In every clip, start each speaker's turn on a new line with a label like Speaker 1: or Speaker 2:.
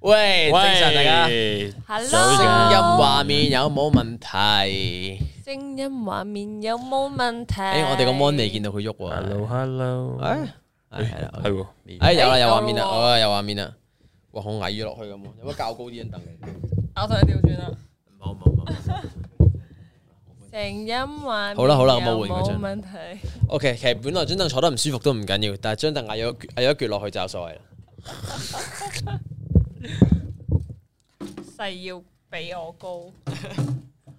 Speaker 1: 喂，精神大家，聲
Speaker 2: Hello，
Speaker 1: 音畫面有冇問題？
Speaker 2: 聲音畫面有冇問題？
Speaker 1: 诶，哎我哋個 mon 未見到佢喐喎。
Speaker 3: Hello，Hello，
Speaker 1: 诶，係啦，
Speaker 3: 係喎，
Speaker 1: 诶有啦，有畫面啦，
Speaker 2: 有喎
Speaker 1: 哦有畫面啦，哇好矮咗落去咁喎，有冇較高啲張凳嚟？
Speaker 2: 我同你調轉啦。
Speaker 1: 冇冇冇。
Speaker 2: 聲音畫面
Speaker 1: 好啦好啦咁
Speaker 2: 有
Speaker 1: 我換嗰張
Speaker 2: 冇問題？
Speaker 1: O K，其實本來張凳坐得唔舒服都唔緊要，但係張凳矮咗一橛矮咗一橛落去就有所謂啦。
Speaker 2: 誓要比我高。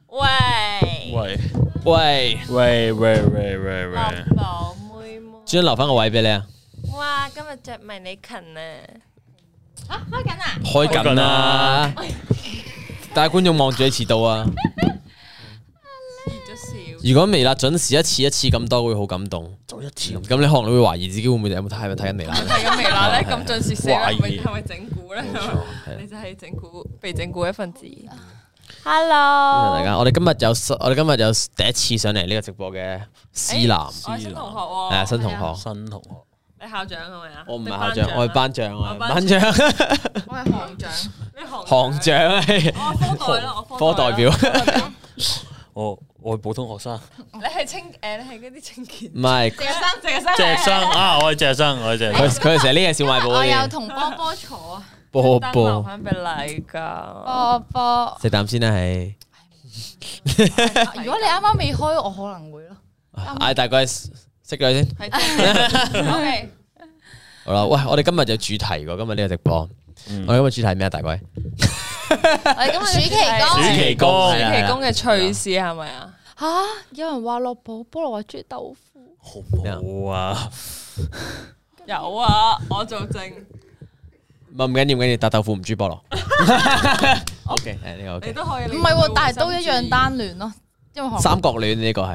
Speaker 2: 喂，
Speaker 3: 喂
Speaker 1: 喂，
Speaker 3: 喂喂喂喂喂，
Speaker 2: 樂寶妹妹，
Speaker 1: 專留翻個位俾你啊！
Speaker 2: 哇！今日着迷你裙啊，
Speaker 1: 開緊啦，但係觀眾望住你遲到啊！
Speaker 2: 熱咗少。
Speaker 1: 如果微辣準時一次一次咁多，會好感動。做一次咁，咁你可能會懷疑自己會唔會有冇睇係咪睇緊微辣？
Speaker 2: 係咁未啦 咧，咁盡是死啦，係咪
Speaker 3: 懷疑
Speaker 2: 係咪整蠱咧？係
Speaker 1: 錯
Speaker 2: 嘛
Speaker 1: 係
Speaker 2: 你就係整蠱，被整蠱一份子。Hello，
Speaker 1: 大家，我哋今日有我哋今日有第一次上嚟呢個直播嘅思南，
Speaker 2: 我係新同學喎，
Speaker 1: 誒新同學，
Speaker 3: 新同學，
Speaker 2: 你校長係咪啊？
Speaker 1: 我唔
Speaker 2: 你
Speaker 1: 係
Speaker 2: 班
Speaker 1: 校長，我係
Speaker 2: 啊
Speaker 1: 班長啊，
Speaker 2: 我
Speaker 1: 班
Speaker 2: 班
Speaker 1: 長
Speaker 4: 我係行長，
Speaker 2: 你行
Speaker 1: 行長啊，
Speaker 2: 我科代咯，哦我
Speaker 1: 科代
Speaker 2: 咯
Speaker 1: 表，
Speaker 3: 我我係普通學生，
Speaker 2: 你係清誒，你係嗰啲清潔
Speaker 1: 唔係
Speaker 4: 謝生，謝生，
Speaker 3: 謝生啊，我係謝生，我係謝
Speaker 1: 佢
Speaker 3: 生，
Speaker 1: 佢係成日匿喺小賣部
Speaker 4: 我
Speaker 1: 嗰
Speaker 4: 有
Speaker 1: 啲
Speaker 4: 同波波坐，啊
Speaker 1: 波
Speaker 2: 燈留
Speaker 1: 波，
Speaker 2: 翻俾你㗎。
Speaker 4: 波波。
Speaker 1: 食啖先啦，係
Speaker 4: 如果你啱啱未開，我可能會咯。
Speaker 1: 嗌大概識佢先。
Speaker 4: 係 OK，
Speaker 1: 好啦，喂，我哋今日有主題喎，今日呢個直播，
Speaker 3: 嗯
Speaker 1: 我哋今日主題咩啊？大鬼
Speaker 4: 我哋今 日暑期
Speaker 3: 暑
Speaker 4: 工
Speaker 3: 期工
Speaker 1: 暑期
Speaker 2: 暑期工嘅趣事係咪啊？
Speaker 4: 嚇，有人話落寶菠蘿話中意豆腐，
Speaker 3: 好唔好啊？
Speaker 2: 有啊，我做證，
Speaker 1: 唔係唔緊要，唔緊要，搭豆腐唔煮菠蘿。O K，係呢個 O
Speaker 2: 你
Speaker 1: K。
Speaker 2: 都可以。
Speaker 4: 唔係喎，但係都一樣。單聯咯，因為韓
Speaker 1: 三角戀呢個係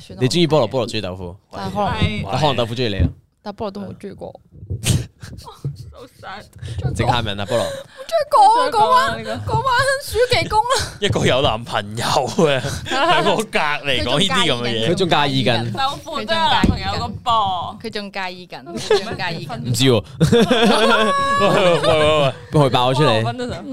Speaker 4: 算啦
Speaker 1: 你中意菠蘿，菠蘿中意豆腐，
Speaker 4: 但係可能
Speaker 2: 係
Speaker 3: 喂
Speaker 1: 但可能豆腐中意你啊，
Speaker 4: 但菠蘿都冇中意過。
Speaker 2: 好sad。
Speaker 1: 整下人啊菠 蘿。
Speaker 2: 講
Speaker 4: 講嗰
Speaker 2: 啊
Speaker 4: 晚
Speaker 2: 呢個
Speaker 4: 嗰晚暑期工啊啦，
Speaker 3: 一個有男朋友嘅喺我隔離講呢啲咁嘅
Speaker 1: 佢
Speaker 3: 嘢，
Speaker 1: 仲介意緊
Speaker 2: 豆腐都有男朋友個噃，
Speaker 4: 佢仲介意緊， 佢仲介意緊。
Speaker 1: 唔知喎，
Speaker 3: 喂喂喂喂，
Speaker 1: 不過佢爆咗出 嚟。
Speaker 2: 分得上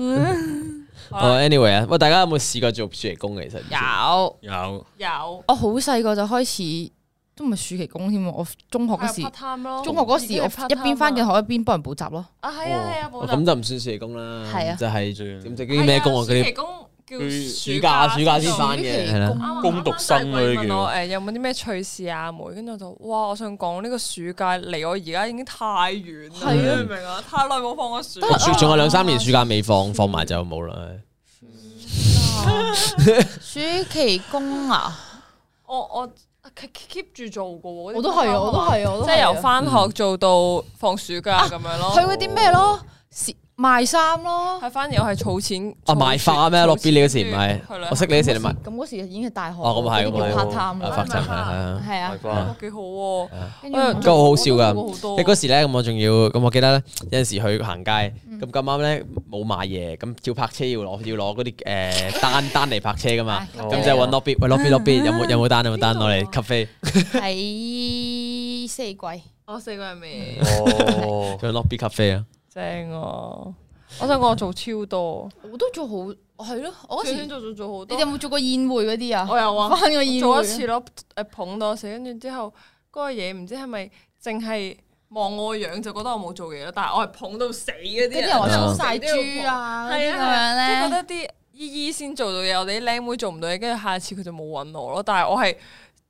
Speaker 2: Ờ,
Speaker 1: 哦，anyway 啊，喂，大家有冇試過做暑期工嘅？其實
Speaker 4: 有，
Speaker 3: 有
Speaker 2: 有。
Speaker 4: 我好細個就開始，都唔係暑期工添喎，我中學嗰時
Speaker 2: Ờ, part。time 咯，
Speaker 4: 中學嗰時，我一邊翻緊
Speaker 2: 學
Speaker 4: 學一邊幫人補習咯。
Speaker 2: 啊，係啊係啊，冇
Speaker 1: 哦
Speaker 2: 諗
Speaker 1: 咁就唔算暑期工啦，
Speaker 4: 係啊
Speaker 1: 就係
Speaker 3: 算
Speaker 1: 咁就啲咩工啊？嗰
Speaker 2: 暑期
Speaker 1: 啲
Speaker 2: 工叫
Speaker 3: 暑
Speaker 1: 暑假暑假先
Speaker 2: 做
Speaker 1: 翻嘅，係 啦。
Speaker 2: 啱啊
Speaker 3: 工讀生嗰啲叫
Speaker 2: 啱啱大鬼問我誒有冇啲咩趣事啊，阿妹，跟住我就哇，我想講呢個暑假離我而家已經太遠啦，你
Speaker 4: 係啊
Speaker 2: 明唔明啊？太耐冇放過暑假，
Speaker 1: 讀書仲有兩三年暑假未放，放埋就冇啦。
Speaker 4: 暑期工啊，
Speaker 2: 我我 keep- keep 住做嘅喎，
Speaker 4: 我都係啊，我都係啊，我都
Speaker 2: 即係由
Speaker 4: 翻
Speaker 2: 翻學做到放暑假咁樣
Speaker 1: 嗯
Speaker 4: 去
Speaker 2: 咯。
Speaker 4: 嗰啲咩咯，時賣衫咯。
Speaker 2: 係反而我係儲錢，
Speaker 1: 啊，賣花咩？落 B 你嗰時唔係
Speaker 2: 係啦，，
Speaker 1: 我識你嗰時你賣
Speaker 4: 咁，嗰時已經係大學，
Speaker 1: 哦咁係咁
Speaker 4: 嗰啲叫
Speaker 1: 係
Speaker 4: part time
Speaker 1: 啊啊
Speaker 4: 啦
Speaker 1: 發層係係係。
Speaker 4: 係啊
Speaker 3: 係，啩？
Speaker 2: 哇幾好喎，
Speaker 4: 跟
Speaker 2: 哎呀
Speaker 4: 住
Speaker 1: 夠好笑㗎
Speaker 2: 我都做過好多
Speaker 1: 你嗰時咧，咁我仲要，咁我記得咧，有陣時去行街，咁咁啱咧冇買嘢，咁照泊車要攞要攞嗰啲誒單單嚟泊車噶嘛，
Speaker 3: 哦
Speaker 4: 係
Speaker 1: 咁就揾 lobby，喂 lobby lobby 有冇有冇單有冇單
Speaker 2: 邊度
Speaker 1: 攞
Speaker 2: 啊
Speaker 1: 嚟吸飛，
Speaker 4: 喺四季，
Speaker 2: 我四個人未
Speaker 3: 哦，
Speaker 1: 仲 lobby 吸飛啊！
Speaker 2: 正啊！我想講我做超多，
Speaker 4: 我都做好，係咯，我嗰時
Speaker 2: 先做做做好
Speaker 4: 你
Speaker 2: 多
Speaker 4: 哋有。冇做過宴會嗰啲啊？
Speaker 2: 我有啊，
Speaker 4: 翻個宴
Speaker 2: 做
Speaker 4: 會
Speaker 2: 一次咯，誒捧到我死，跟住之後嗰個嘢唔知係咪淨係望我個樣就覺得我冇做嘢咯，但係我係捧到死嗰
Speaker 4: 嗰啲
Speaker 2: 啲
Speaker 4: 人話
Speaker 1: 啊
Speaker 4: 粗晒豬
Speaker 2: 嗯
Speaker 4: 啊，嗰
Speaker 2: 係啊，
Speaker 4: 啲咁樣
Speaker 2: 即
Speaker 4: 咧，
Speaker 2: 係覺得啲姨姨先做到嘢，我哋啲靚妹做唔到嘢，跟住下次佢就冇揾我咯。但係我係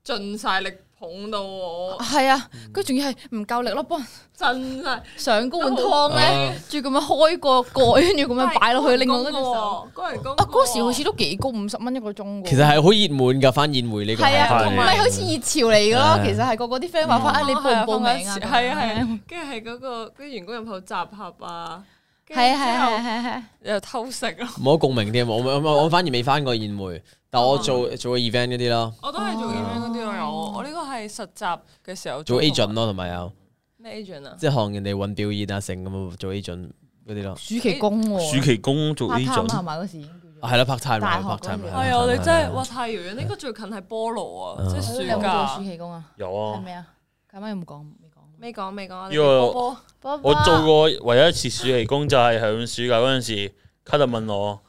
Speaker 2: 盡晒力捧到我
Speaker 4: 係啊，
Speaker 1: 嗯
Speaker 4: 佢仲要係唔夠力咯，幫人
Speaker 2: 真係
Speaker 4: 上嗰碗湯咧
Speaker 3: 啊，
Speaker 4: 仲要咁樣開個蓋，跟住咁樣擺落去，另外嗰隻手。
Speaker 2: 手，高人工
Speaker 4: 啊，嗰時好似都幾高，五十蚊一個鐘喎。
Speaker 1: 其實係好熱門㗎，翻宴會呢個
Speaker 4: 係啊，
Speaker 3: 係
Speaker 4: 同埋好似熱潮嚟㗎
Speaker 1: 係
Speaker 4: 咯。其實係個個啲 friend 話翻啊，你報唔報名啊？
Speaker 2: 係啊係啊，跟住係嗰個啲員工入口集合啊，跟住
Speaker 4: 係啊
Speaker 2: 之後
Speaker 4: 係啊係啊
Speaker 2: 又偷食咯。
Speaker 1: 冇乜共鳴添，我我我我反而未翻過宴會，但我做做過 event 嗰啲咯，
Speaker 2: 我都係做 event 嗰啲咯，有我我呢個係實習嘅時候
Speaker 1: 做
Speaker 2: 同埋
Speaker 1: agent 咯，同埋有
Speaker 2: 咩 agent 啊？
Speaker 1: 即係行人哋揾表演啊成咁做 agent 嗰啲咯，
Speaker 4: 暑期工喎，
Speaker 3: 暑期工做
Speaker 4: part time 係
Speaker 3: agent，
Speaker 4: 咪嗰時已經叫做？
Speaker 1: 啊係啦 part time
Speaker 4: 大學
Speaker 1: part
Speaker 4: 嗰
Speaker 1: time
Speaker 4: 啲
Speaker 2: 係啊，我哋真係哇太遙遠，應該最近係菠蘿啊，即係
Speaker 4: 你
Speaker 2: 暑
Speaker 4: 有冇做過暑
Speaker 2: 假。
Speaker 4: 期工啊？
Speaker 3: 有
Speaker 4: 係
Speaker 3: 啊，
Speaker 4: 咩啊？佢啱啱有冇講？未講。
Speaker 2: 未講未講，
Speaker 3: 呢個
Speaker 2: 波波
Speaker 5: 波波
Speaker 3: 我做過唯一一次暑期工就係響暑假嗰陣時，卡特問我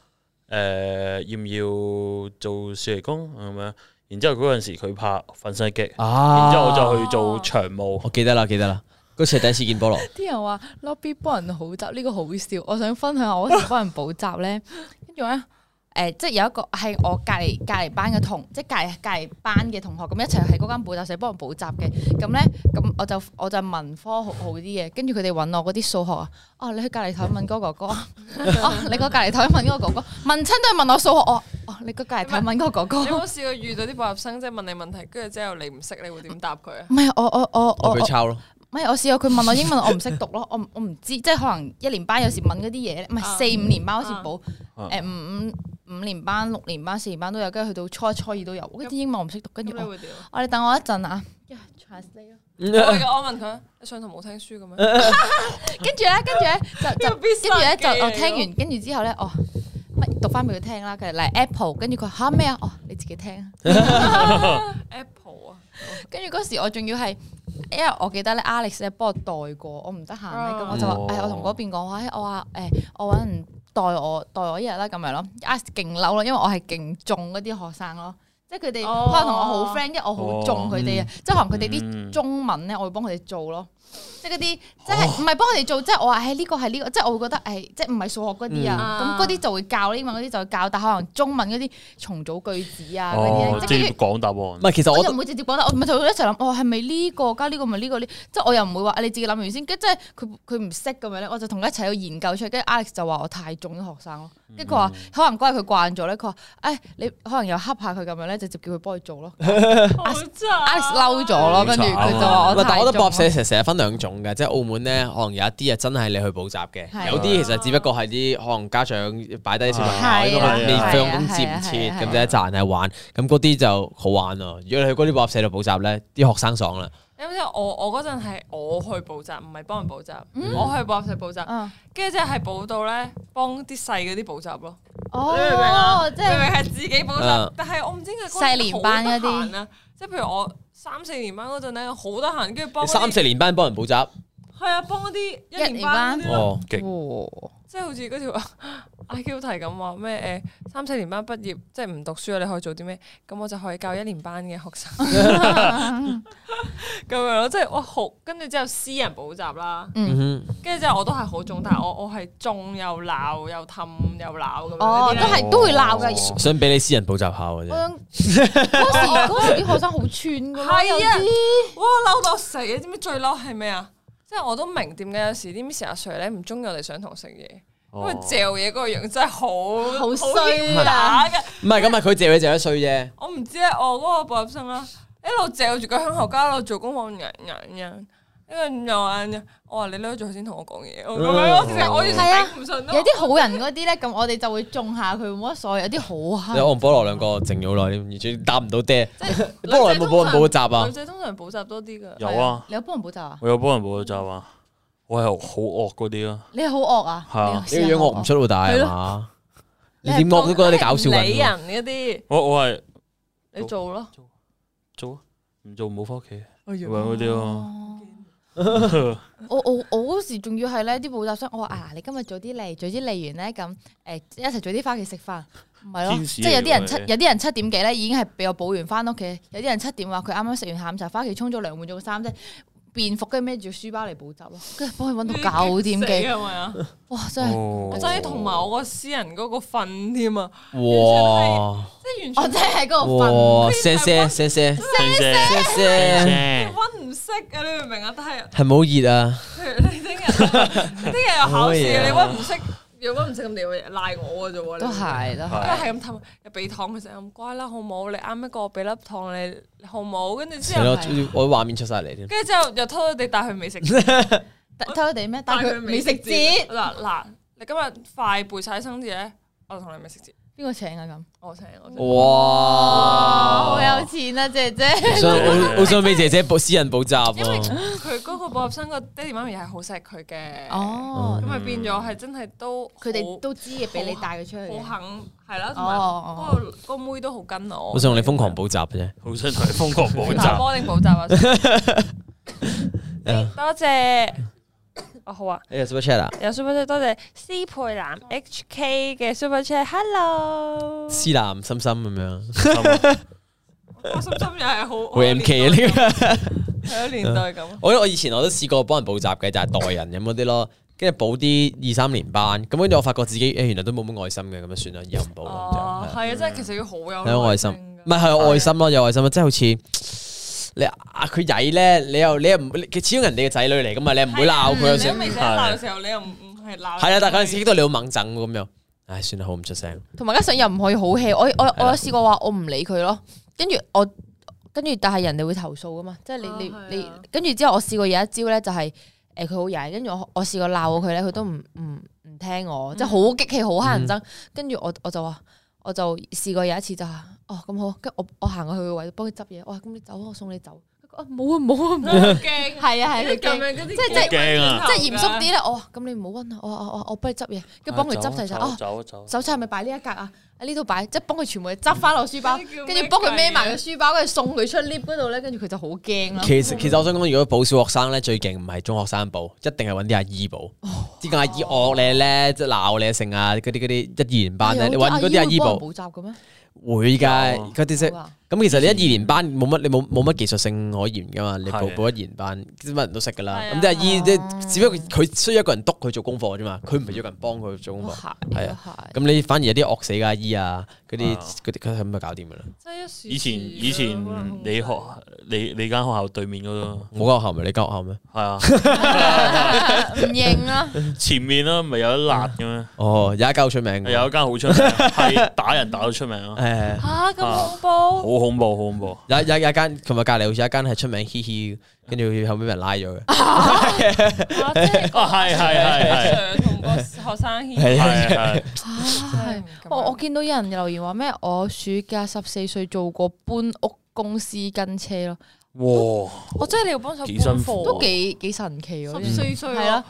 Speaker 3: 誒、要唔要做暑期工咁樣，然之後嗰陣時佢拍粉身擊，
Speaker 1: 啊
Speaker 3: 然之後我就去做長務。
Speaker 1: 我記得啦，記得啦，嗰次係第一次見菠蘿，
Speaker 4: 啲人話 lobby 幫人補習呢個好笑，我想分享我嗰時幫人補習咧，跟住咧。誒、即係有一個係我隔離隔離班嘅同，即係隔離隔離班嘅同學，咁一齊喺嗰間補習社幫人補習嘅。咁咧，咁我就我就文科好好啲嘅，跟住佢哋揾我嗰啲數學啊，哦，你去隔離台問嗰個哥哥，哦，你個隔離台問嗰個哥哥，問親都係問我數學，我哦，你個隔離台問嗰個哥 哥
Speaker 2: 你，有冇試過遇到啲補習生即係問你問題，跟住之後你唔識，你會點答佢啊？
Speaker 4: 唔係我我我我
Speaker 1: 我俾佢抄咯。
Speaker 4: 唔係，我試過佢問我英文，我唔識讀 咯，我唔我唔知，即係可能一年班有時問嗰啲嘢咧，唔係
Speaker 2: 啊
Speaker 4: 四五年班開始補，
Speaker 3: 啊
Speaker 4: 誒五五五年班、六年班、四年班都有，跟住去到初一、初二都有，跟住英文我唔識讀，跟
Speaker 2: 咁
Speaker 4: 住
Speaker 2: 你
Speaker 4: 我
Speaker 2: 會點啊？
Speaker 4: 我哋等我一陣啊，
Speaker 2: 我我問佢：你上堂冇聽書嘅咩？
Speaker 4: 跟住咧，跟住咧 就就
Speaker 2: 呢個必
Speaker 4: 跟住咧
Speaker 2: 殺技嚟
Speaker 4: 就
Speaker 2: 咯
Speaker 4: 我聽完，跟住之後咧，哦乜讀翻俾佢聽啦，佢嚟 Apple，跟住佢話吓咩啊？哦你自己聽啊。
Speaker 2: Apple 啊，
Speaker 4: 跟住嗰時我仲要係，因為我記得咧 Alex 咧幫我代過，我唔得閒
Speaker 2: 啊
Speaker 4: 咧，咁我就話
Speaker 3: 哦
Speaker 4: 誒，我同嗰邊講我話，哎我話誒，我揾人代我代我一日啦，咁樣咯。Alex 勁嬲咯，因為我係勁中嗰啲學生咯，即係佢哋
Speaker 2: 哦
Speaker 4: 可能同我好 friend，因為我好中佢哋啊，即係可能佢哋啲
Speaker 3: 哦嗯哦
Speaker 4: 中文咧，我會幫佢哋做咯。即係嗰啲，即係唔係幫佢哋做，即係我話，誒哎呢個係呢個，即係我會覺得，誒即係唔係數學嗰啲啊
Speaker 2: 嗯，
Speaker 4: 咁嗰啲就會教英文嗰啲就會教，但可能中文嗰啲重組句子啊嗰啲
Speaker 3: 哦，
Speaker 4: 咧，
Speaker 3: 直
Speaker 4: 即係
Speaker 3: 接
Speaker 4: 跟住
Speaker 3: 講答
Speaker 1: 唔
Speaker 3: 案。
Speaker 1: 係，其實
Speaker 4: 我
Speaker 1: 我
Speaker 4: 就唔會直接講啦，我咪就會一齊諗，哦係咪呢個加呢個咪呢個呢？即係我又唔會話啊你自己諗完先，跟住即係佢佢唔識咁樣咧，我就同佢一齊去研究出嚟。跟住 Alex 就話我太中啲學生咯，跟住佢話
Speaker 1: 嗯
Speaker 4: 可能嗰日佢慣咗咧，佢話誒你可能又恰下佢咁樣咧，就直接叫佢幫佢 做咯。
Speaker 2: 好渣
Speaker 4: Alex 嬲咗
Speaker 1: 啊
Speaker 4: 咯，跟住佢就
Speaker 1: 唔
Speaker 4: 話我
Speaker 1: 係，但
Speaker 4: 太啊
Speaker 1: 我覺得
Speaker 4: 中
Speaker 1: 博社
Speaker 4: 咯。
Speaker 1: 成成日分兩種嘅，即係澳門咧，可能有一啲啊真係你去補習嘅，
Speaker 4: 係
Speaker 1: 有啲其實只不過係啲可能家長擺低小朋
Speaker 4: 係
Speaker 1: 友喺
Speaker 3: 啦
Speaker 1: 度，你
Speaker 3: 係啊
Speaker 1: 放工接唔切，
Speaker 4: 係啊係啊
Speaker 1: 咁就一賺係玩，咁嗰啲就好玩咯。如果你去嗰啲補習社度補習咧，啲學生爽啦，
Speaker 2: 因為我我嗰陣係我去補習，唔係幫人補習，我去補習社補習，
Speaker 4: 嗯
Speaker 2: 跟住之後係補到咧幫啲細嗰啲補習咯，你明唔明啊
Speaker 4: 哦，即
Speaker 2: 明明
Speaker 4: 係
Speaker 2: 係自己補
Speaker 1: 嗯
Speaker 2: 習，但係我唔知點解嗰陣
Speaker 4: 細年班嗰啲
Speaker 2: 好得閒啊，即係譬如我三四年班嗰陣咧好得閒，跟住幫
Speaker 1: 你三四年班幫人補習，
Speaker 2: 係啊幫嗰啲一
Speaker 4: 一
Speaker 2: 年
Speaker 4: 年班
Speaker 2: 班嗰啲咯
Speaker 1: 哦，
Speaker 3: 勁
Speaker 4: 哇
Speaker 2: 即係好似嗰條 IQ 題咁話咩誒三四年班畢業即係唔讀書啊，你可以做啲咩？咁我就可以教一年班嘅學生咁樣咯，即係我好跟住之後私人補習啦，
Speaker 1: 嗯哼
Speaker 2: 跟住之後我都係好中，但係我我係中又鬧又氹又鬧咁樣嗰啲
Speaker 4: 哦
Speaker 2: 咧。
Speaker 4: 都係都會鬧㗎。
Speaker 3: 哦
Speaker 1: 想俾你私人補習下嘅
Speaker 4: 我
Speaker 1: 啫。
Speaker 4: 想嗰時嗰時啲學生好串噶咯，有
Speaker 2: 係啊
Speaker 4: 啲。
Speaker 2: 哇嬲到死！你知唔知最嬲係咩啊？即係我都明點解有時啲 Miss 阿 Sir 咧唔中意我哋上堂食嘢，因
Speaker 3: 哦
Speaker 2: 為嚼嘢嗰個樣真係好
Speaker 4: 哦好衰啊
Speaker 2: 打嘅。
Speaker 1: 唔係咁啊，佢借你借一歲啫。
Speaker 2: 我唔知咧，啊我嗰個補習生啦，一路嚼住個香口膠，一路做功課，人人人。呢個又眼我話你攞咗先同我講嘢，我咁樣我其實我完全頂唔順咯。
Speaker 4: 哦啊有啲好人嗰啲咧，咁我哋就會中下佢，冇乜所謂。有啲好啊
Speaker 1: 你
Speaker 4: 黑，
Speaker 1: 我同菠蘿兩個靜咗好耐，完全答唔到爹。
Speaker 2: 即係
Speaker 1: 菠蘿有冇 幫人補習啊
Speaker 2: 女？仔通常補習多啲噶，
Speaker 3: 有啊，
Speaker 4: 你有幫人補習啊？
Speaker 3: 我有幫人補習啊，我係好惡嗰啲咯。
Speaker 4: 你好惡啊！
Speaker 3: 係啊
Speaker 1: 你個樣惡唔出好大
Speaker 4: 係
Speaker 1: 係
Speaker 4: 咯
Speaker 1: 嘛？
Speaker 4: 你
Speaker 1: 你
Speaker 4: 係
Speaker 1: 點惡都覺得你搞笑
Speaker 4: 啊
Speaker 2: 理
Speaker 1: 緊。啊
Speaker 2: 人嗰啲，
Speaker 3: 我我係
Speaker 2: 你做咯。
Speaker 3: 做啊，唔做唔好翻屋企，咁
Speaker 4: 我
Speaker 3: 樣嗰啲咯。
Speaker 4: 我我我嗰時仲要係咧啲補習生，我話啊，你今日早啲嚟，早啲嚟完咧咁，誒一齊早啲翻屋企食飯，唔係咯，
Speaker 3: 天使
Speaker 4: 即
Speaker 3: 嚟
Speaker 4: 係有啲
Speaker 3: 喎
Speaker 4: 人七
Speaker 3: 你
Speaker 4: 有啲人七點幾咧已經係俾我補完翻屋企，有啲人七點話佢啱啱食完下午茶，翻屋企沖咗涼，換咗個衫啫，便服跟住孭住書包嚟補習咯，跟住幫佢揾到九點幾，
Speaker 2: 係咪啊？
Speaker 4: 哇真係，
Speaker 2: 我
Speaker 3: 我
Speaker 2: 真係同埋我個私人嗰個瞓添啊，
Speaker 1: 哇！
Speaker 2: 即係
Speaker 4: 我
Speaker 2: 完
Speaker 4: 真
Speaker 2: 全
Speaker 4: 係喺嗰度瞓。
Speaker 1: 哇！聲聲聲聲聲聲，
Speaker 3: 聲
Speaker 2: 温唔識啊！你明唔明啊？但係
Speaker 1: 係咪好熱啊？
Speaker 2: 譬如你聽日聽日有考
Speaker 1: 哎呀
Speaker 2: 試，你温唔識，如果温唔識咁你會賴我嘅啫喎。
Speaker 4: 都
Speaker 2: 你明唔明
Speaker 4: 係都係。
Speaker 2: 跟住係咁氹，又俾糖佢食，咁乖啦，好冇？你啱一個，我俾粒糖你，你好冇？跟住之
Speaker 1: 係
Speaker 2: 後，
Speaker 1: 咯，我畫面出晒嚟添。
Speaker 2: 跟住之後又偷偷地帶佢美 食，
Speaker 4: 偷偷地咩？但佢美食節，啊
Speaker 2: 嗱嗱，你今日快背晒生字咧，我同你美食節，
Speaker 4: 邊個請啊咁？
Speaker 2: 我請我請。
Speaker 4: 哇，好
Speaker 1: 哇！
Speaker 4: 有錢啊，姐姐！
Speaker 1: 想好好想俾姐姐補私人補習啊！
Speaker 2: 佢嗰個補習生個爹哋媽咪係好錫佢嘅，
Speaker 4: 哦
Speaker 2: 咁，咪變咗係真係都
Speaker 4: 佢哋都知嘅，俾你帶佢出去嘅。
Speaker 2: 好肯係啦，同埋
Speaker 4: 哦，
Speaker 2: 嗰個嗰個妹都好跟我。
Speaker 1: 我想同你瘋狂補習啫，
Speaker 3: 好想同你瘋狂補
Speaker 2: 打
Speaker 3: 習。
Speaker 2: 波定補習啊？
Speaker 1: 啊
Speaker 2: 多謝。哦，好啊，
Speaker 1: 呢個 super chat 啊，
Speaker 2: 有 super chat，多謝施佩南 HK 嘅 super chat，hello。
Speaker 1: 思南心心咁樣，
Speaker 2: 我心心又係 好
Speaker 1: 好 M K 啊呢個。
Speaker 2: 係年代咁。
Speaker 1: 我我以前我都試過幫人補習嘅，就係、代人咁嗰啲咯，跟住補啲二三年班，咁跟住我發覺自己誒、原來都冇乜愛心嘅，咁樣算啦，以後唔補
Speaker 2: 哦
Speaker 1: 啦，，
Speaker 2: 係啊，真係其實要好有
Speaker 1: 係有愛心，唔係係有
Speaker 2: 有
Speaker 1: 愛心咯，有愛心咯，即係好似。你啊佢曳咧，你又你又唔，你始終人哋嘅仔女嚟噶嘛，你又唔會鬧佢啊，
Speaker 2: 你
Speaker 1: 成
Speaker 2: 都未
Speaker 1: 係
Speaker 2: 想鬧嘅時候，你又唔唔係鬧。
Speaker 1: 啊，但係嗰陣時激到你好猛整咁樣，唉，算啦，好唔出聲，
Speaker 2: 哦
Speaker 4: 同埋加上又唔可以好 hea，我我
Speaker 1: 係啦
Speaker 4: 我有試過話我唔理佢咯，跟住我跟住但係人哋會投訴噶嘛，即係
Speaker 2: 啊
Speaker 4: 你
Speaker 2: 係啊
Speaker 4: 你你跟住之後我試過有一招咧就係誒佢好曳，跟住我我試過鬧過佢咧，佢都唔唔唔聽我，
Speaker 2: 嗯
Speaker 4: 即係好激氣好乞人憎，跟住我我就話我就試過有一次就係哦咁好，跟住我我行過去個位幫佢執嘢，我話咁你走啊，我送你走，佢講啊冇啊冇啊冇 啊，
Speaker 2: 驚，
Speaker 4: 係啊係啊佢
Speaker 2: 咁
Speaker 4: 驚。
Speaker 2: 樣嗰啲
Speaker 4: 即係
Speaker 3: 即係驚啊
Speaker 4: 即係嚴肅啲咧，我話咁你唔好温啊，我話我我我幫你執嘢，跟住幫佢執齊晒。哦，
Speaker 3: 啊走走
Speaker 4: 手冊係咪擺呢一格啊？喺呢度擺，即係幫佢全部嘢執翻落書包
Speaker 2: 呢啲叫，
Speaker 4: 跟
Speaker 2: 咩
Speaker 4: 住幫佢孭埋個書包，跟住送佢出 lift 嗰度咧，跟住佢就好驚啦。
Speaker 1: 其實其實我想講，如果補小學生咧，最勁唔係中學生補，一定係揾啲阿姨補。
Speaker 2: 哦
Speaker 1: 啲阿姨惡你咧，即係鬧你成啊，嗰啲嗰啲一二年
Speaker 4: 哎
Speaker 2: 啊
Speaker 1: 班咧，啊你揾嗰啲阿姨補
Speaker 4: 補習嘅咩？
Speaker 1: 會㗎，
Speaker 3: 有啊
Speaker 1: 嗰啲即
Speaker 4: 好啊
Speaker 1: 咁其實你一二年班冇乜，你冇冇乜技術性可言㗎嘛？你補
Speaker 3: 嗯係
Speaker 1: 補一二年班，乜人都識㗎啦。
Speaker 2: 係啊
Speaker 1: 咁啲阿姨即
Speaker 4: 哦
Speaker 1: 係只不過佢需要一個人督佢做功課啫嘛，佢唔係要一個人幫佢做功
Speaker 4: 都
Speaker 1: 課。
Speaker 4: 係
Speaker 1: 係
Speaker 4: 都
Speaker 1: 啊
Speaker 4: 係。
Speaker 1: 咁你反而有啲惡死嘅阿姨啊，嗰啲
Speaker 3: 啊
Speaker 1: 嗰啲佢咁就搞掂㗎啦。
Speaker 2: 即係一時
Speaker 3: 以前以前你學你你間學校對面嗰度
Speaker 1: 我間學校咪你間學校咩？
Speaker 3: 係啊，
Speaker 4: 唔認啊啦，
Speaker 3: 前面啦，咪有一辣嘅咩？
Speaker 1: 哦，有一間好出名嘅。
Speaker 3: 嗯有一間好出名，係打人打到出名哦啊，
Speaker 1: 誒
Speaker 2: 嚇咁 恐
Speaker 3: 好
Speaker 2: 怖，
Speaker 3: 恐怖，好恐 怖。
Speaker 1: 有有有一間，同埋隔離好似有一間係出名嘻嘻，跟住後尾俾人拉咗嘅。
Speaker 2: 啊即係
Speaker 3: 啊，係係係
Speaker 2: 上同個學生哦牽
Speaker 1: 係
Speaker 3: 係係
Speaker 4: 係我我見到有人留言話咩？我暑假十四歲做過搬屋公司跟車咯，
Speaker 3: 係，哇！
Speaker 2: 我真係你要幫手
Speaker 3: 幾辛苦
Speaker 1: 哦
Speaker 4: 都幾幾神奇喎！
Speaker 2: 十四歲
Speaker 4: 係啦，，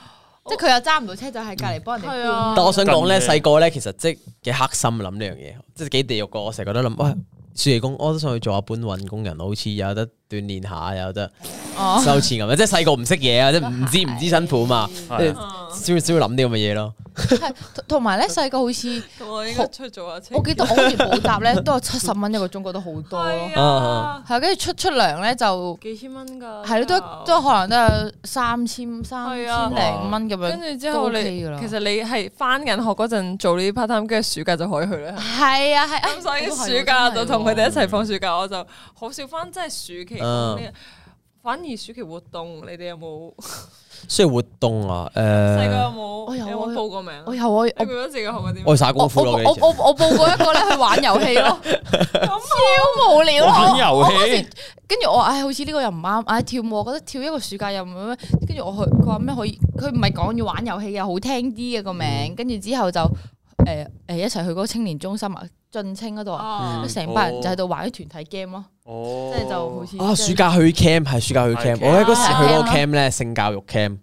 Speaker 4: 即係佢又揸唔到車，就喺隔離幫人
Speaker 2: 係
Speaker 4: 哋搬
Speaker 2: 啊。
Speaker 1: 但我想講咧，
Speaker 3: 跟嘅
Speaker 1: 細個咧其實即係幾黑心諗呢樣嘢，即係幾地獄個。我成日覺得諗，喂，暑期工我都想去做下搬運工人，好似有得鍛鍊下，有得
Speaker 4: 哦
Speaker 1: 收錢咁樣。即係細個唔識嘢啊，即係唔知唔知辛苦嘛，
Speaker 3: 係啊
Speaker 4: 啊
Speaker 1: 先會先會諗啲咁嘅嘢咯。
Speaker 4: 同同埋咧細個好似。
Speaker 2: 咁我應該出咗下車
Speaker 4: 我。記得我嗰時補習咧都有七十蚊一個鐘，覺得好多咯。
Speaker 2: 係啊，
Speaker 4: 係跟住出出糧咧就
Speaker 2: 幾千蚊㗎，
Speaker 4: 係咯，都都可能都有三千三
Speaker 2: 係啊
Speaker 4: 千零蚊咁
Speaker 2: 跟
Speaker 4: 樣。
Speaker 2: 住之後你
Speaker 4: 都 OK 㗎啦
Speaker 2: 其實你係翻緊學嗰陣做呢啲 part time，跟住暑假就可以去啦。
Speaker 4: 係啊係啊，
Speaker 2: 咁所以
Speaker 4: 都係喎
Speaker 2: 暑假就同佢哋一
Speaker 4: 真係喎
Speaker 2: 齊放暑假，我就好少翻，即係暑
Speaker 3: 啊
Speaker 2: 期
Speaker 1: 嗯
Speaker 2: 工呢。反而暑期活動，你哋有冇
Speaker 1: 需要活動啊，
Speaker 2: 細
Speaker 1: 誒，
Speaker 2: 個有
Speaker 4: 我
Speaker 2: 冇
Speaker 4: 有
Speaker 2: 有
Speaker 4: 哎我
Speaker 2: 冇
Speaker 4: 有
Speaker 2: 報過名啊？
Speaker 4: 我有我
Speaker 2: 你
Speaker 4: 我
Speaker 2: 覺得自己學啊過啲咩？
Speaker 1: 我係耍功
Speaker 4: 我
Speaker 1: 夫咯。
Speaker 4: 我我我報過一個咧去玩遊戲咯，超無聊咯。
Speaker 3: 玩
Speaker 4: 我
Speaker 3: 遊戲
Speaker 4: 跟住我話唉，好似呢個又唔啱，唉跳舞，我覺得跳一個暑假又唔咩，跟住我去，佢話咩可以，佢唔係講要玩遊戲嘅，好聽啲嘅個名，跟住之後就誒誒一齊去嗰個青年中心啊，進青嗰度啊，
Speaker 2: 哦
Speaker 1: 嗯
Speaker 4: 成班人就喺度玩啲團體 game 咯，即
Speaker 3: 哦，
Speaker 4: 係就好似
Speaker 1: 啊，暑假去 camp 係暑假去 camp，
Speaker 3: 係
Speaker 1: 我喺嗰時去嗰個
Speaker 4: 啊
Speaker 1: camp 咧，性教育 camp。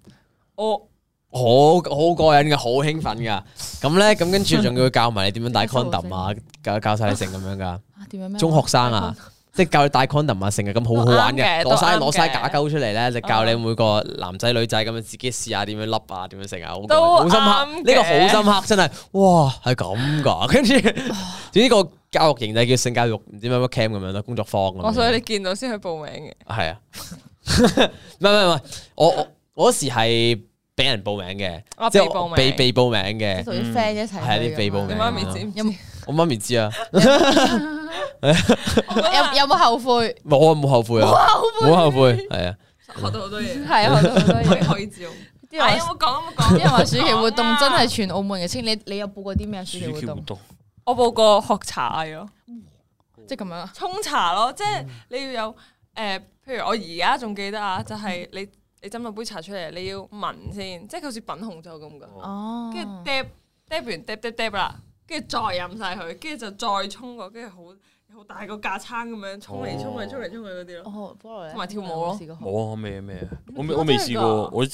Speaker 2: 我
Speaker 1: 好好過癮嘅，好興奮噶。咁咧，咁跟住仲要教埋你點樣戴
Speaker 4: 收到
Speaker 1: condom 啊，教教晒你成咁樣噶。
Speaker 4: 啊點樣咩？
Speaker 1: 中學生啊，即係教你戴 condom 啊，成日咁好好玩嘅，
Speaker 2: 都啱嘅
Speaker 1: 攞晒
Speaker 2: 都啱嘅啊
Speaker 1: 攞晒假鳩出嚟咧，就教你每個男仔女仔咁樣自己試下點樣笠啊，點樣成啊，好過癮
Speaker 2: 都
Speaker 1: 好深刻
Speaker 2: 啱。
Speaker 1: 呢
Speaker 2: 嘅
Speaker 1: 個好深刻，真係，哇，係咁 噶。跟住，總之個教育形態叫性教育，唔知乜乜 camp 咁樣啦，工作坊咁樣。
Speaker 2: 我所以你見到先去報名嘅。
Speaker 1: 係啊， 唔係唔係唔係，我我我嗰時係俾人報名嘅，
Speaker 2: 啊
Speaker 1: 即係
Speaker 2: 被報
Speaker 1: 我
Speaker 2: 名
Speaker 1: 被被報名
Speaker 4: 即係
Speaker 1: 嘅，
Speaker 4: 同啲 friend 一齊去
Speaker 1: 係啲被
Speaker 4: 咁
Speaker 1: 報
Speaker 4: 啊
Speaker 2: 你
Speaker 1: 名
Speaker 2: 媽咪知唔知？
Speaker 4: 有
Speaker 2: 有
Speaker 4: 冇
Speaker 1: 我媽咪知啊，
Speaker 4: 有有冇後悔？
Speaker 1: 冇我冇後悔啊，冇後悔，係啊，
Speaker 2: 學到好多嘢，
Speaker 4: 係啊，學到好多
Speaker 2: 可以
Speaker 4: 嘢。
Speaker 2: 可以照。
Speaker 4: 啲人話
Speaker 2: 冇講？有冇講
Speaker 4: 啲人話暑期活動真係全澳門嘅清，你你有報過啲咩暑
Speaker 3: 暑
Speaker 4: 期活
Speaker 3: 期活
Speaker 4: 動？
Speaker 3: 動，
Speaker 2: 我報過學茶藝咯，
Speaker 4: 即係咁樣啊。
Speaker 2: 沖茶咯，即係你要有誒，譬如我而家仲記得啊，就係你你斟咗杯茶出嚟，你要聞先，即係佢好似品紅酒咁噶。
Speaker 4: 哦，
Speaker 2: 跟住嗒嗒完嗒嗒嗒啦，跟住再飲晒佢，跟住就再沖過，跟住好好大個架撐咁樣沖
Speaker 4: 哦
Speaker 2: 嚟沖嚟沖嚟沖去嗰啲咯。
Speaker 4: 哦，菠蘿咧
Speaker 2: 同埋跳舞咯
Speaker 4: 試過學
Speaker 3: 冇啊咩咩，我未
Speaker 2: 真係㗎
Speaker 3: 我未試過，我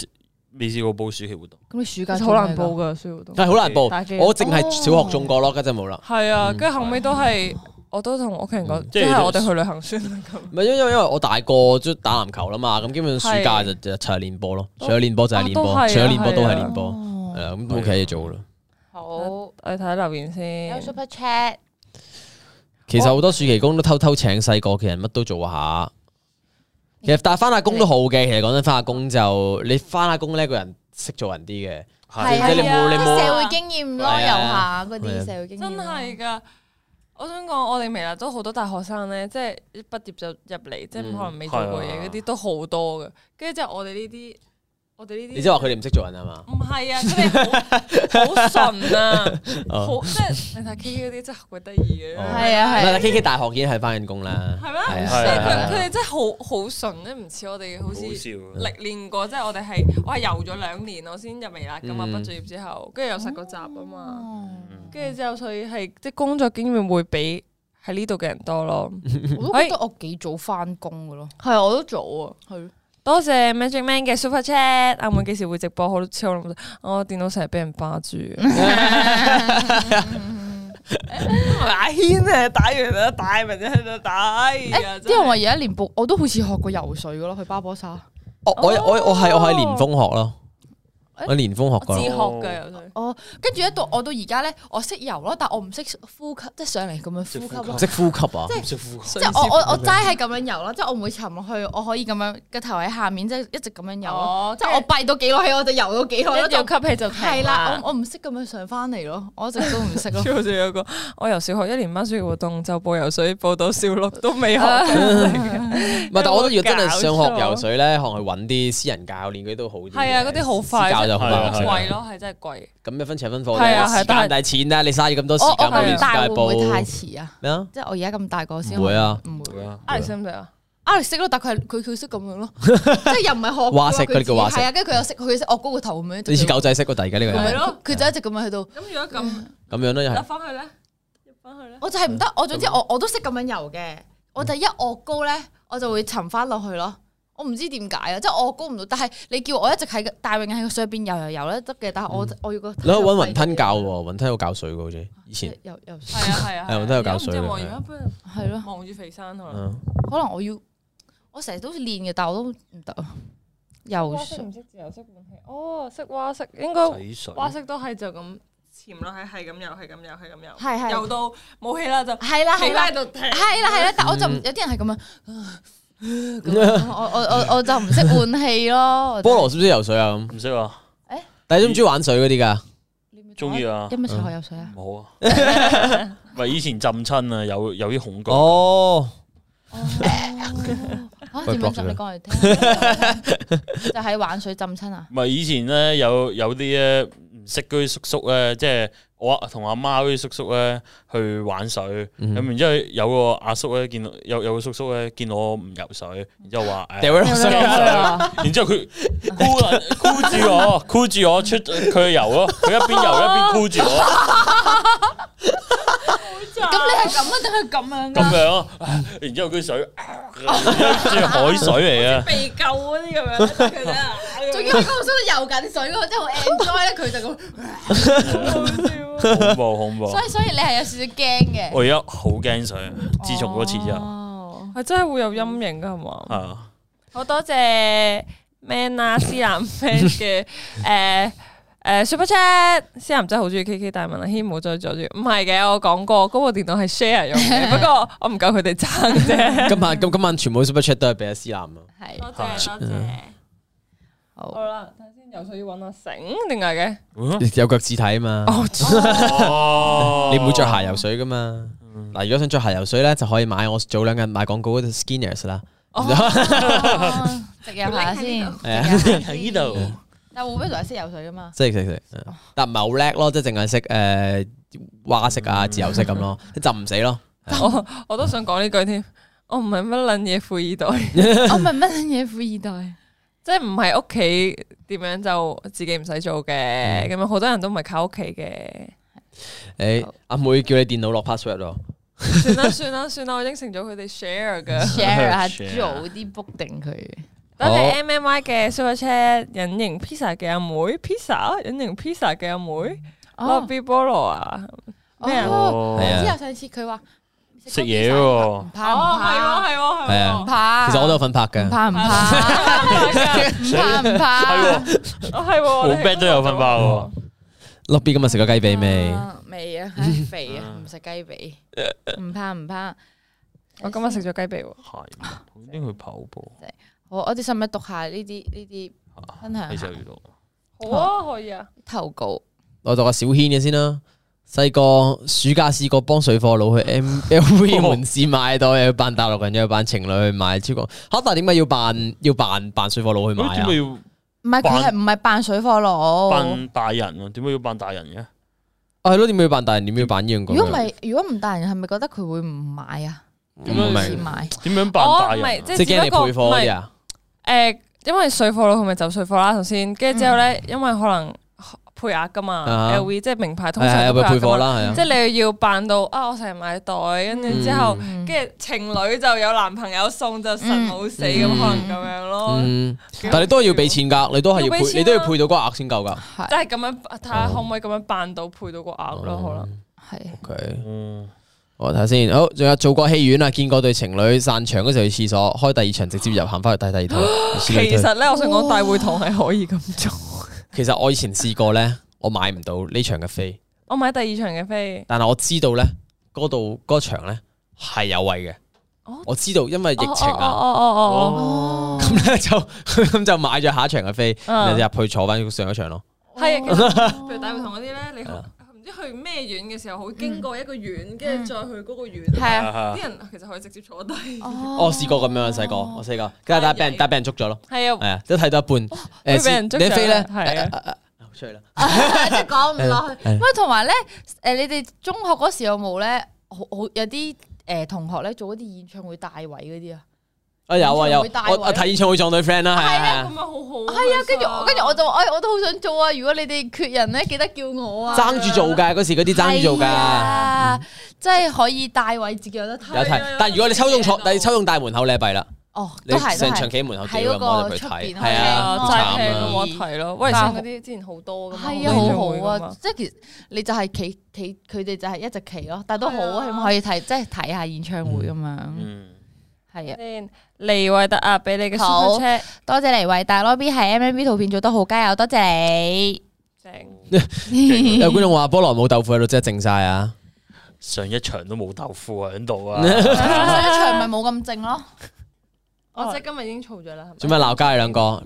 Speaker 3: 未試過報暑期活動。
Speaker 4: 咁你暑假
Speaker 2: 好難報噶，需要都
Speaker 1: 但係好難報
Speaker 2: 打機，
Speaker 1: 我淨係小學中過咯，家陣冇啦，
Speaker 2: 係啊，跟住後尾都係我都同屋企人講，
Speaker 3: 即
Speaker 2: 即
Speaker 3: 係
Speaker 2: 係我哋去旅行先啦咁。
Speaker 1: 唔係因因為因為我大個都打籃球啦嘛，咁基本上暑假就就就係練波咯，除咗練波就係練
Speaker 2: 哦都
Speaker 1: 波
Speaker 2: 係，啊
Speaker 1: 除咗練波都係
Speaker 2: 係啊
Speaker 1: 練波，係啦，咁都冇其他嘢做啦。
Speaker 4: 好，
Speaker 2: 我哋睇留言
Speaker 4: 有
Speaker 2: 先，
Speaker 4: super chat，
Speaker 1: 其實好多暑期工都偷偷請細個嘅人乜都做下。其實但係翻下工都好嘅，其實講真，翻下工就你翻下工呢個人識做人啲嘅，
Speaker 3: 係
Speaker 1: 啊即係你冇你冇
Speaker 4: 社會經驗咯，
Speaker 1: 係
Speaker 4: 遊
Speaker 1: 啊
Speaker 4: 下嗰啲社會經驗
Speaker 2: 真
Speaker 4: 咯，
Speaker 2: 係㗎。我想講，我哋未來都好多大學生咧，即係一畢業就入嚟，即係
Speaker 1: 嗯
Speaker 2: 可能未做過嘢嗰啲都好多嘅。跟住之後我哋呢啲，我哋呢啲，
Speaker 1: 你即係話佢哋唔識做人啊嘛？
Speaker 2: 唔係啊，佢哋好好純啊，
Speaker 1: 哦
Speaker 2: 好即係你睇 K 嗰啲真係鬼得意嘅，
Speaker 1: 哦
Speaker 4: 係啊
Speaker 1: 唔係
Speaker 4: 係，
Speaker 1: K K 大學已經係翻緊工啦，
Speaker 2: 係咩？
Speaker 1: 係啊
Speaker 2: 即係
Speaker 3: 係
Speaker 2: 佢
Speaker 3: 啊
Speaker 2: 佢哋真係好好純咧，唔似我哋好似。
Speaker 3: 好笑。啊
Speaker 2: 歷練過，即係我哋係我係游咗兩年，我先入微辣噶嘛，
Speaker 1: 嗯
Speaker 2: 啊畢咗業之後，跟住又實個習啊嘛，
Speaker 4: 哦
Speaker 3: 嗯
Speaker 2: 跟住之後所以係即係工作經驗會比喺呢度嘅人多咯。
Speaker 4: 我都覺得我幾早翻工嘅咯，係我都早啊，係咯。
Speaker 2: 多謝 Magic Man 嘅 Super Chat，阿妹幾時會直播？好超諗，我電腦成日俾人霸住。哎阿軒啊，打完啦，大文喺度打，哎呀
Speaker 4: 啲人話而家連部我都好似學過游水嘅咯，去巴波沙。
Speaker 1: 我我我我係我係連峰學咯，
Speaker 4: 誒
Speaker 1: 我連峰學
Speaker 2: 自
Speaker 1: 噶
Speaker 2: 學
Speaker 1: 啦，
Speaker 2: 嘅有時
Speaker 4: 哦，跟住一到我到而家咧，我識游咯，但我唔識呼吸，即係上嚟咁樣呼吸咯
Speaker 1: 唔。識呼吸啊！
Speaker 3: 唔識呼吸
Speaker 4: 即係我我我齋係咁樣游咯，即係我唔會沉落去，我可以咁樣個頭喺下面，即係一直咁樣游咯。
Speaker 2: 哦
Speaker 4: 即係我閉到幾耐氣，我就游到幾耐咯。
Speaker 2: 一有
Speaker 4: 就
Speaker 2: 吸氣就停
Speaker 4: 係啦，我我唔識咁樣上翻嚟咯，我一直都唔識 咯。
Speaker 2: 超好笑有個， 我由小學一年班暑期活動就報游水，報到小六都未學。
Speaker 1: 唔係，但我都要真係想
Speaker 2: 搞錯
Speaker 1: 學游水咧，可能去揾啲私人教練嗰啲都好啲嘅。
Speaker 2: 係啊，嗰啲好快，
Speaker 1: 私教就好
Speaker 3: 係啊
Speaker 1: 難
Speaker 3: 係啊
Speaker 2: 貴咯，係真係貴。
Speaker 1: 咁一分錢一分貨
Speaker 2: 係啊係
Speaker 1: 啫，時
Speaker 2: 但係
Speaker 1: 間但係錢啦，你嘥咗咁多時
Speaker 4: 我我
Speaker 1: 間去
Speaker 2: 冇
Speaker 1: 練世
Speaker 4: 咁大會
Speaker 1: 界
Speaker 4: 唔會太
Speaker 1: 步
Speaker 4: 遲啊？
Speaker 1: 咩啊？
Speaker 4: 即係我而家咁大個先
Speaker 1: 唔會啊
Speaker 4: 可以，唔會。
Speaker 3: 啊！
Speaker 2: Alex 識唔識啊？
Speaker 4: Alex 識咯，但佢係佢佢識咁 樣咯，即係又唔係學
Speaker 1: 蛙式佢叫蛙式
Speaker 4: 係啊，跟住佢又識，佢識我高個頭咁樣，
Speaker 1: 你似狗仔識喎，突然間呢個
Speaker 4: 係
Speaker 1: 人
Speaker 2: 係
Speaker 4: 咯
Speaker 2: 咯，
Speaker 4: 佢就一直咁樣喺度。
Speaker 2: 咁如果咁
Speaker 1: 咁樣咯，又
Speaker 2: 入
Speaker 1: 係
Speaker 2: 翻去咧，入翻去咧，
Speaker 4: 我就係唔得，我總之我我都識咁樣游嘅，我就一卧高咧，我就會沉翻落去咯。我唔知點解啊，即係我卧高唔到，但係你叫我一直喺大泳喺個水入邊游游游咧得嘅，但係我我要個
Speaker 1: 你可以揾雲吞教喎，雲吞有教水嘅好似以前。
Speaker 4: 游游水
Speaker 2: 係啊係啊，
Speaker 1: 係我都有搞水嘅
Speaker 2: 而家唔知望住不如
Speaker 4: 係咯，
Speaker 2: 望住肥山可能。
Speaker 1: 嗯
Speaker 4: 可能我要我成日都練嘅，但我都唔得啊，游水
Speaker 2: 唔識自由式換氣？哦，識蛙式應該
Speaker 3: 洗水
Speaker 2: 蛙式都係就咁潛落去，係咁游，係咁游，係咁游，
Speaker 4: 係係
Speaker 2: 游到冇氣啦就
Speaker 4: 係啦係
Speaker 2: 企
Speaker 4: 啦
Speaker 2: 喺。度停。
Speaker 4: 係啦係啦，但我就唔有啲人係咁樣，咁樣我我我我就唔識換氣
Speaker 1: 菠
Speaker 4: 咯。
Speaker 1: 蘿識唔識游水啊？咁，
Speaker 3: 唔識啊，
Speaker 1: 但係中唔中意玩水嗰啲㗎？
Speaker 3: 中意啊
Speaker 4: 有，冇小學游水啊？
Speaker 3: 唔好啊。 咪以前浸親啊，有有啲恐懼。
Speaker 1: 哦，
Speaker 4: 啊點樣浸？你講嚟聽。 就喺玩水浸親啊！
Speaker 3: 咪以前咧有有啲咧唔識嗰啲叔叔咧，即係我阿同阿媽嗰啲叔叔咧去玩水，咁、然之後有個阿叔咧見到有有個叔叔咧見我唔游水，然之後話誒
Speaker 1: 掉咗落水。
Speaker 4: 啊
Speaker 3: 然之後佢 箍撚箍住我，箍住我出佢去游咯，佢一邊游一邊箍 住我，
Speaker 4: 咁你係咁啊定係咁樣
Speaker 3: 咁
Speaker 4: 噶？
Speaker 3: 樣咯。然之 後佢水，即係海水嚟嘅。
Speaker 2: 被救嗰啲咁樣，佢哋 啊，
Speaker 4: 仲要喺嗰個水度游緊水嗰個，真係好 enjoy 咧。佢就咁，
Speaker 2: 啊
Speaker 3: 恐怖恐怖！
Speaker 4: 所以所以你係有少少驚嘅。
Speaker 3: 哦我而家好驚水，自從嗰次之後，
Speaker 4: 後，
Speaker 2: 係真係會有陰影噶係嘛？
Speaker 3: 係啊，
Speaker 2: 好多謝 Man 啊，思南 friend 嘅誒誒 Super Chat，思南真係好中意 KK 大文啊，軒唔好再阻住。唔係嘅，我講過嗰部電腦係 share 用 嘅，不過我唔夠佢哋爭啫。
Speaker 1: 今晚咁今晚全部 super chat 都係俾阿思南啊！
Speaker 4: 係
Speaker 2: 謝多謝。好
Speaker 3: 哦
Speaker 4: 好。
Speaker 2: 啦，睇先游水要揾阿醒，點解 嘅？
Speaker 1: 有腳趾睇啊嘛，
Speaker 3: 哦
Speaker 1: 你唔會 着鞋游水噶嘛？
Speaker 4: 嗯
Speaker 1: 嗱，如果想着鞋游水咧，就可以買我早兩日買廣告嗰隻 Skinners 啦。
Speaker 4: 哦直游下先，
Speaker 1: 係啊
Speaker 4: 直游下
Speaker 3: 喺
Speaker 4: 先
Speaker 3: 呢度。
Speaker 4: 但會唔會仲係識游水噶 嘛？
Speaker 1: 即係識識，嗯但唔係好叻咯，即係淨係識誒蛙式
Speaker 4: 嗯
Speaker 1: 啊、自由式咁 咯，就唔死咯。
Speaker 2: 我我都想講呢句添，我唔係乜撚嘢富二代，
Speaker 4: 我唔係乜嘢富二代。
Speaker 2: 即係唔係屋企點樣就自己唔使做嘅，咁樣好多人都唔係靠屋企嘅。
Speaker 1: 誒
Speaker 4: 好，
Speaker 1: 阿妹叫你電腦落 password 咯，
Speaker 2: 算啦算啦算啦，我應承咗佢哋 share 噶。
Speaker 4: share 啊，
Speaker 3: Share
Speaker 4: 早啲 book 定佢。
Speaker 2: 多謝
Speaker 1: 好
Speaker 2: M M I 嘅 Super Chat 隱形 pizza 嘅阿妹，pizza 隱形 pizza 嘅阿妹，落 B 哦菠蘿啊，咩啊
Speaker 4: 哦，
Speaker 1: 係啊
Speaker 4: 之後上次佢話
Speaker 3: 食嘢喎
Speaker 4: 唔怕唔怕，
Speaker 1: 係
Speaker 2: 哦，
Speaker 1: 啊
Speaker 2: 係喎，
Speaker 4: 唔
Speaker 2: 係
Speaker 4: 怕。
Speaker 1: 其實我都有份拍嘅
Speaker 4: 唔，怕唔怕，
Speaker 2: 喎，
Speaker 4: 唔怕唔怕。
Speaker 3: 係
Speaker 2: 哦係喎，
Speaker 3: 喎，
Speaker 2: 我
Speaker 3: 冇 b 都有份包喎。
Speaker 1: 落 B 今日食咗雞髀未？
Speaker 4: 啊？未啊，唉肥啊，唔食雞髀，唔怕唔怕。
Speaker 2: 我今日食咗雞髀喎，
Speaker 3: 係，我應該去跑步。
Speaker 4: 好，我哋使唔使讀下呢啲呢分享下
Speaker 3: 你就遇到
Speaker 2: 好啊，可以啊，
Speaker 4: 啲投稿？
Speaker 1: 我讀個小軒嘅先啦。細個暑假試過幫水貨佬去 M L V 門市買到，又要扮大陸人，又要扮情侶去買，超過嚇！但係點解要扮要扮扮水貨佬去買
Speaker 3: 咁點
Speaker 1: 啊
Speaker 3: 解？要
Speaker 4: 唔係
Speaker 3: 扮
Speaker 4: 佢係唔係扮水貨佬？
Speaker 3: 扮大人啊？點解要扮大人嘅？
Speaker 1: 啊係咯，點解要扮大人？點解要扮呢樣
Speaker 4: 如果唔
Speaker 1: 咁樣？
Speaker 4: 係，如果唔帶人，係咪覺得佢會唔買啊？
Speaker 3: 點
Speaker 1: 唔
Speaker 4: 唔似
Speaker 1: 明
Speaker 3: 解
Speaker 4: 買，
Speaker 3: 點樣扮大
Speaker 2: 哦，唔
Speaker 3: 人
Speaker 2: 係
Speaker 3: 啊？
Speaker 1: 即係
Speaker 2: 只
Speaker 1: 驚你
Speaker 2: 不過
Speaker 1: 配貨嗰啲
Speaker 2: 唔係
Speaker 1: 啊？
Speaker 2: 誒，因為水貨佬佢咪走水貨啦，頭先，跟住之後咧，因為可能配額噶嘛
Speaker 1: 啊
Speaker 2: ，LV 即係名牌通常
Speaker 1: 係係
Speaker 2: 都
Speaker 1: 咪配
Speaker 2: 配額㗎
Speaker 1: 貨
Speaker 2: 嘛，
Speaker 1: 啦？係啊
Speaker 2: 即，係你要扮到啊，我成日買袋，跟住之後。
Speaker 4: 嗯
Speaker 2: 跟住情侶就有男朋友送就神冇死咁，
Speaker 1: 嗯
Speaker 2: 可能咁樣咯，
Speaker 1: 嗯，但係你都係要俾錢㗎，你都係要
Speaker 2: 要俾
Speaker 1: 配，
Speaker 2: 錢啊
Speaker 1: 你都要配到嗰個額先夠㗎。
Speaker 2: 即係咁樣啊睇下可唔可以咁樣扮到配到個鴨
Speaker 1: 哦
Speaker 2: 咯，
Speaker 4: 係
Speaker 1: OK，
Speaker 3: 哦
Speaker 1: 我睇下先。好，仲有做過戲院啊，見過對情侶散場嗰時候去廁所，開第二場直接入行翻去睇第二套。
Speaker 2: 可 能。其實咧，我想講大會堂係可以咁做。
Speaker 1: 其實我以前試過咧，我買唔到呢場嘅飛，
Speaker 2: 我買第二場嘅飛，
Speaker 1: 但係我知道咧嗰度嗰場咧係有位嘅
Speaker 2: 哦。
Speaker 1: 我知道，因為疫情
Speaker 2: 哦
Speaker 1: 啊，
Speaker 2: 哦哦
Speaker 4: 哦，
Speaker 1: 咁咧就 咁就買咗下一場嘅飛，
Speaker 2: 嗯
Speaker 1: 然後入去坐翻上一場咯。
Speaker 2: 哦哦，係啊。其實譬如大會堂嗰啲咧，你
Speaker 1: 啊
Speaker 2: 好唔知去咩院嘅時候，好經過一個院，跟住再去嗰個院，
Speaker 4: 係 啊，哦
Speaker 3: 啊
Speaker 2: 啲人其實可以直接坐低。
Speaker 1: 我試過咁樣啊，細個我細個，跟住但係俾人但係俾人捉咗咯。
Speaker 2: 係
Speaker 1: 係
Speaker 2: 啊，
Speaker 1: 啊，都睇到一半。
Speaker 2: 會俾人捉
Speaker 1: 你飛咧，
Speaker 2: 係啊，
Speaker 1: 出去啦。
Speaker 4: 即係講唔落去。
Speaker 1: 係
Speaker 4: 喂，同埋咧，誒，你哋中學嗰時有冇咧，好好有啲誒同學咧做嗰啲演唱會大位嗰啲啊？
Speaker 1: 啊有啊有，
Speaker 4: 演唱會大
Speaker 1: 我
Speaker 4: 位
Speaker 1: 我睇演唱會撞到 friend 啦，係
Speaker 2: 係啊，
Speaker 1: 啊
Speaker 2: 咁樣好好。
Speaker 4: 係啊，跟住我跟住我就，哎，我都好想做啊！如果你哋缺人咧，記得叫我
Speaker 1: 係
Speaker 4: 啊
Speaker 1: 啊，！爭住做㗎，嗰時嗰啲爭住做
Speaker 4: 係
Speaker 1: 㗎，
Speaker 4: 啊，即係可以大位自己有得睇。
Speaker 1: 有睇。但係如果你抽中坐，你抽中大門口，你係弊啦，
Speaker 4: 哦，
Speaker 1: 你
Speaker 4: 都係都
Speaker 1: 成場
Speaker 4: 係。
Speaker 1: 企門口
Speaker 4: 喺
Speaker 1: 屌
Speaker 4: 嗰
Speaker 1: 咁
Speaker 4: 個
Speaker 1: 我哋去
Speaker 4: 出
Speaker 1: 睇，
Speaker 4: 邊
Speaker 1: 係
Speaker 4: 係
Speaker 1: 啊，
Speaker 4: 啊
Speaker 1: 好
Speaker 4: 齋
Speaker 1: 慘
Speaker 4: 聽
Speaker 1: 啊
Speaker 4: 咯！
Speaker 2: 我睇咯，威神嗰啲之前好多噶嘛，
Speaker 4: 係啊，好好啊！即係其實你就係企企，佢哋就係一直企咯，但係都好
Speaker 2: 係啊
Speaker 4: 啊，希望可以睇，即係睇下演唱會咁樣。
Speaker 3: 嗯，
Speaker 4: 係啊，
Speaker 2: 先利惠特啊，俾你嘅 super
Speaker 4: 好
Speaker 2: chat
Speaker 4: 多謝嚟維大 lobby 係 M M B 圖片做得好，加油！多謝
Speaker 3: 嗯
Speaker 4: 你。
Speaker 2: 正，
Speaker 3: 勁
Speaker 1: 有觀眾話菠蘿冇豆腐喺度，真係靜晒啊！
Speaker 3: 上一場都冇豆腐啊，喺度啊，
Speaker 4: 上一場咪冇咁靜 咯，
Speaker 2: 我
Speaker 4: 哦
Speaker 2: 即係今日已經嘈咗啦，係咪？
Speaker 1: 做咩啊鬧交你兩個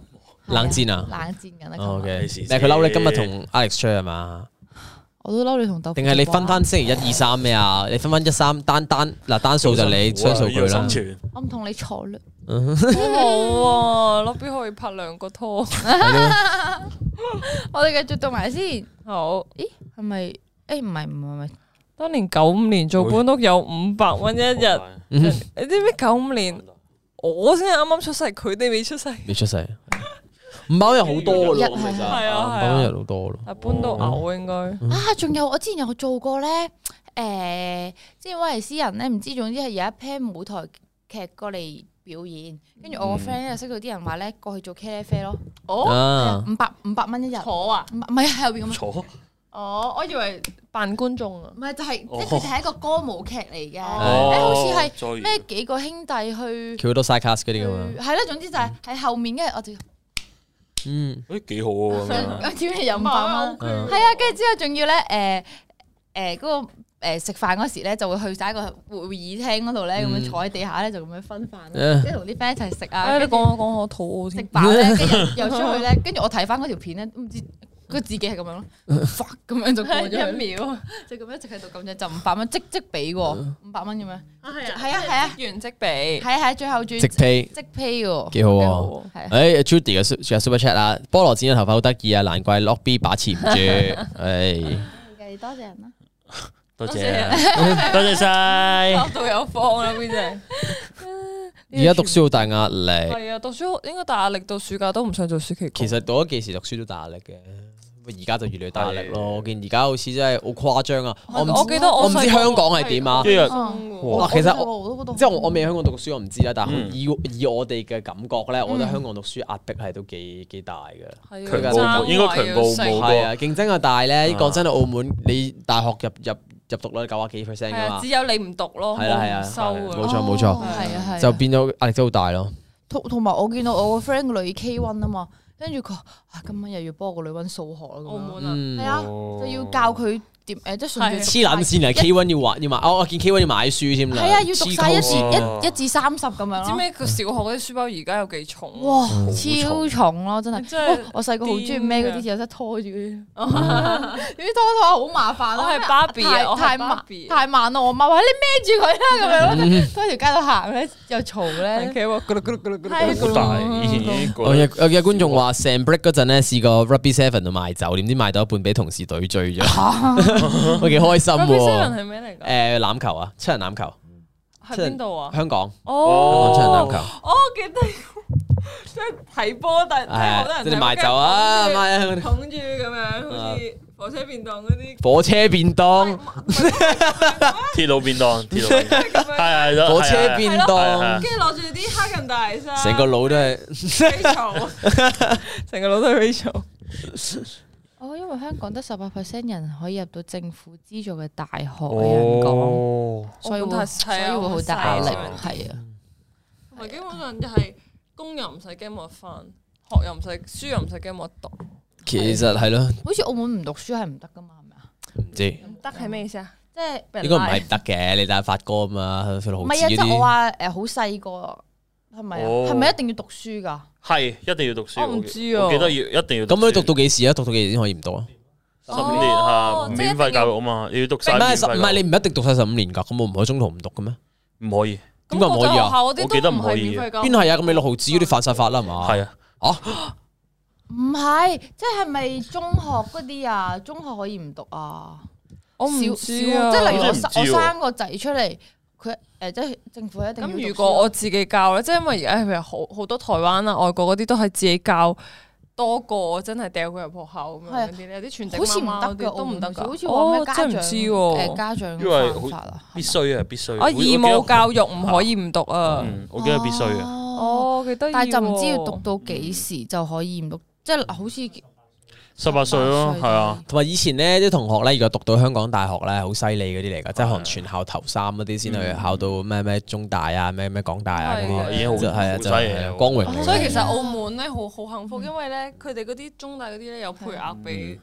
Speaker 1: 冷戰啊
Speaker 4: 冷戰緊啊！
Speaker 1: 哦
Speaker 4: 琴日
Speaker 1: ？OK，
Speaker 3: 事
Speaker 1: 但係佢嬲你今日同 Alex 出去係啊嘛？
Speaker 4: 我都嬲啊你同豆腐
Speaker 1: 定係你分
Speaker 4: 瓜
Speaker 1: 翻，星期一二三咩啊？你分翻一三單單嗱單數就你
Speaker 2: 啊
Speaker 1: 雙數佢
Speaker 3: 要
Speaker 1: 啦
Speaker 3: 生。存
Speaker 4: 我唔同你坐啦。
Speaker 2: 我冇啊，落邊可以拍兩個拖。
Speaker 4: 我哋繼續讀埋先，
Speaker 2: 好，
Speaker 4: 係咪？誒唔係唔係唔係，
Speaker 2: 當年九五年做搬屋有五百蚊一 日，你知唔知九五年我先係啱啱出世，佢哋未出 世，
Speaker 1: 未出世，五百蚊人好多噶咯，其實
Speaker 4: 係
Speaker 2: 啊係啊
Speaker 1: 五百蚊人嗯好多咯。
Speaker 2: 啊搬到嘔應該。
Speaker 4: 啊，仲有我之前有做過咧，誒，即係威尼斯人咧，唔知總之係有一 pair 舞台劇過嚟表演，跟住
Speaker 1: 嗯
Speaker 4: 我個 friend 咧識到啲人話咧過去做茄喱啡咯，
Speaker 2: 哦，
Speaker 1: 啊，
Speaker 4: 五百五百蚊一日，唔
Speaker 2: 坐啊，
Speaker 4: 係唔係喺後邊咁樣，
Speaker 3: 坐，
Speaker 2: 哦，我以為扮觀眾啊
Speaker 4: 唔，係就係
Speaker 1: 哦
Speaker 4: 即係佢哋係一個歌舞劇嚟嘅，誒
Speaker 2: 哦
Speaker 4: 好似係
Speaker 3: 係
Speaker 4: 咩幾個兄弟去。
Speaker 1: 佢好多 side cast 嗰啲噶嘛。
Speaker 4: 係啦，總之就係喺後面，跟住我哋
Speaker 1: 嗯，
Speaker 3: 誒幾好喎咁樣，
Speaker 4: 我屌你有五百蚊，
Speaker 1: 啊
Speaker 4: 係啊，跟住之後仲要咧，誒誒嗰個誒食飯嗰時咧，就會去晒一個會議廳嗰度咧，咁
Speaker 1: 嗯
Speaker 4: 樣坐喺地下咧，就咁樣分飯啦，
Speaker 1: 嗯
Speaker 4: 跟住同啲 friend 一齊食啊，
Speaker 2: 哎，你
Speaker 4: 跟
Speaker 2: 講
Speaker 4: 住
Speaker 2: 我講我肚餓
Speaker 4: 食
Speaker 2: 添，
Speaker 4: 飯咧，跟住又出去咧，跟住我睇翻嗰條片咧，唔知佢自己係咁樣 咯 fuck 咁樣就過咗去
Speaker 2: 秒，
Speaker 4: 就咁樣一直喺度咁樣，就五百蚊即即俾喎，五百蚊咁
Speaker 2: 係
Speaker 4: 樣，啊係啊係啊
Speaker 2: 原即俾
Speaker 4: 係，啊係啊，最後轉
Speaker 1: 直批
Speaker 4: 即 pay 喎，
Speaker 1: 幾好喎。
Speaker 2: 好
Speaker 4: 係啊
Speaker 1: 誒 Judy 嘅 super- super chat 啊，菠蘿剪嘅頭髮好得意啊，難怪 Lock B 把持唔住。哎誒，
Speaker 4: 多謝人啦。啊
Speaker 3: 多
Speaker 2: 多謝
Speaker 3: 謝，啊多謝晒。
Speaker 2: 包到有方啦，邊隻？
Speaker 1: 而家讀書好大壓力，
Speaker 2: 係啊，讀書應該大壓力，到暑假都唔想做暑期工。
Speaker 1: 其實到咗幾時讀書都大壓力嘅，不過而家就越嚟越大壓力咯。我見而家好似真係好誇張啊！我唔
Speaker 2: 我記得
Speaker 1: 我唔知
Speaker 2: 細個
Speaker 1: 香港係點啊
Speaker 3: 一日
Speaker 2: 아, 뭐.
Speaker 1: 哇其實我
Speaker 4: 我都覺得
Speaker 1: 即係我我未喺香港讀過書，我唔知啦。但係
Speaker 3: 嗯
Speaker 1: 以以我哋嘅感覺
Speaker 4: 嗯
Speaker 1: 咧，我覺得香港讀書壓迫係都幾幾大嘅。
Speaker 2: 係
Speaker 1: 強
Speaker 2: 啊
Speaker 1: 暴
Speaker 2: 爭
Speaker 3: 應該強暴
Speaker 1: 뭐.
Speaker 2: 位要食
Speaker 3: 冇
Speaker 1: 係啊，競爭又大咧。
Speaker 3: 啊
Speaker 1: 講真，澳門你大學入入入讀率九啊幾 percent
Speaker 2: 系
Speaker 1: 噶
Speaker 2: 啊，
Speaker 1: 嘛
Speaker 2: 只，有你唔讀咯，
Speaker 1: 係啦係啊
Speaker 2: 冇
Speaker 1: 冇
Speaker 2: 唔收啊。
Speaker 1: 錯冇錯
Speaker 4: 係啊係啊。
Speaker 1: 就變咗壓力都好大咯。
Speaker 4: 同同埋我見到我個 friend 個女 K one 啊嘛，跟住佢話啊今晚又要幫我個女温數學啦
Speaker 2: 澳
Speaker 4: 咁
Speaker 2: 門啊，
Speaker 1: 嗯
Speaker 4: 樣，係，
Speaker 3: 哦
Speaker 4: 啊，就要教佢點誒，即係順住
Speaker 2: 係
Speaker 1: 黐撚線啊！K one 要畫要買，哦我見 K one 要買書添啦。
Speaker 4: 係啊，要讀晒一
Speaker 1: 黐鳩啊
Speaker 4: 至一一至三十咁樣
Speaker 2: 知唔
Speaker 4: 咯。
Speaker 2: 知個小學嗰啲書包而家有幾重啊？
Speaker 1: 哦
Speaker 4: 哇，超重咯，真係！
Speaker 2: 真係
Speaker 4: 哇我細個好中意孭
Speaker 2: 癲㗎啊
Speaker 4: 嗰啲
Speaker 2: 哦
Speaker 4: 嘢，真係拖 住嗰 啲，點知拖拖下好麻煩
Speaker 2: 我
Speaker 4: 咯。
Speaker 2: 係芭比
Speaker 4: 太
Speaker 2: 啊，我
Speaker 4: 太
Speaker 2: 係
Speaker 4: 慢
Speaker 2: 芭比啊。
Speaker 4: 太慢咯，我媽話哎你孭住佢啦咁樣咯， 拖條街度行咧又嘈咧，
Speaker 2: 企喎，咕嚕咕嚕咕嚕咕嚕
Speaker 4: 係
Speaker 3: 好大，以前已經覺
Speaker 1: 我
Speaker 3: 得
Speaker 1: 有有有觀眾 話成 break 嗰陣咧試過 Ruby Seven 度賣酒，點知賣到一半俾同事隊醉咗， 我幾開心
Speaker 2: Rugby
Speaker 1: 喎。
Speaker 2: Seven 係咩嚟
Speaker 1: 誒
Speaker 2: 㗎？
Speaker 1: 欖球啊，七人欖球，
Speaker 2: 喺邊度啊？
Speaker 1: 香港香港七人
Speaker 2: 哦
Speaker 1: 欖，球，
Speaker 2: 我記 得即係睇波，但係哎好多
Speaker 1: 係啊即
Speaker 2: 人
Speaker 1: 係賣酒啊，賣
Speaker 2: 捧住咁樣，好似火車便當嗰啲
Speaker 1: 火車便當，
Speaker 3: 啊鐵路便當，鐵路便當，
Speaker 2: 咁樣，
Speaker 3: 係係
Speaker 1: 火車便當
Speaker 2: 跟，住攞住啲黑人大衫，
Speaker 1: 啊成個腦都係。
Speaker 2: Rachel，成個腦都係 Rachel。
Speaker 4: 哦，因為香港得十八 percent 人可以入到政府資助嘅大學，
Speaker 3: 哦
Speaker 4: 有人講。所以
Speaker 2: 澳門
Speaker 4: 會
Speaker 2: 太
Speaker 4: 所
Speaker 2: 細
Speaker 4: 以
Speaker 2: 啊
Speaker 4: 會好大壓力，係啊，
Speaker 2: 同埋基本上就係工又唔使驚冇得翻，學又唔使，書又唔使驚冇得讀。
Speaker 1: 其實係咯，
Speaker 4: 好似澳門唔讀書係唔得噶嘛，係咪啊？
Speaker 1: 唔知應
Speaker 2: 唔得係咩意思啊？
Speaker 4: 即係俾人
Speaker 1: 該唔
Speaker 4: 拉
Speaker 1: 係唔得嘅，你睇下發哥啊嘛，佢
Speaker 4: 唔
Speaker 1: 好
Speaker 4: 係啊？
Speaker 1: 似
Speaker 4: 即
Speaker 1: 嗰
Speaker 4: 係我
Speaker 1: 啲。
Speaker 4: 話誒好細個係咪啊？
Speaker 3: 哦
Speaker 4: 係咪一定要讀書㗎？
Speaker 3: 係一定要讀書，
Speaker 2: 我唔
Speaker 3: 記
Speaker 2: 知啊
Speaker 3: 我記得要一定要。
Speaker 1: 咁你讀到幾時啊？讀到幾時先可以唔讀啊？
Speaker 3: 十五年
Speaker 2: 哦
Speaker 3: 嚇，
Speaker 2: 即係一
Speaker 3: 免
Speaker 2: 定要
Speaker 3: 費教育啊嘛，你要讀
Speaker 1: 唔
Speaker 3: 晒免
Speaker 1: 係十
Speaker 3: 費教
Speaker 1: 唔
Speaker 3: 育。
Speaker 1: 係你唔一定讀晒十五年㗎，咁我唔可以中途唔讀嘅咩？
Speaker 3: 你唔可以，
Speaker 2: 咁
Speaker 1: 點解唔可以啊？
Speaker 2: 國際學校嗰啲
Speaker 3: 我記得
Speaker 2: 都
Speaker 3: 唔可以
Speaker 2: 係免費㗎
Speaker 1: 邊係啊？咁你六毫子嗰啲犯晒法啦，係嘛？
Speaker 3: 係啊，
Speaker 4: 唔係，即係咪中學嗰啲啊？中學可以唔讀啊？
Speaker 2: 我
Speaker 4: 小
Speaker 2: 唔
Speaker 4: 小
Speaker 2: 知啊。
Speaker 4: 即係例如我
Speaker 3: 真係唔知
Speaker 4: 生
Speaker 3: 喎
Speaker 4: 我生個仔出嚟，佢誒即係政府一定要讀書
Speaker 2: 咁如果我自己教咧，即係因為而家譬如好好多台灣啊、外國嗰啲都係自己教多過真係掉佢入學校咁
Speaker 4: 係啊
Speaker 2: 樣嗰啲咧，有啲全職
Speaker 4: 好似唔
Speaker 2: 媽媽嗰
Speaker 4: 得㗎，
Speaker 2: 啲都唔得㗎。
Speaker 4: 好似話咩
Speaker 2: 哦
Speaker 4: 家
Speaker 2: 真係唔
Speaker 4: 長
Speaker 2: 知
Speaker 4: 誒
Speaker 2: 喎。
Speaker 4: 家長
Speaker 3: 因為好
Speaker 4: 犯法啊？
Speaker 3: 必須啊，必須。
Speaker 2: 啊，
Speaker 3: 我
Speaker 2: 義務，教育唔可以唔讀啊。
Speaker 3: 嗯，我記得必須啊。
Speaker 4: 哦，
Speaker 2: 哦，記得要喎。
Speaker 4: 但係就唔知要讀到幾時就可以唔讀，即係好似。
Speaker 3: 十八歲咯，係啊，
Speaker 1: 同埋以前咧啲同學咧，如果讀到香港大學咧，好犀利嗰啲嚟㗎，即係可能全校頭三嗰啲先去考到咩咩中大啊、咩咩港大啊嗰
Speaker 2: 係
Speaker 1: 啲，
Speaker 2: 啊
Speaker 3: 嗯已經好
Speaker 1: 就係啊，
Speaker 3: 好
Speaker 1: 就
Speaker 3: 犀利
Speaker 1: 係
Speaker 3: 啊
Speaker 1: 啊光榮嚟㗎。
Speaker 2: 所以其實澳門咧好好幸福，因為咧佢哋嗰啲中大嗰啲咧有配額俾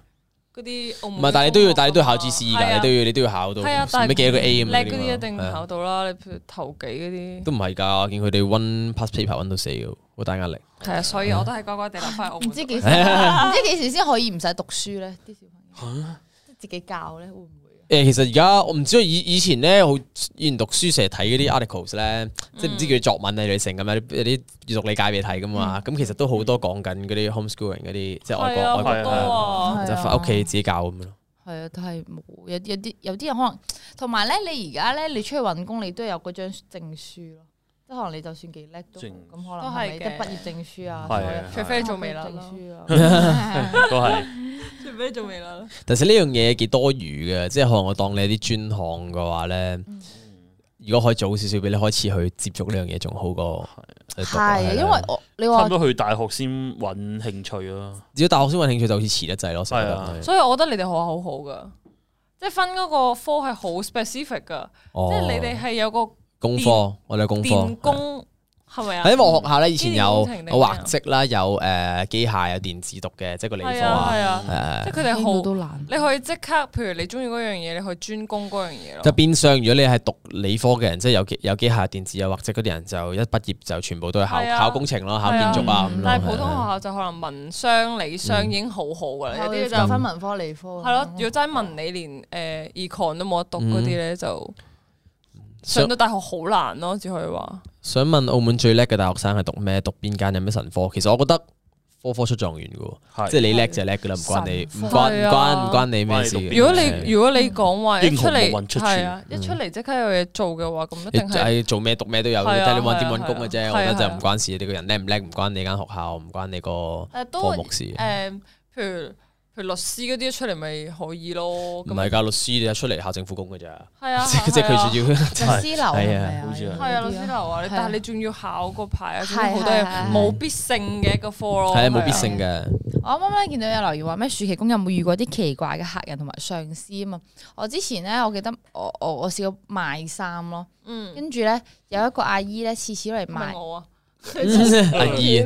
Speaker 2: 嗰啲澳
Speaker 1: 嗯唔
Speaker 2: 門。
Speaker 1: 係，但係你都要，但係你都要考 GCE
Speaker 2: 係啊
Speaker 1: 㗎，你都要你都要考到
Speaker 2: 係啊但係
Speaker 1: 咩幾多個 A 咁樣㗎
Speaker 2: 叻嗰
Speaker 1: 嘛
Speaker 2: 啲一定
Speaker 1: 係啊
Speaker 2: 考到啦，你譬如頭幾嗰啲。
Speaker 1: 都唔係㗎，見佢哋 one past paper 温到死㗎，好大壓力。
Speaker 2: 係啊，所以我都係乖乖地留翻澳門
Speaker 4: 唔
Speaker 2: 讀。
Speaker 4: 知幾時，唔知幾時先可以唔使讀書咧？啲小朋友
Speaker 3: 啊
Speaker 4: 即係自己教咧，會唔會？啊
Speaker 1: 誒，其實而家我唔知道以以前咧，好以前讀書成日睇嗰啲 articles 咧，即
Speaker 2: 嗯
Speaker 1: 係唔知叫作文啊、你成咁樣有啲閱讀理解俾你睇噶嘛。咁其實都好多講緊嗰啲 homeschooling 嗰啲，即係外
Speaker 2: 係啊，
Speaker 1: 國
Speaker 2: 好
Speaker 1: 外
Speaker 2: 多
Speaker 1: 國係啊
Speaker 2: 啊。
Speaker 1: 就翻屋企自己教咁樣咯。
Speaker 4: 係啊，都係冇有有啲有啲人可能，同埋咧，你而家咧，你出去揾工，你都有嗰張證書咯。即係可能你就算幾叻都好，
Speaker 3: 證
Speaker 4: 咁可能
Speaker 2: 都係
Speaker 4: 係咪
Speaker 2: 嘅
Speaker 4: 即係畢業證書啊，
Speaker 3: 係
Speaker 4: 所有
Speaker 3: 啊
Speaker 2: 除非你做微辣
Speaker 4: 證
Speaker 2: 啦，
Speaker 4: 書 啊。
Speaker 3: 都係
Speaker 2: 除非你做微辣啦。
Speaker 1: 但是呢樣嘢幾多餘嘅，即係可能我當你係啲專項嘅話咧，
Speaker 3: 嗯
Speaker 1: 如果可以早少少俾你開始去接觸呢樣嘢，仲好過去讀
Speaker 4: 係，
Speaker 3: 啊
Speaker 4: 因為我你
Speaker 3: 差唔
Speaker 4: 話
Speaker 3: 多去大學先揾興趣咯。
Speaker 1: 只要大學先揾興趣就好似遲得滯咯，成日覺得
Speaker 3: 係啊
Speaker 1: 係
Speaker 2: 所以我覺得你哋學校好好噶，即係分嗰個科係好 specific 噶，即
Speaker 1: 哦
Speaker 2: 係你哋係有個
Speaker 1: 功課，我哋功
Speaker 2: 電
Speaker 1: 課。
Speaker 2: 工係咪啊？
Speaker 1: 喺我學校咧，以前有
Speaker 2: 機電工程定咩啊
Speaker 1: 我畫積啦，有誒機械有電子讀嘅，即係個理
Speaker 2: 係
Speaker 1: 科
Speaker 2: 啊
Speaker 1: 啊，
Speaker 2: 係啊，即
Speaker 1: 誒
Speaker 2: 係佢哋
Speaker 4: 邊個
Speaker 2: 好，
Speaker 4: 都難，
Speaker 2: 你可以即刻，譬如你中意嗰樣嘢，你可以專攻嗰樣嘢咯。
Speaker 1: 就變相如果你係讀理科嘅人，即係有機有機械、電子有畫積嗰啲人，就一畢業就全部都係考
Speaker 2: 係啊
Speaker 1: 考工程咯，考建築啊咁
Speaker 4: 嗯
Speaker 1: 咯。
Speaker 2: 但係普通
Speaker 1: 係
Speaker 2: 學
Speaker 1: 啊
Speaker 2: 校就可能文商、理商已經好好噶啦，有哦啲就哦
Speaker 4: 就分文科理科咁樣。
Speaker 2: 係咯，如果真係文理連誒 econ 都冇得讀嗰啲咧，就上
Speaker 1: 想
Speaker 2: 到大學好難咯，只可以話。
Speaker 1: 想問澳門最叻嘅大學生係讀咩？讀邊間有咩神科？其實我覺得科科出狀元嘅喎，
Speaker 3: 係
Speaker 1: 即係你叻就叻㗎啦，唔關你
Speaker 4: 神
Speaker 1: 唔
Speaker 4: 科
Speaker 1: 關唔
Speaker 2: 係
Speaker 1: 關唔
Speaker 2: 啊
Speaker 1: 關你咩事嘅。
Speaker 2: 如果
Speaker 1: 係
Speaker 2: 你如果你講話一
Speaker 3: 英
Speaker 2: 出
Speaker 3: 雄
Speaker 2: 嚟
Speaker 3: 無運出處
Speaker 2: 係啊，一出嚟即刻有嘢做嘅話，咁一
Speaker 1: 你
Speaker 2: 定係
Speaker 1: 係做咩讀咩都有，
Speaker 2: 係啊
Speaker 1: 睇你揾
Speaker 2: 係
Speaker 1: 點
Speaker 2: 啊
Speaker 1: 揾工嘅
Speaker 2: 係
Speaker 1: 啫。
Speaker 2: 啊
Speaker 1: 我覺得
Speaker 2: 係
Speaker 1: 就唔
Speaker 2: 啊
Speaker 1: 關事，你個人叻唔叻唔關你間學校，唔關你個
Speaker 2: 誒都
Speaker 1: 科目
Speaker 2: 誒，
Speaker 1: 事。
Speaker 2: 譬如譬如律師嗰啲出嚟咪可以咯，
Speaker 1: 唔
Speaker 2: 咁
Speaker 1: 係㗎，律師你出嚟考政府工㗎咋，
Speaker 2: 係 啊，
Speaker 1: 即即係
Speaker 2: 係啊
Speaker 1: 佢主要
Speaker 4: 律師樓
Speaker 1: 係
Speaker 4: 係
Speaker 1: 啊
Speaker 4: 咪啊
Speaker 3: 好似係？
Speaker 2: 係啊，律師樓啊，你
Speaker 4: 係啊
Speaker 2: 但係你仲要考個牌啊，
Speaker 4: 係
Speaker 2: 仲要好多嘢
Speaker 4: 係係
Speaker 2: 冇必勝嘅一個科咯，
Speaker 1: 係啊冇必勝嘅，
Speaker 4: 我啱啱咧見到有留言話咩暑期工有冇遇過啲奇怪嘅客人同埋上司啊嘛？我之前咧，我記得我我我試過賣衫咯，
Speaker 2: 嗯，
Speaker 4: 跟住咧有一個阿姨咧，次次都嚟賣
Speaker 2: 問。我啊，
Speaker 1: 阿 姨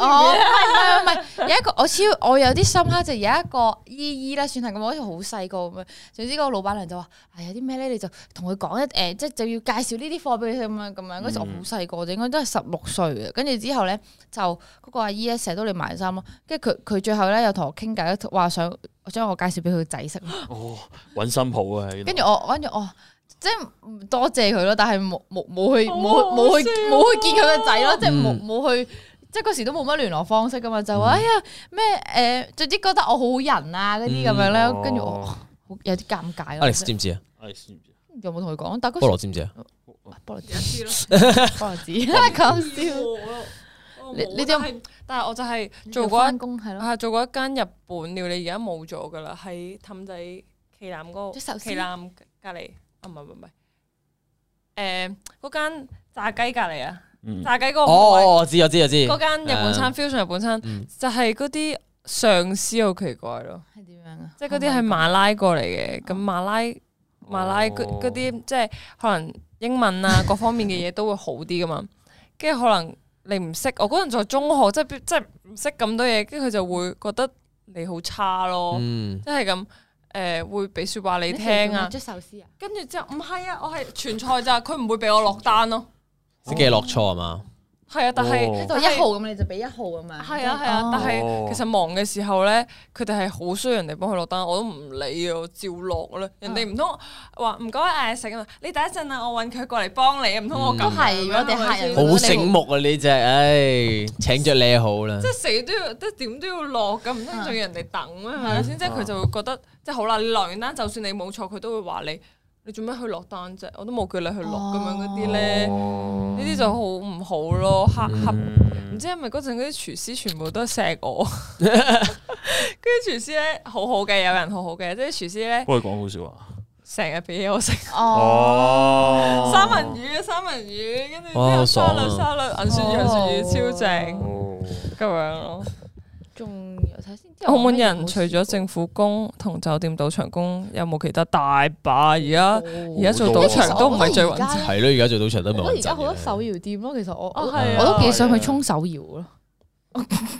Speaker 2: 啊，
Speaker 4: 哦，唔係唔係唔係，有一個我超我有啲深刻就有一個姨姨啦，算係咁，好似好細個咁樣。總之個老闆娘就話：，唉，有啲咩咧，你就同佢講一誒，即係就要介紹呢啲貨俾佢咁樣咁樣。嗰時我好細個啫，應該都係十六歲嘅。跟住之後咧，就嗰個阿姨咧成日都嚟買衫咯。跟住佢佢最後咧又同我傾偈，話想將我介紹俾佢個仔識。
Speaker 3: 哦，揾新抱啊，原來
Speaker 4: 跟住我，跟住我。即係唔多謝佢咯，但係冇冇冇去
Speaker 2: 好
Speaker 4: 冇冇去
Speaker 2: 好笑啊
Speaker 4: 冇去見佢個仔咯，即係冇
Speaker 1: 嗯
Speaker 4: 冇去，即係嗰時都冇乜聯絡方式噶嘛，就話哎呀咩誒，總之覺得我好人啊嗰啲咁樣咧，跟住我
Speaker 3: 哦
Speaker 4: 好有啲尷尬咯，
Speaker 1: Alex
Speaker 4: 即係
Speaker 1: 知唔知啊？
Speaker 3: Alex 知唔知啊
Speaker 4: 有冇同佢講？但係
Speaker 1: 菠
Speaker 4: 嗰時
Speaker 1: 萝知唔知啊？
Speaker 4: 菠蘿
Speaker 2: 有知咯。
Speaker 4: 菠蘿子 講笑，
Speaker 2: 啊
Speaker 4: 你
Speaker 2: 你
Speaker 4: 你
Speaker 2: 你
Speaker 4: 啲有
Speaker 2: 係，但係我就係做過一啊
Speaker 4: 翻工係咯，
Speaker 2: 係做過一間日本料理，而家冇咗噶啦，喺氹仔旗艦嗰
Speaker 4: 啲
Speaker 2: 個
Speaker 4: 壽司
Speaker 2: 旗艦隔離啊，唔係唔係唔係，誒嗰間炸雞隔離啊，
Speaker 3: 嗯，
Speaker 2: 炸雞嗰個鋪
Speaker 1: 哦，我知我知我知。
Speaker 2: 位嗰間日本餐 fusion 日本餐
Speaker 1: 嗯
Speaker 2: 就係嗰啲上司好奇怪咯，
Speaker 4: 係點樣啊？
Speaker 2: 即係嗰啲係馬拉過嚟嘅，咁馬拉。馬拉嗰
Speaker 3: 哦
Speaker 2: 嗰啲即係可能英文啊各方面嘅嘢都會好啲噶嘛，跟住可能你唔識，我嗰陣在中學即係即係唔識咁多嘢，跟住佢就會覺得你好差咯，
Speaker 1: 嗯，
Speaker 2: 即係咁誒會俾説話你
Speaker 4: 你成日
Speaker 2: 聽啊
Speaker 4: 叫，我捽壽司啊？
Speaker 2: 跟住之後唔係啊，我係全菜咋，佢唔會俾我落單咯，
Speaker 1: 識嘅落錯啊嘛。
Speaker 2: 係啊，但係。
Speaker 4: 即
Speaker 3: 哦
Speaker 4: 係到一號咁你就俾一號咁樣，哦
Speaker 2: 係啊係啊，但係其實忙嘅時候咧，佢哋係好需要人哋幫佢落單，我都唔理啊，我照落
Speaker 4: 啊
Speaker 2: 啦。人哋唔通話唔該誒食啊，你等一陣啊，我揾佢過嚟幫你啊，唔通我咁
Speaker 4: 都係
Speaker 2: 樣
Speaker 4: 我哋客人
Speaker 2: 係咪先
Speaker 1: 好醒目啊！呢只，唉，請着你好啦
Speaker 2: 即。係死都要，即係點都要落咁，唔通
Speaker 4: 嗯
Speaker 2: 仲要人哋等啊咩？係咪先？即係佢就會覺得，即係好啦，你落完單，就算你冇錯，佢都會話你，你做咩去落單啫？我都冇叫你去落咁樣嗰啲咧，呢啲就好唔好咯，黑黑唔知係咪嗰陣嗰啲廚師全部都錫我，跟住廚師咧好好嘅，有人好好嘅，即係廚師咧
Speaker 3: 幫佢講好笑話。
Speaker 2: 成日俾我食
Speaker 4: 哦，
Speaker 3: 哦
Speaker 2: 三文魚啊，三文魚，跟住之
Speaker 1: 哇好爽
Speaker 2: 後沙
Speaker 1: 啊
Speaker 2: 律沙律銀鱈魚
Speaker 4: 哦
Speaker 2: 銀鱈魚超正
Speaker 3: 哦，
Speaker 2: 咁樣咯。
Speaker 4: 仲有睇先。
Speaker 2: 澳門人除咗政府工同酒店賭場工，有冇其他大把？而家而家做賭場都唔
Speaker 4: 哦
Speaker 2: 係最穩陣。
Speaker 1: 係咯，而家做到場都唔
Speaker 4: 我
Speaker 1: 係穩
Speaker 4: 覺得而家好多
Speaker 1: 陣嘅
Speaker 4: 手搖店咯，其實我
Speaker 2: 哦
Speaker 4: 我
Speaker 2: 係啊
Speaker 4: 我都幾想去沖手搖咯。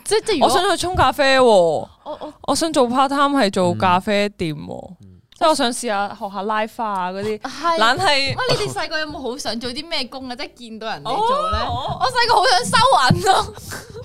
Speaker 4: 即即如
Speaker 2: 我
Speaker 4: 果
Speaker 2: 想去沖咖啡喎，
Speaker 4: 我我
Speaker 2: 我想做 part time 係做咖啡店喎，即係我想試下學下拉花啊嗰 啲，
Speaker 4: 係
Speaker 2: 懶係
Speaker 4: 哇！你哋細個有冇好想做啲咩工啊？即係見到人
Speaker 2: 哦
Speaker 4: 哋做咧，
Speaker 2: 哦
Speaker 4: 我細個好想收銀咯。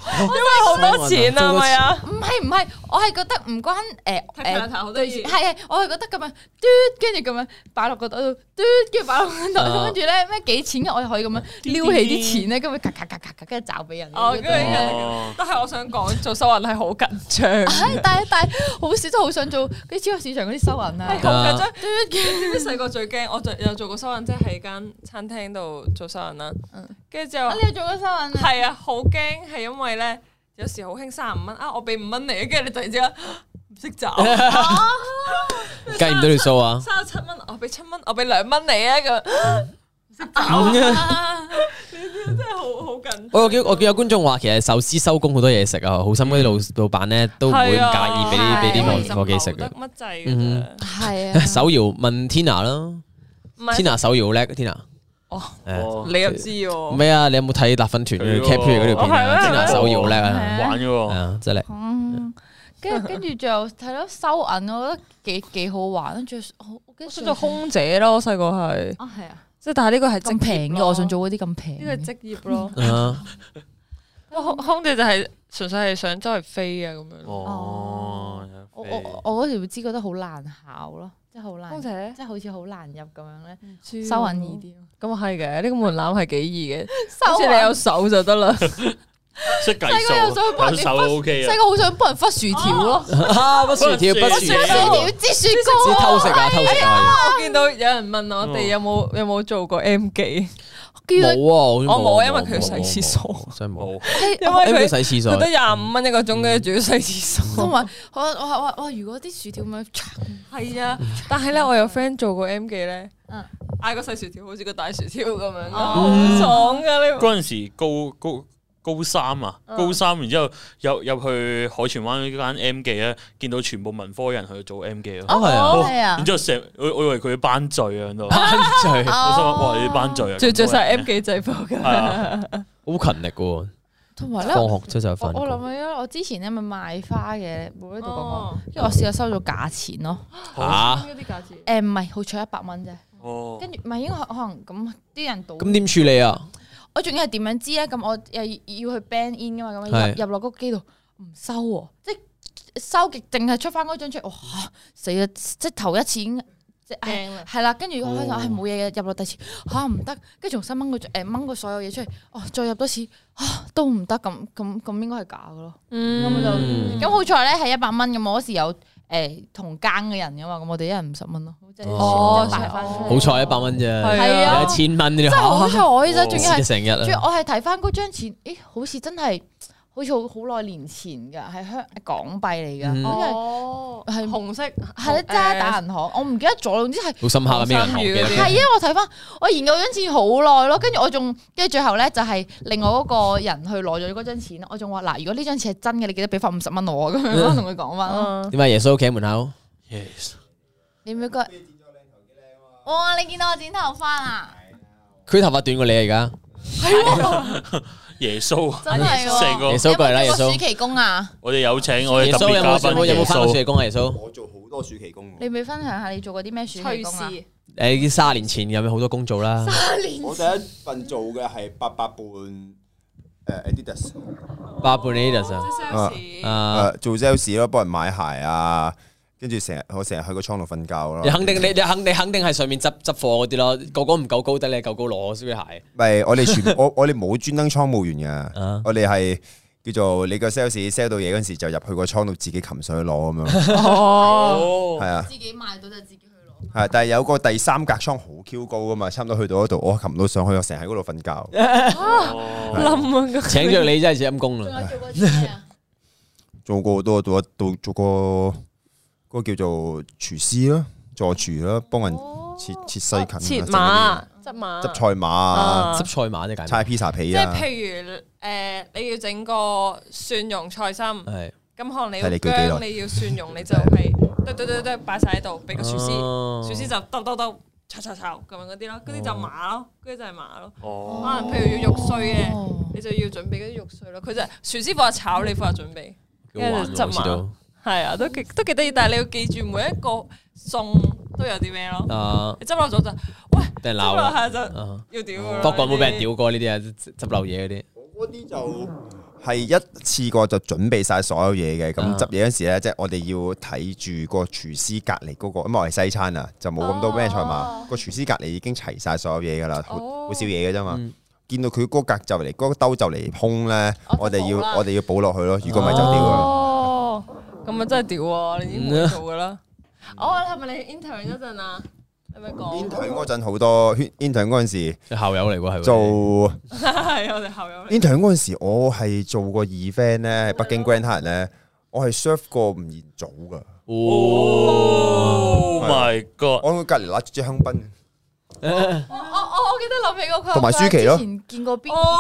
Speaker 4: 哎
Speaker 2: 因為好多錢啊，
Speaker 1: 收銀啊
Speaker 2: 係咪啊？
Speaker 4: 唔係唔係，我係覺得唔關誒
Speaker 2: 踢腳頭好得意
Speaker 4: 對係係，我係覺得咁樣嘟，跟住咁樣擺落個袋度嘟，跟住擺落個袋
Speaker 1: 啊
Speaker 4: 度，跟住咧咩幾錢嘅，我又可以咁樣撩起啲錢咧，跟住咔咔咔咔咔，跟住找俾人。
Speaker 2: 哦，跟住
Speaker 4: 係
Speaker 3: 哦
Speaker 2: 但係我想講做收銀係好緊張，
Speaker 4: 但係但係好少，真係好想做嗰啲超級市場嗰啲收銀啊
Speaker 2: 係。好緊張。跟住細個最驚，我就有做過收銀，即係喺間餐廳度做收銀啦
Speaker 4: 嗯。
Speaker 2: 跟住之後
Speaker 4: 啊，。你有做過收銀啊？
Speaker 2: 係啊，好驚，係因為咧有時好興三十五蚊啊，我俾五蚊你，跟住你突然之間 唔識 找，
Speaker 1: 計唔到條數啊！
Speaker 2: 三十七蚊，我俾七蚊，我俾兩蚊你啊，咁 真係好好緊。
Speaker 1: 我有見我見有觀眾話，其實壽司收工好多嘢食啊，好心嗰啲老老闆咧都唔會唔介意俾啲
Speaker 4: 係啊
Speaker 1: 俾
Speaker 4: 因為
Speaker 1: 啲
Speaker 4: 其
Speaker 1: 伙伙計食嘅
Speaker 2: 得。乜滯
Speaker 1: 嗯
Speaker 2: 嘅
Speaker 4: 係啊，
Speaker 1: 手搖問 Tina 啦
Speaker 2: 唔係
Speaker 1: ，Tina 手搖好叻，Tina。啊
Speaker 2: 哦
Speaker 1: 誒，
Speaker 2: 你又知喎，
Speaker 1: 咩啊？你有冇睇辣粉團
Speaker 3: 佢喎哦
Speaker 1: capture 嗰條片
Speaker 2: 哦
Speaker 1: 啊
Speaker 2: 係咩
Speaker 1: ？Tina 手搖好叻啊，
Speaker 3: 玩嘅
Speaker 1: 係
Speaker 3: 喎，
Speaker 1: 啊，真係叻。
Speaker 4: 嗯，跟 住跟住最後睇到收銀，我覺得幾幾好玩。跟住好，跟
Speaker 2: 我
Speaker 4: 住
Speaker 2: 想做空姐咯，我細個係，
Speaker 4: 啊，係啊，
Speaker 2: 即係但係呢個係職業
Speaker 4: 咁平嘅，
Speaker 2: 咯
Speaker 4: 我想做嗰啲咁平
Speaker 2: 呢個係
Speaker 4: 嘅。
Speaker 2: 職業 咯。
Speaker 1: 啊，
Speaker 2: 空空姐就係純粹係想周圍飛啊咁樣。
Speaker 3: 哦，
Speaker 4: 我我我嗰時會知覺得好難考咯，即係好嗯難
Speaker 2: 空，姐
Speaker 4: 即係好似好難入咁樣咧，
Speaker 2: 收
Speaker 4: 收銀易啲咯。
Speaker 2: 咁啊係嘅，呢個門檻係幾易嘅，好
Speaker 4: 收
Speaker 2: 似
Speaker 4: 銀
Speaker 2: 你有手就得啦。
Speaker 3: 識計
Speaker 4: 細個又想
Speaker 3: 數，有
Speaker 4: 幫人哋
Speaker 3: 手
Speaker 4: 分
Speaker 3: OK 啊
Speaker 4: 細，個好想幫人忽薯條 咯，
Speaker 1: 啊不薯條，不薯
Speaker 4: 忽薯
Speaker 1: 條，
Speaker 4: 條、擠雪
Speaker 1: 只
Speaker 4: 糕啊，
Speaker 1: 偷食啊，偷食啊，
Speaker 2: 我見到有人問我哋有冇有冇做過 뭐 M 記，
Speaker 4: 叫
Speaker 1: 冇
Speaker 4: 佢
Speaker 1: 啊，
Speaker 2: 我冇因為佢洗廁所
Speaker 1: 冇，冇真係冇。
Speaker 3: 冇
Speaker 4: 係
Speaker 2: 因
Speaker 1: 因為佢
Speaker 2: 為佢
Speaker 1: 洗廁
Speaker 2: 佢
Speaker 1: 所
Speaker 2: 得。廿五蚊一個鐘，跟住仲要洗廁
Speaker 4: 同
Speaker 2: 所。
Speaker 4: 埋我我話哇哇，如果啲薯條咁
Speaker 1: 哦
Speaker 4: 樣，
Speaker 2: 係啊，但係咧我有 friend 做過 M 記咧
Speaker 4: 嗯，
Speaker 2: 嗌個細薯條好似個大薯條咁樣，
Speaker 4: 哦
Speaker 2: 好爽噶呢個。
Speaker 3: 嗰陣時高高高三啊，
Speaker 2: 嗯
Speaker 3: 高三，然之後入入去海泉灣嗰間 M 記咧，見到全部文科人去做 M 記咯，
Speaker 1: 哦係啊
Speaker 4: 哦係啊
Speaker 3: 然之後成我我以為佢班聚啊喺度，我
Speaker 1: 班聚
Speaker 3: 心諗哇你班聚啊，
Speaker 2: 仲要着晒
Speaker 3: 咁
Speaker 2: M 記制服噶
Speaker 3: 多人。係啊，
Speaker 1: 好勤力嘅，
Speaker 4: 同埋咧，
Speaker 1: 放
Speaker 4: 我
Speaker 1: 學之後就
Speaker 4: 我
Speaker 1: 翻工。
Speaker 4: 諗起我之前咧咪賣花嘅，冇喺度講過
Speaker 2: 哦，
Speaker 4: 跟住我試過收咗價錢咯，
Speaker 1: 吓，
Speaker 2: 嗰啲價錢。
Speaker 4: 誒唔係，好彩一百蚊啫，
Speaker 3: 哦，
Speaker 4: 跟住唔係應該可可能咁啲人賭
Speaker 1: 咁點處理啊？
Speaker 4: 我仲要係點樣知咧？咁我又要去 band in 噶嘛，
Speaker 1: 係
Speaker 4: 咁樣入入落嗰個機度唔收喎，即係收極淨係出翻嗰張出嚟，哇死啦！即係頭一次已經即係
Speaker 2: 驚啦啊
Speaker 4: 係啦，跟住我開頭
Speaker 3: 哦
Speaker 4: 係冇嘢嘅，入落第二次嚇唔得，跟住重新掹個誒掹個所有嘢出嚟，哦再入多次啊都唔得，咁咁咁應該係假嘅咯。
Speaker 2: 嗯，
Speaker 4: 咁
Speaker 1: 嗯
Speaker 2: 음.
Speaker 4: 咁好彩咧係一百蚊咁，我嗰時有誒同更嘅人噶嘛，咁我哋一人五十蚊咯，即係
Speaker 1: 哦
Speaker 4: 擺翻出嚟
Speaker 1: 好彩一百蚊啫，
Speaker 2: 係
Speaker 4: 係啊
Speaker 1: 有一千蚊呢
Speaker 4: 真係好彩我呢陣仲要係
Speaker 1: 蝕。成日
Speaker 4: 仲要
Speaker 1: 啊！
Speaker 4: 我係睇翻嗰張錢，咦，好似真係，好似好好耐年前㗎，係香港幣嚟㗎，
Speaker 1: 嗯
Speaker 4: 因為
Speaker 2: 哦，
Speaker 4: 係
Speaker 2: 紅色，係
Speaker 4: 係咧
Speaker 2: 어.
Speaker 4: 渣打銀行，我唔記得咗，總之係
Speaker 1: 好深刻啊！咩人學
Speaker 2: 心
Speaker 1: 嘅
Speaker 2: 軟？
Speaker 4: 係啊！我睇翻，我研究嗰張錢好耐咯，跟住我仲，跟住最後咧就係另外嗰個人去攞咗嗰張錢，我仲話嗱，如果呢張錢係真嘅，你記得俾翻五十蚊我咁樣同佢講翻咯。
Speaker 2: 嗯
Speaker 1: 點解耶穌屋企喺門口？
Speaker 3: Yes
Speaker 4: 你唔覺？哇！你見到我剪頭髮啊？
Speaker 1: 佢頭髮短過你啊！而家
Speaker 3: 耶穌，
Speaker 4: 真係喎
Speaker 3: 成
Speaker 1: 耶
Speaker 3: 個
Speaker 1: 穌過嚟啦！耶
Speaker 4: 你有冇
Speaker 1: 穌
Speaker 4: 見過暑，期工啊？
Speaker 3: 我哋有請我
Speaker 1: 耶
Speaker 3: 哋特
Speaker 1: 穌有
Speaker 3: 別嘉
Speaker 1: 冇上
Speaker 3: 賓
Speaker 1: 過有
Speaker 3: 耶
Speaker 1: 冇翻過暑
Speaker 3: 穌，
Speaker 1: 期工啊？耶穌，
Speaker 5: 我做好多暑期工喎，
Speaker 4: 你咪分享下你做過啲咩暑期
Speaker 2: 趣
Speaker 4: 工啊？
Speaker 2: 事，
Speaker 1: 誒卅年前有冇好多工做啦？
Speaker 5: 我第一份做嘅係八百半誒 Adidas，
Speaker 1: 八半 a d i
Speaker 2: 即
Speaker 1: s
Speaker 2: 係 sales
Speaker 1: 啊！
Speaker 5: 誒做 sales 咯，幫人買鞋啊，跟住成日我成日去個倉度瞓覺
Speaker 1: 你
Speaker 5: 咯。
Speaker 1: 肯定你你肯你肯定係上面執執貨嗰啲咯，個個唔夠高得你夠高攞先鞋。
Speaker 5: 咪我哋全 我我哋冇專登倉務員
Speaker 1: 啊
Speaker 5: 嘅，我哋係叫做你個 sales sell 到嘢嗰陣時就入去個倉度自己擒上去攞 咁樣，
Speaker 3: 哦
Speaker 5: 係啊
Speaker 4: 自己買到就自己去攞。
Speaker 5: 係，但係有個第三格倉好 Q 高噶嘛，差唔多去到嗰度，我擒到上去，我成日喺嗰度瞓覺，
Speaker 3: 哦
Speaker 2: 冧啊！
Speaker 1: 請咗你真係似陰公
Speaker 4: 仲
Speaker 1: 啦，
Speaker 4: 有做過啲咩啊？
Speaker 5: 做過好多做到做過嗰個叫做廚師啦，助廚啦，幫人切切西芹啊、
Speaker 2: 哦切
Speaker 5: 整嗰啲
Speaker 2: 馬，執馬，
Speaker 5: 執菜碼啊、
Speaker 2: 啊
Speaker 1: 執賽馬啫，簡
Speaker 5: 猜
Speaker 1: 單
Speaker 5: pizza 皮
Speaker 2: 即係
Speaker 5: 啊，
Speaker 2: 譬如誒，你要整個蒜蓉菜心，咁
Speaker 1: 係。
Speaker 2: 可能你
Speaker 5: 睇你
Speaker 2: 要
Speaker 5: 舉幾耐
Speaker 2: 姜，你要蒜蓉，你就係對對對對擺晒喺度，俾個廚師，
Speaker 1: 哦
Speaker 2: 廚師就兜兜兜。炒炒炒咁樣嗰啲咯，嗰啲就馬咯，嗰啲就係馬咯。可
Speaker 3: 哦，
Speaker 2: 能譬如要肉碎嘅，你就要準備嗰啲肉碎咯。佢就廚師負責炒，你負責準備。
Speaker 1: 幾好玩喎啊好似都
Speaker 2: 係啊，都幾都幾得意，但係你要記住每一個餸都有啲咩咯。
Speaker 1: 啊，
Speaker 2: 你執漏咗就喂，
Speaker 1: 俾人
Speaker 2: 執
Speaker 1: 鬧
Speaker 2: 漏
Speaker 1: 啦。
Speaker 2: 下就
Speaker 1: 啊
Speaker 2: 要屌㗎啦
Speaker 1: 不過冇俾人。屌過呢啲啊，執執漏嘢嗰啲。
Speaker 5: 我嗰啲就係一次過就準備晒所有嘢嘅，咁
Speaker 1: 啊
Speaker 5: 執嘢嗰時咧，即係我哋要睇住個廚師隔離嗰個，因為我係西餐啊，就冇咁多咩菜
Speaker 2: 哦
Speaker 5: 碼，個廚師隔離已經齊晒所有嘢噶啦，好
Speaker 2: 哦
Speaker 5: 好少嘢嘅啫嘛
Speaker 1: 嗯。
Speaker 5: 見到佢嗰格就嚟，嗰個兜就嚟空咧，
Speaker 4: 哦
Speaker 5: 我哋
Speaker 4: 就冇啦
Speaker 5: 要我哋要補落去咯，如果唔係就屌啦。
Speaker 2: 哦，咁啊真係屌喎！你已經冇做㗎啦。 哦，係咪你 intern 嗰陣啊？你咪講
Speaker 5: intern 嗰陣好多，intern 嗰陣時
Speaker 1: 校友嚟喎，係喎
Speaker 5: 做。
Speaker 2: 係我哋校友嚟。
Speaker 5: intern 嗰陣時，我係做過 event 咧，喺北
Speaker 2: 嗯
Speaker 5: 京 Grand Hyatt 咧，我係 serve 過吳彥祖噶，
Speaker 3: Oh my god，
Speaker 5: 我喺佢隔離揦住支香檳，
Speaker 4: 我我我記得諗起嗰個
Speaker 5: 同埋舒淇咯
Speaker 4: 之前見過邊？
Speaker 2: 哦，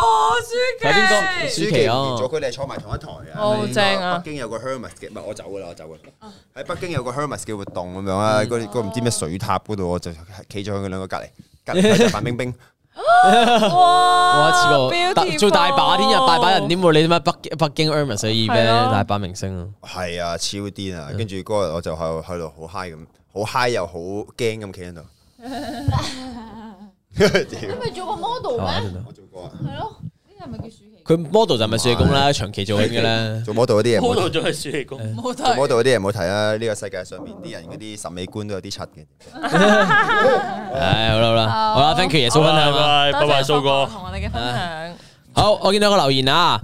Speaker 1: 睇邊
Speaker 2: 舒
Speaker 1: 個
Speaker 2: 淇。
Speaker 1: 舒淇啊
Speaker 5: 咗佢哋係坐埋同一台啊。
Speaker 2: 哦正啊哦
Speaker 5: 北京有個 Hermes 嘅，唔係我走噶啦，我走噶啦。喺北京有個 Hermes 嘅活動咁樣啊，
Speaker 2: 嗯
Speaker 5: 嗰啲嗰個唔知咩水塔嗰度，我就企咗喺佢兩個隔離，隔 離就范冰冰，
Speaker 1: 我一次
Speaker 2: 哇！
Speaker 1: 過大做大把天日大把人點喎？你點解北北京 Hermes 嘅
Speaker 2: 係
Speaker 1: event
Speaker 2: 咯
Speaker 1: 大把明星啊？
Speaker 5: 係啊，超癲
Speaker 1: 嗯
Speaker 5: 啊！跟住嗰日我就喺喺度好 high 咁，好 high 又好驚咁企
Speaker 2: 嗯
Speaker 5: 喺度。
Speaker 4: 你
Speaker 5: 屌
Speaker 4: 咪做過
Speaker 1: 係
Speaker 4: model
Speaker 1: 嘛
Speaker 4: 咩？
Speaker 1: 真係
Speaker 5: 我做過啊，
Speaker 4: 係咯，呢個係咪叫舒淇？
Speaker 1: 佢 model 就咪暑期工 啦，長期做緊嘅啦。
Speaker 5: 做 model 嗰啲嘢冇
Speaker 3: 嗰。度仲係暑期工，
Speaker 2: 冇睇
Speaker 5: 做 model 嗰啲嘢唔好睇啊啦，呢個世界上面啲人嗰啲審美觀都有啲柒嘅。
Speaker 1: 唉，好啦好啦，好啦，thank you 耶穌分享啊！
Speaker 3: 哎拜拜，拜拜，蘇哥。
Speaker 2: 同我哋嘅分享。
Speaker 1: 好，我見到個留言啊，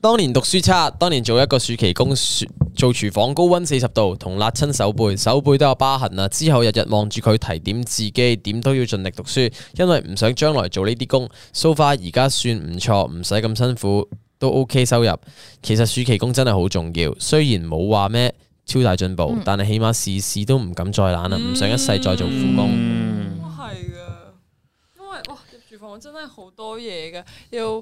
Speaker 1: 當年讀書差，當年做一個暑期工，暑做廚房高温四十度，同辣親手背，手背都有疤痕啊。之後日日望住佢提點自己，點都要盡力讀書，因為唔想將來做呢啲工。so far 而家算唔錯，唔使咁辛苦，都 OK 收入。其實暑期工真係好重要，雖然冇話咩超大進步，但係起碼事事啊都唔敢再懶啦，唔想一世再做苦工。
Speaker 3: 嗯，
Speaker 2: 哦哇，係噶，因為哇入住廚房真係好多嘢嘅，要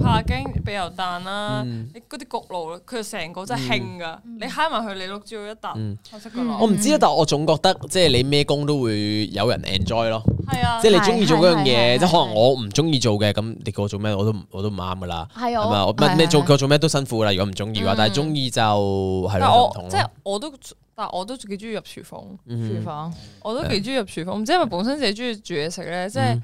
Speaker 2: 怕驚俾油彈啦，你嗰啲焗爐，佢成個真係興噶，你揩埋佢，你碌蕉一笪，嗯我識噶啦
Speaker 1: 我，唔知啊，但我總覺得即係你咩工都會有人 enjoy 咯。
Speaker 2: 係啊
Speaker 1: 即，係你中意做嗰樣
Speaker 4: 係係
Speaker 1: 嘢，
Speaker 4: 係
Speaker 1: 即係可能我唔中意做嘅，咁你叫我做咩我都唔我都唔啱噶啦。
Speaker 4: 係啊
Speaker 1: 係嘛？
Speaker 4: 我
Speaker 1: 我唔係你
Speaker 4: 係係
Speaker 1: 做叫我做咩都辛苦啦。如果唔中意嘅話，
Speaker 4: 嗯
Speaker 1: 但係中意就係
Speaker 2: 但
Speaker 1: 咯，就唔嗯
Speaker 2: 我
Speaker 1: 同
Speaker 2: 即係
Speaker 1: 咯。
Speaker 2: 我都，但我都幾中意入廚房。
Speaker 4: 廚房
Speaker 2: 我都幾中意入廚房，唔知係咪本身自己中意煮嘢食咧，即係
Speaker 1: 嗯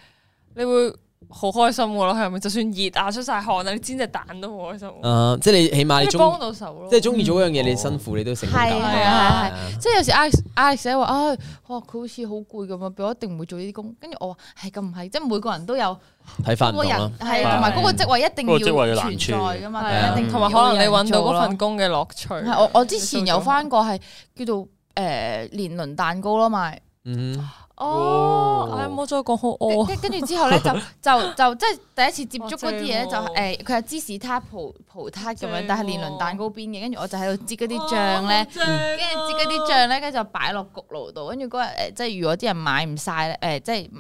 Speaker 2: 你會好開心噶咯，係咪？就算熱啊，出晒汗啊，你煎隻蛋都好開心喎，
Speaker 1: 誒，啊即係你起碼
Speaker 2: 即
Speaker 1: 你
Speaker 2: 係
Speaker 1: 中
Speaker 2: 幫到手咯。
Speaker 1: 即係中意做嗰樣嘢，你辛苦你都成就感
Speaker 4: 係啊
Speaker 2: 係
Speaker 4: 啊
Speaker 1: 係啊
Speaker 4: 即係有時 Alex Alex 咧話啊，哇佢好似好攰咁啊，我一定唔會做呢啲工。跟住我話係咁唔係，即係每個人都有
Speaker 1: 睇法
Speaker 4: 嗰
Speaker 1: 唔
Speaker 4: 個
Speaker 1: 同
Speaker 4: 人
Speaker 1: 啦。
Speaker 4: 係啊同埋嗰個職位一定
Speaker 3: 嗰個職位嘅
Speaker 4: 要
Speaker 3: 難
Speaker 4: 存
Speaker 3: 處
Speaker 4: 在噶嘛，
Speaker 2: 係
Speaker 4: 佢
Speaker 2: 啊
Speaker 4: 一定
Speaker 2: 同埋可能你揾到嗰份
Speaker 4: 工。
Speaker 2: 工嘅樂趣。
Speaker 1: 啊
Speaker 4: 係我我之前有翻過係叫做誒年輪蛋糕咯，咪。
Speaker 1: 嗯
Speaker 2: 哦，唉，冇再講好
Speaker 4: 跟
Speaker 1: 哦
Speaker 2: 餓。
Speaker 4: 跟跟住之後咧，就就就即係第一次接觸嗰啲嘢咧，
Speaker 2: 哇
Speaker 4: 就
Speaker 2: 正喎
Speaker 4: 係誒佢係芝士撻、葡葡撻咁樣
Speaker 2: 正，
Speaker 4: 但係
Speaker 2: 喎
Speaker 4: 年輪蛋糕邊嘅，跟住我就喺度擠嗰啲醬
Speaker 2: 哦
Speaker 4: 咧，跟住擠嗰
Speaker 2: 啊
Speaker 4: 啲醬咧，跟住就擺落焗爐度，跟住嗰日誒即係如果啲人買唔晒咧，誒即係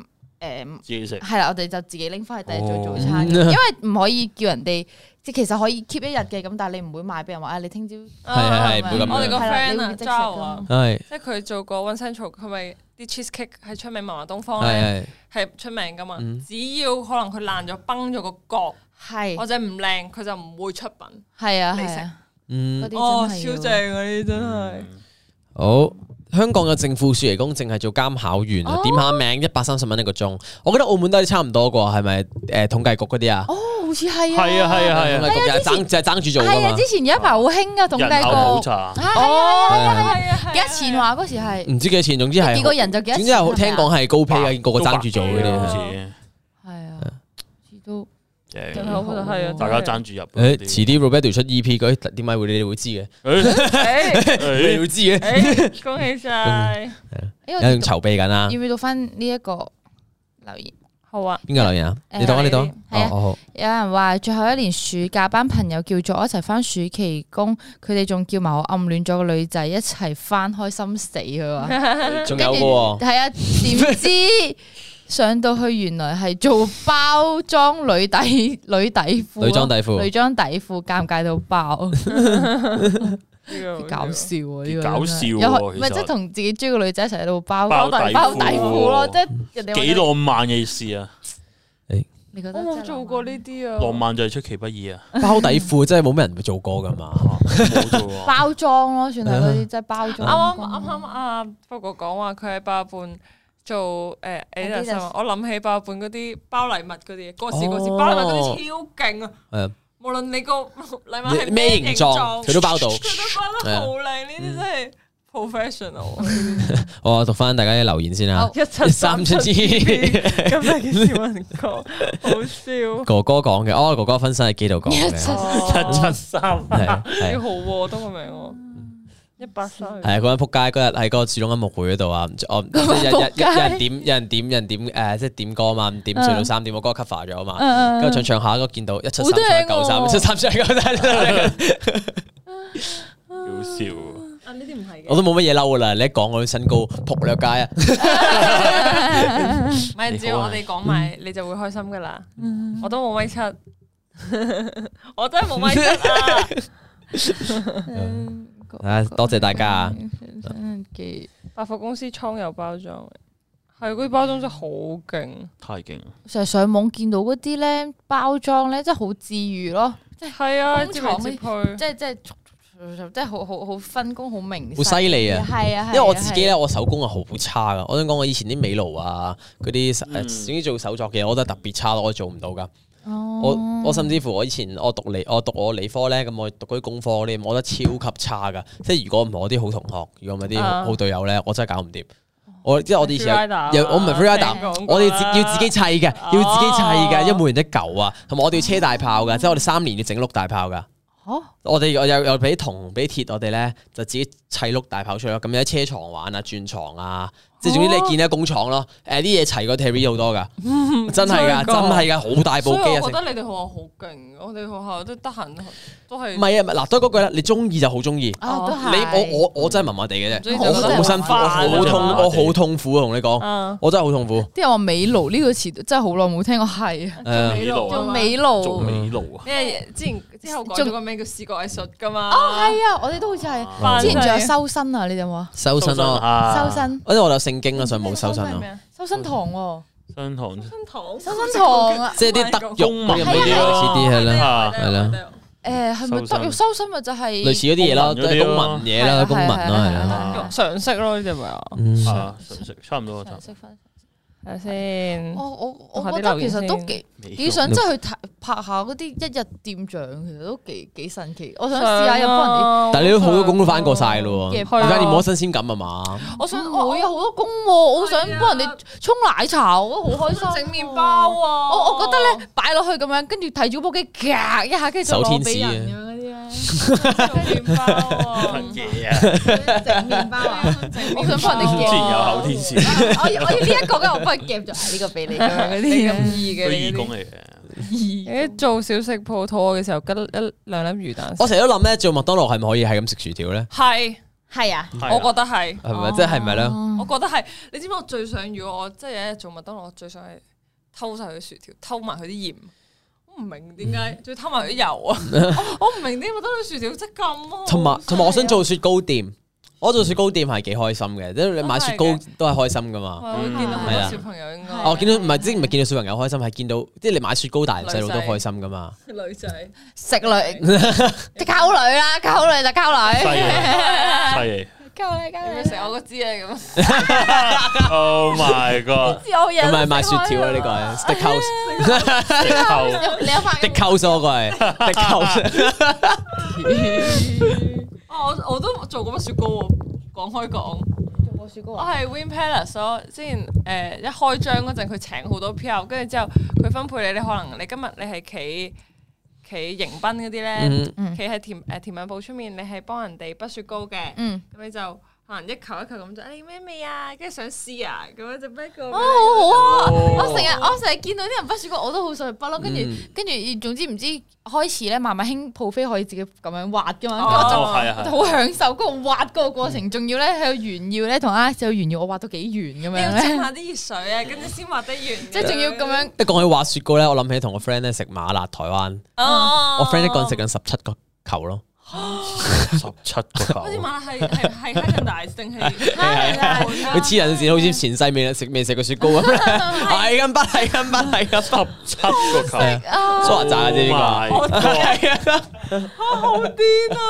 Speaker 4: 誒
Speaker 3: 自己食。
Speaker 4: 係啦，我哋就自己拎翻去第日做早
Speaker 1: 哦
Speaker 4: 餐，因為唔可以叫人哋。即係其實可以 keep 一日嘅，咁但係你唔會賣俾人話啊！你聽朝
Speaker 2: 係
Speaker 1: 係係唔會咁樣
Speaker 2: 我哋個
Speaker 4: 係啦你
Speaker 2: friend
Speaker 4: 會
Speaker 2: 啊
Speaker 4: 即食
Speaker 2: ，Joe
Speaker 4: 㗎
Speaker 2: 啊
Speaker 4: 嘛，
Speaker 1: 係
Speaker 2: 即係佢做過 One Central，佢咪啲 cheesecake 係出名麻麻東方咧，
Speaker 1: 係
Speaker 2: 係出名噶嘛
Speaker 1: 嗯。
Speaker 2: 只要可能佢爛咗、崩咗個角或
Speaker 4: 係
Speaker 2: 者唔靚，佢就唔會出品。
Speaker 4: 係啊
Speaker 2: 你
Speaker 4: 係
Speaker 2: 食
Speaker 4: 啊，嗰
Speaker 1: 嗯
Speaker 2: 哦，
Speaker 4: 啲
Speaker 2: 超
Speaker 4: 真
Speaker 2: 正
Speaker 4: 係
Speaker 2: 啊！呢啲真係
Speaker 3: 嗯
Speaker 1: 好。香港嘅政府暑期工淨係做監考員啊，點下名一百三十蚊一個鐘。我覺得澳門都係差唔多啩，係咪？誒統計局嗰啲啊，
Speaker 4: 哦，好似係啊，
Speaker 3: 係啊係啊係
Speaker 1: 統
Speaker 3: 啊，
Speaker 1: 計局就係爭就係爭住做㗎
Speaker 4: 係啊！
Speaker 1: 嘛
Speaker 4: 之。前有一排好興啊噶統
Speaker 3: 人口
Speaker 4: 計
Speaker 3: 普
Speaker 4: 局，
Speaker 3: 查。
Speaker 4: 啊係啊
Speaker 2: 哦，
Speaker 1: 係啊係啊
Speaker 2: 係啊，
Speaker 4: 幾多錢話嗰時係
Speaker 1: 唔知幾多錢，總嗯之係啊
Speaker 4: 幾個人就幾多
Speaker 1: 總
Speaker 4: 錢？啊
Speaker 1: 之係聽講係高 pay 嘅，個個爭住做嘅
Speaker 3: 嘅
Speaker 1: 咧
Speaker 2: 啊。
Speaker 3: 好似
Speaker 4: 係啊，
Speaker 1: 嗯
Speaker 4: 好似都
Speaker 3: 即
Speaker 2: 人
Speaker 3: 係
Speaker 2: 口普查係啊，
Speaker 3: 大家爭住入嗰
Speaker 1: 誒，
Speaker 3: 啲。
Speaker 1: 遲啲 Roberto 出 EP 嗰啲，點解會你哋會知嘅？
Speaker 3: 誒
Speaker 2: 誒
Speaker 1: 你
Speaker 3: 誒
Speaker 1: 會知嘅，
Speaker 2: 誒恭喜
Speaker 3: 嗯
Speaker 2: 晒！
Speaker 4: 因
Speaker 1: 有
Speaker 4: 為
Speaker 1: 人啊籌備緊啦。
Speaker 4: 哎要唔要讀翻呢一個留言？
Speaker 2: 好 啊，
Speaker 1: 邊個留言啊？
Speaker 4: 誒
Speaker 1: 你讀啊，你讀啊。
Speaker 4: 係啊
Speaker 1: 哦，好好。
Speaker 4: 有人話最後一年暑假班朋友叫咗我一齊翻暑期工，佢哋仲叫埋我暗戀咗個女仔一齊翻，開心死佢話。
Speaker 1: 仲有嘅喎，
Speaker 4: 係 啊，點知上到去原來係做包裝女底 女底褲咯，
Speaker 1: 女裝底褲
Speaker 4: 女裝底褲，尷尬到爆，
Speaker 2: 呢個好笑
Speaker 4: 搞笑啊！呢個
Speaker 3: 幾搞笑喎
Speaker 4: 有可唔
Speaker 3: 其實
Speaker 4: 係即係同自己追個女仔一齊喺度包
Speaker 3: 包底褲
Speaker 4: 包底褲咯，
Speaker 3: 喎
Speaker 4: 即係人哋
Speaker 3: 幾
Speaker 4: 話
Speaker 3: 浪漫嘅事啊！
Speaker 4: 你覺得
Speaker 2: 我
Speaker 4: 真係
Speaker 2: 冇做過 呢啲啊，
Speaker 3: 浪漫就係出其不意啊！
Speaker 1: 包底褲真係冇咩人會做過 噶嘛。哦
Speaker 3: 冇做喎
Speaker 4: 包裝咯，算係嗰啲即係包
Speaker 2: 啱
Speaker 4: 裝。
Speaker 2: 啱
Speaker 1: 啊
Speaker 2: 啱啱阿福哥講話佢喺八半做誒 A
Speaker 4: 我記得
Speaker 2: 我諗起八半嗰啲包禮物嗰啲嘢，嗰時
Speaker 1: 哦
Speaker 2: 嗰時包禮物嗰啲超勁啊！
Speaker 1: 係啊
Speaker 2: 無論你個 禮物係
Speaker 1: 你咩形狀佢
Speaker 2: 佢
Speaker 1: 都包到。啊嗯
Speaker 2: 都包得好靚，呢啲真係 professional 啊。
Speaker 1: 我讀翻大家嘅留言先啊。
Speaker 2: 一七
Speaker 1: 三七
Speaker 2: 七 咁係幾少人講，好笑。
Speaker 1: 哥哥講嘅，哦，哥哥分身喺機度講嘅，係
Speaker 2: 哦
Speaker 3: 七三
Speaker 1: 係
Speaker 2: 幾。好喎，多個名喎，一百三。
Speaker 1: 係啊！嗰陣撲街嗰日喺個樹窿音樂會嗰度啊，我即係有有有有人點有人點有人點呃誒，即係點歌啊嘛，五點睡到三點，我歌 cover 咗啊嘛，
Speaker 4: 嗯，
Speaker 1: 跟住唱唱下，我見到一七三
Speaker 4: 好正
Speaker 1: 七
Speaker 4: 喎
Speaker 1: 九三一七三七九三，
Speaker 3: 好笑啊！
Speaker 2: 啊，呢啲唔係
Speaker 1: 我都冇乜嘢嬲噶啦！你一講我啲身高，仆你個街 啊！
Speaker 2: 唔係，只要我哋講
Speaker 1: 啊
Speaker 2: 埋，你就會開心噶啦。
Speaker 1: 嗯
Speaker 2: 我都冇米七， 我真係冇米七啊！
Speaker 1: 啊，多謝大家啊！
Speaker 4: 真係幾
Speaker 2: 百貨公司倉有包裝，係嗰啲包裝真係好勁，
Speaker 3: 太勁啦！
Speaker 4: 成日上網見到嗰啲咧包裝咧，真係好治愈咯，
Speaker 2: 係啊，
Speaker 4: 工
Speaker 2: 接嚟
Speaker 4: 廠
Speaker 2: 接
Speaker 4: 即
Speaker 2: 去，
Speaker 4: 係即係即係好好好分工好明，
Speaker 1: 好犀利啊
Speaker 4: 係啊，係啊
Speaker 1: 因為我自己咧，，我手工係啊好差噶。我想講，我以前啲美勞啊，嗰啲誒，
Speaker 3: 嗯
Speaker 1: 總之做手作嘅，我都係特別差咯，我做唔到噶。
Speaker 4: 我
Speaker 1: 我
Speaker 2: 哦
Speaker 1: 我甚至乎我以前我讀理，我讀我理科咧，咁我讀嗰啲功課嗰啲，我覺得超級差噶。即係如果唔係我啲好同學，如果唔係啲好
Speaker 2: 啊
Speaker 1: 好隊友咧，我真係搞唔掂。我即係我哋以前
Speaker 2: Freerider
Speaker 1: 有有我唔係 freerider，
Speaker 2: 聽講過
Speaker 1: 我哋
Speaker 2: 啦
Speaker 1: 自要自己砌嘅，
Speaker 2: 哦
Speaker 1: 要自
Speaker 2: 哦
Speaker 1: 己砌嘅，因為每人一嚿啊，同埋我哋要車大炮噶，即係我哋三年要整碌大炮噶。
Speaker 4: 哦，
Speaker 1: 我哋又又又俾銅俾鐵我哋咧，就自己砌碌大炮出去咯。咁有啲車床玩啊、轉床啊，即係總之
Speaker 2: 哦
Speaker 1: 你見到工廠咯。誒啲嘢齊過 Terry 好多 噶，真係噶，真
Speaker 2: 真係㗎
Speaker 1: 係噶，好大部
Speaker 2: 所以
Speaker 1: 機啊！成
Speaker 2: 我覺得你哋學校好勁，我哋學校都得閒都係
Speaker 1: 唔係啊，咪嗱都係嗰句啦，你中意就好中意。
Speaker 4: 啊，都係
Speaker 1: 你我
Speaker 3: 嗯
Speaker 1: 我我真係麻麻地嘅
Speaker 2: 唔中意
Speaker 1: 啫，
Speaker 2: 就
Speaker 1: 我好辛苦，我
Speaker 2: 麻麻地
Speaker 1: 好痛，我好痛苦啊！同你講，
Speaker 2: 啊
Speaker 1: 我真係好痛苦。
Speaker 4: 啲人話美勞呢個詞真係好耐冇聽過，係啊，
Speaker 1: 誒
Speaker 3: 美勞
Speaker 4: 做
Speaker 3: 做
Speaker 4: 美
Speaker 3: 做
Speaker 4: 勞
Speaker 3: 美勞啊，
Speaker 2: 因為之前之後改咗個名叫視覺藝術噶嘛，
Speaker 4: 哦，係啊，我哋都好似係，
Speaker 2: 扮
Speaker 4: 之前仲有
Speaker 2: 真係
Speaker 4: 修身啊，你哋有冇啊？
Speaker 1: 修身咯，
Speaker 4: 修
Speaker 3: 啊，
Speaker 4: 身，
Speaker 1: 因為我哋有聖經啦，啊所以冇修身咯。
Speaker 4: 修身堂喎，
Speaker 3: 身堂
Speaker 2: 啊新堂
Speaker 4: 修身堂啊，
Speaker 1: 即係啲德育
Speaker 3: 公民
Speaker 1: 嗰啲
Speaker 3: 嗰啲
Speaker 1: 類似
Speaker 3: 咯
Speaker 1: 啲係啦。
Speaker 3: 啊
Speaker 1: 係啦
Speaker 4: 誒係咪
Speaker 3: 修身
Speaker 4: 德育修身咪就係啊
Speaker 1: 類似嗰啲嘢啦，
Speaker 3: 公
Speaker 1: 都
Speaker 3: 民
Speaker 1: 係
Speaker 3: 嗰啲咯
Speaker 1: 公民嘢啦，公民啦，係
Speaker 4: 係
Speaker 1: 啦。
Speaker 4: 啊係啊
Speaker 2: 常識咯，呢啲咪啊，
Speaker 1: 嗯
Speaker 3: 啊，常識差唔多差唔多。
Speaker 4: 常識分
Speaker 2: 係咪先
Speaker 4: 我？我
Speaker 2: 讀下
Speaker 4: 我
Speaker 2: 啲
Speaker 4: 覺得
Speaker 2: 留言
Speaker 4: 其實都
Speaker 2: 先
Speaker 4: 幾
Speaker 3: 美
Speaker 4: 幾
Speaker 3: 勞
Speaker 4: 想真係去睇拍下嗰啲一日店長，其實都幾幾神奇。我想
Speaker 2: 想
Speaker 4: 試下日本人
Speaker 2: 啊
Speaker 1: 但係你都好多功都翻過晒咯喎，
Speaker 4: 係啊
Speaker 1: 而家你冇乜新鮮感啊嘛。
Speaker 4: 啲，我想
Speaker 2: 嗯
Speaker 4: 我有好多工喎，我好想
Speaker 2: 係啊
Speaker 4: 幫人哋沖奶茶，我覺得好開心。
Speaker 2: 整麵包啊！
Speaker 4: 我我覺得咧擺落去咁樣，跟住睇住部機夾一下，跟住就
Speaker 1: 手
Speaker 4: 攞
Speaker 1: 天
Speaker 4: 俾
Speaker 1: 使啊
Speaker 4: 人咁樣嗰啲 咧。
Speaker 2: 咧，麵包啊，
Speaker 3: 乜嘢啊？
Speaker 4: 整麵包啊！我想幫人哋
Speaker 3: 之前有
Speaker 4: 夾。
Speaker 3: 口天使，
Speaker 4: 我要我要呢一個嘅，我幫佢夾咗啊呢個俾 你咁樣嗰啲咁易
Speaker 3: 佢
Speaker 4: 嘅
Speaker 3: 義工嚟嘅。
Speaker 4: 易。
Speaker 2: 你做小食鋪肚餓嘅時候，吉一兩粒魚蛋食。
Speaker 1: 我成日都諗咧，做麥當勞係咪可以係咁食薯條咧？
Speaker 2: 係，
Speaker 4: 係啊，
Speaker 2: 我覺得係，
Speaker 1: 係咪？即係咪咧？
Speaker 2: 我覺得係。你知唔知我最想如果我即係有一日做麥當勞，我最想係偷晒佢薯條，偷埋佢啲鹽。我唔明點解，仲要偷埋佢啲油 啊！我我唔明點解麥當勞薯條真係咁好
Speaker 1: 同埋
Speaker 2: 食啊
Speaker 1: 同埋，我想做雪糕店。我做雪糕店係幾開心嘅，即係你買雪糕都係開心噶嘛。
Speaker 2: 我會見到好
Speaker 1: 係
Speaker 2: 多
Speaker 1: 啊
Speaker 2: 小朋友應該
Speaker 1: 我見到唔係之前唔係見到小朋友開心，係見到即係你買雪糕大人細路都
Speaker 2: 女仔
Speaker 1: 開心噶嘛。
Speaker 2: 女 仔，
Speaker 4: 食 女，即係溝女啦，溝女就溝
Speaker 3: 啊犀
Speaker 4: 女。
Speaker 3: 利，犀利。
Speaker 4: 溝女
Speaker 2: 你
Speaker 4: 溝
Speaker 2: 咪
Speaker 4: 女
Speaker 2: 食我嗰支啊咁。
Speaker 3: Oh my god！
Speaker 4: 知我有
Speaker 1: 咁咪賣雪條啊？呢個係 stick house，
Speaker 3: 後
Speaker 4: 你有發
Speaker 1: 的 house 啊嗰個係 stick house。
Speaker 2: 哦，我我都做過乜雪糕喎。講開講，
Speaker 4: 做過雪糕啊
Speaker 2: 我？係 Win Palace 咯。之前誒、呃一開張嗰陣，佢請好多 PR，跟住之後佢分配你，你可能你今日你係企企迎賓嗰啲咧，
Speaker 1: 嗯
Speaker 2: 企喺呃甜誒甜品鋪出面，你係幫人哋畢雪糕嘅，咁
Speaker 4: 嗯，
Speaker 2: 你就可能一球一球咁就，誒咩味啊，跟住想試啊，咁樣就俾個
Speaker 4: 啊好好啊！
Speaker 3: 哦
Speaker 4: 我成日我成日見到啲人不雪糕，我都好想去不咯。跟住
Speaker 1: 嗯
Speaker 4: 跟住，總之唔知開始咧，慢慢興鋪飛可以自己咁樣畫噶嘛， 跟住我就
Speaker 2: 哦
Speaker 3: 哦，係啊，係啊
Speaker 4: 好享受嗰個畫嗰個過
Speaker 1: 嗯
Speaker 4: 程，仲要咧喺度炫耀咧，同 I 有炫耀我畫到幾圓咁樣
Speaker 2: 你要 蒸
Speaker 4: 咧，
Speaker 2: 下啲熱水啊，跟住先畫得完，
Speaker 4: 即係仲要咁樣。
Speaker 1: 一講起滑雪糕咧，我諗起同我 friend 咧食馬辣台灣，
Speaker 4: 嗯
Speaker 2: 哦
Speaker 1: 我 friend 一個人食緊十七個球咯。
Speaker 3: 十七個球
Speaker 2: 好似馬係係係 h a 大定係
Speaker 1: 係啊佢黐人線，好似前世未食未食過雪糕咁咧，係咁不係咁不係
Speaker 4: 啊
Speaker 1: 咁不。
Speaker 3: 十七個 球，
Speaker 1: 係啊蘇華仔嘅啫呢
Speaker 3: Oh my god
Speaker 2: 好癲啊！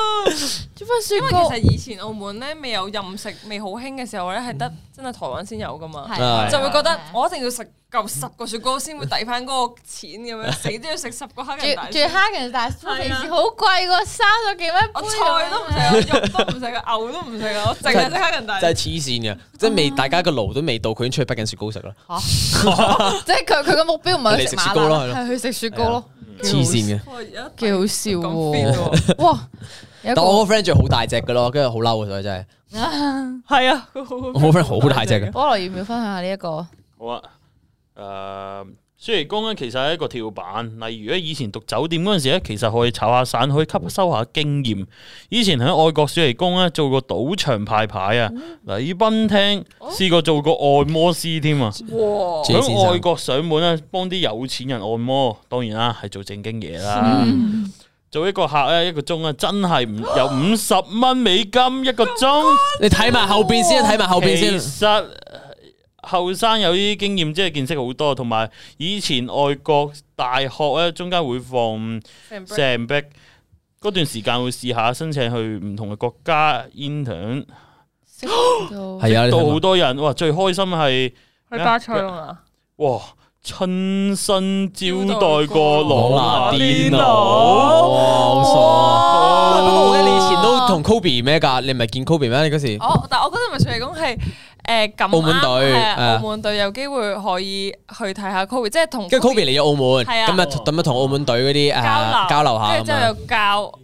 Speaker 4: 做翻雪
Speaker 2: 因為
Speaker 4: 糕
Speaker 2: 其，實以前澳門咧未有任食未好興嘅時候咧，係得真係台灣先有噶嘛，
Speaker 1: 啊
Speaker 2: 就會覺得我一定要食夠十個雪糕先會抵翻嗰個錢咁樣，死都要食十個黑
Speaker 4: 最
Speaker 2: 人大
Speaker 4: 最
Speaker 2: 雪。
Speaker 4: 蝦嘅，但係平
Speaker 2: 係啊
Speaker 4: 時好貴喎，三十幾蚊一杯
Speaker 2: 我菜都唔食，我肉都唔食，牛都唔食，我淨係食黑人大
Speaker 1: 真係
Speaker 2: 雪。
Speaker 1: 黐線嘅，即係未大家個爐都未到，佢已經出去北緊雪糕食啦，
Speaker 4: 即係佢佢個目標唔係去食
Speaker 1: 你食
Speaker 4: 馬
Speaker 1: 雪糕咯
Speaker 4: 啦
Speaker 1: 係，咯啊
Speaker 4: 係去食雪糕咯，
Speaker 1: 黐線嘅。
Speaker 2: 哇！而家
Speaker 4: 幾好笑
Speaker 2: 咁
Speaker 4: 喎！
Speaker 2: feel 喎
Speaker 4: 哇，有一個
Speaker 1: 但我個 friend 仲好大隻嘅咯，跟住好嬲啊，所以
Speaker 2: 嗯
Speaker 1: 真係
Speaker 2: 係啊，
Speaker 1: 我個 friend 好大隻嘅，
Speaker 4: 菠蘿要唔要分享下呢一 個？
Speaker 3: 好啊，诶、暑期工咧，其實係一個跳板。例如咧，以前讀酒店嗰阵时咧，其實可以炒下散，可以吸收下經驗。以前喺外國暑期工咧，做過賭場派牌啊，
Speaker 4: 嗯
Speaker 3: 禮賓廳
Speaker 4: 哦
Speaker 3: 試過做過按摩師添啊。
Speaker 2: 哇！
Speaker 1: 謝先生
Speaker 3: 喺外國上門咧，幫啲有錢人按摩，當然啦，係做正經嘢啦。做一個客咧，一個鐘啊，真係唔有五十蚊美金一個鐘。
Speaker 1: 你睇埋後邊先，睇埋後邊先啊
Speaker 3: 其。實呃後生有啲經驗，即係見識好多，同埋以前外國大學咧，中間會放成壁嗰段時間會試下申請去唔同嘅國家 intern，
Speaker 1: 係啊，你
Speaker 3: 到
Speaker 1: 睇
Speaker 3: 好
Speaker 1: 埋
Speaker 3: 多人，哇！最開心係
Speaker 2: 去巴塞啊嘛，
Speaker 3: 哇親身招待過
Speaker 1: 朗
Speaker 3: 朗
Speaker 1: 拿
Speaker 3: 拿
Speaker 1: 甸
Speaker 3: 甸
Speaker 1: 奴，
Speaker 3: 奴，
Speaker 1: 哇，好爽！喂，不過好嘅，你以前都同 Kobe 咩㗎？你唔係見 Kobe 咩？你嗰時
Speaker 2: 我但我覺得咪上嚟講係誒咁啱
Speaker 1: 澳門隊
Speaker 2: 係啊
Speaker 1: 啊
Speaker 2: 澳門隊有機會可以去睇下 Kobe，即係同
Speaker 1: 跟住 Kobe 嚟咗澳門，
Speaker 2: 係啊
Speaker 1: 咁啊咁啊同澳門隊嗰啲
Speaker 2: 交流
Speaker 1: 誒交流下
Speaker 2: 跟住
Speaker 1: 咁
Speaker 2: 之後
Speaker 1: 樣。
Speaker 2: 又教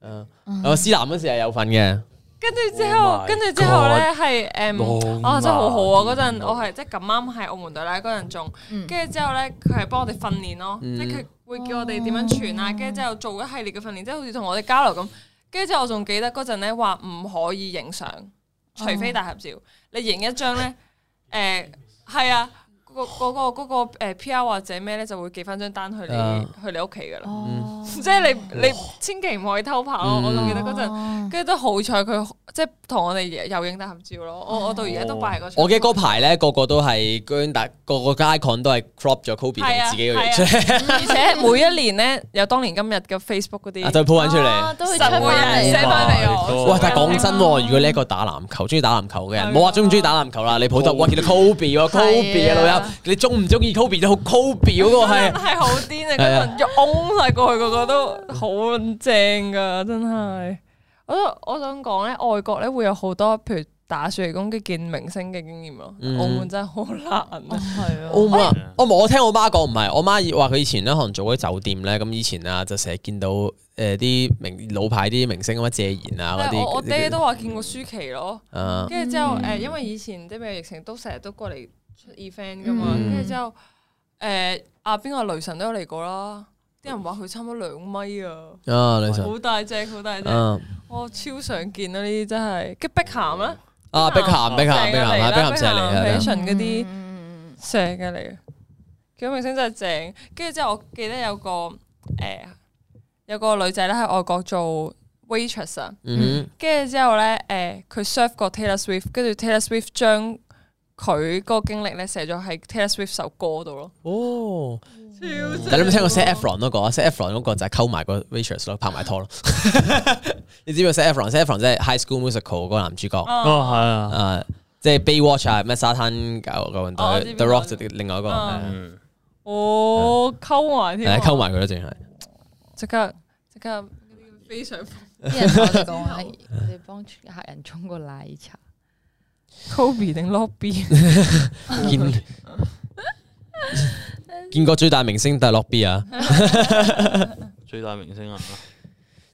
Speaker 1: 嗯我思南嗰時係有份嘅，
Speaker 2: 跟住之後，
Speaker 3: Oh my
Speaker 2: 跟住之後咧係
Speaker 3: 浪
Speaker 2: 誒，
Speaker 3: 漫
Speaker 2: 啊真係好好啊！嗰陣我係即係咁啱喺澳門隊啦，嗰陣仲，跟住之後咧佢係幫我哋訓練咯，
Speaker 1: 嗯
Speaker 2: 即係佢會叫我哋點樣傳啊，跟住之後做一系列嘅訓練，即係好似同我哋交流咁。跟住之後我仲記得嗰陣咧話唔可以影相，除非大合照，你影一張咧，誒係啊。嗰嗰個嗰個誒 P.R. 或者咩咧，就會寄翻張單去你
Speaker 1: 啊
Speaker 2: 去你屋企噶啦。
Speaker 4: 哦，
Speaker 1: 嗯
Speaker 2: 即係你你千祈唔可以偷拍咯！我仲記得嗰陣。
Speaker 4: 陣，
Speaker 2: 跟住都好彩，佢即係同我哋又影得合照咯。我我到而家都擺喺個牆
Speaker 1: 哦我嘅嗰排咧個個都係姜達，個個 icon 都係 crop 咗 Kobe
Speaker 2: 係
Speaker 1: 同
Speaker 2: 啊
Speaker 1: 自己嘅樣出嚟，
Speaker 2: 而且每一年咧有當年今日嘅 Facebook 嗰
Speaker 1: 啊
Speaker 2: 啲，
Speaker 1: 再 po 翻出嚟。啊
Speaker 4: 都會出
Speaker 2: 實會有人
Speaker 4: 翻
Speaker 2: send
Speaker 4: 嚟。
Speaker 2: 翻嚟我。
Speaker 1: 哇！但係
Speaker 2: 係講
Speaker 1: 講真喎，如果你一個打籃球、中意打籃球嘅
Speaker 2: 係啊啊
Speaker 1: 人，冇話中唔中意打籃球啦，你普通哇見到 Kobe 喎，Kobe
Speaker 4: 係
Speaker 1: 啊
Speaker 4: 啊
Speaker 1: 老友，你中唔中意 Kobe 都好 Kobe 嗰個係
Speaker 2: 真。係好癲啊！
Speaker 1: 係啊
Speaker 2: 嗰陣擁晒過去，個個都好正噶，真係。我都我想講咧，外國咧會有好多譬如打暑期工嘅見明星嘅經驗咯。
Speaker 1: 嗯
Speaker 2: 澳門真係好難啊！
Speaker 4: 係啊，
Speaker 1: 我媽 Oh
Speaker 3: 哎，
Speaker 1: 哦我冇我聽我媽講唔係，我媽話佢以前咧可能做嗰啲酒店咧，咁以前啊就成日見到誒啲明老牌啲明星咁乜謝賢啊嗰
Speaker 2: 但係
Speaker 1: 啲，
Speaker 2: 我我爹都話見過舒淇咯。
Speaker 1: 啊
Speaker 2: 跟住之後誒、因為以前啲咩疫情都成日都過嚟出 event 噶嘛，
Speaker 1: 嗯
Speaker 2: 跟住之後誒啊邊個雷神都有嚟過啦，啲人話佢差唔多兩米啊，
Speaker 1: 啊女神
Speaker 2: 好大隻好大隻，
Speaker 1: 啊
Speaker 2: 我超常見啊呢啲真係，跟住碧咸咧，
Speaker 1: 啊碧咸碧咸碧
Speaker 2: 成日
Speaker 1: 咸
Speaker 2: 嚟
Speaker 1: 啊
Speaker 2: 啦
Speaker 1: 碧咸成日嚟啊
Speaker 2: 碧
Speaker 1: 係啊，
Speaker 2: 咸 fashion 嗰啲
Speaker 4: 嗯
Speaker 2: 成嘅嚟嘅，幾個明星真係正，跟住之後我記得有個誒、有個女仔咧喺外國做 waitress 啊。
Speaker 1: 嗯
Speaker 2: 跟住之後咧，誒、佢 serve 過 Taylor Swift，跟住 Taylor Swift 將佢嗰個經歷咧寫咗喺 Taylor Swift 首歌度咯。
Speaker 1: 哼哦，
Speaker 2: 超正！
Speaker 1: 但你有冇聽過 Zac Efron 嗰個啊？Zac Efron 嗰個就係溝埋個 waitress 咯，拍埋拖咯。 你知唔知 Zac Efron？Zac Efron 即係 High School Musical 嗰個男主角，
Speaker 3: 哦係啊，
Speaker 1: 啊即係 Baywatch 啊咩沙灘搞個運
Speaker 2: 哦我知邊
Speaker 1: 隊
Speaker 2: 個
Speaker 1: ，The Rock 就另外一個，係
Speaker 2: 啊
Speaker 1: 啊
Speaker 3: 嗯，
Speaker 2: 哦，溝埋
Speaker 1: 係啊
Speaker 2: 添，
Speaker 1: 溝埋佢咯，淨係。
Speaker 2: 即刻即刻非常
Speaker 1: 嗯
Speaker 4: 啲人同我哋講話，佢哋幫客人沖個奶茶，
Speaker 2: Kobe 定 Lobby
Speaker 1: 见 见过最大明星大落 B 啊！
Speaker 3: 最大明星啊，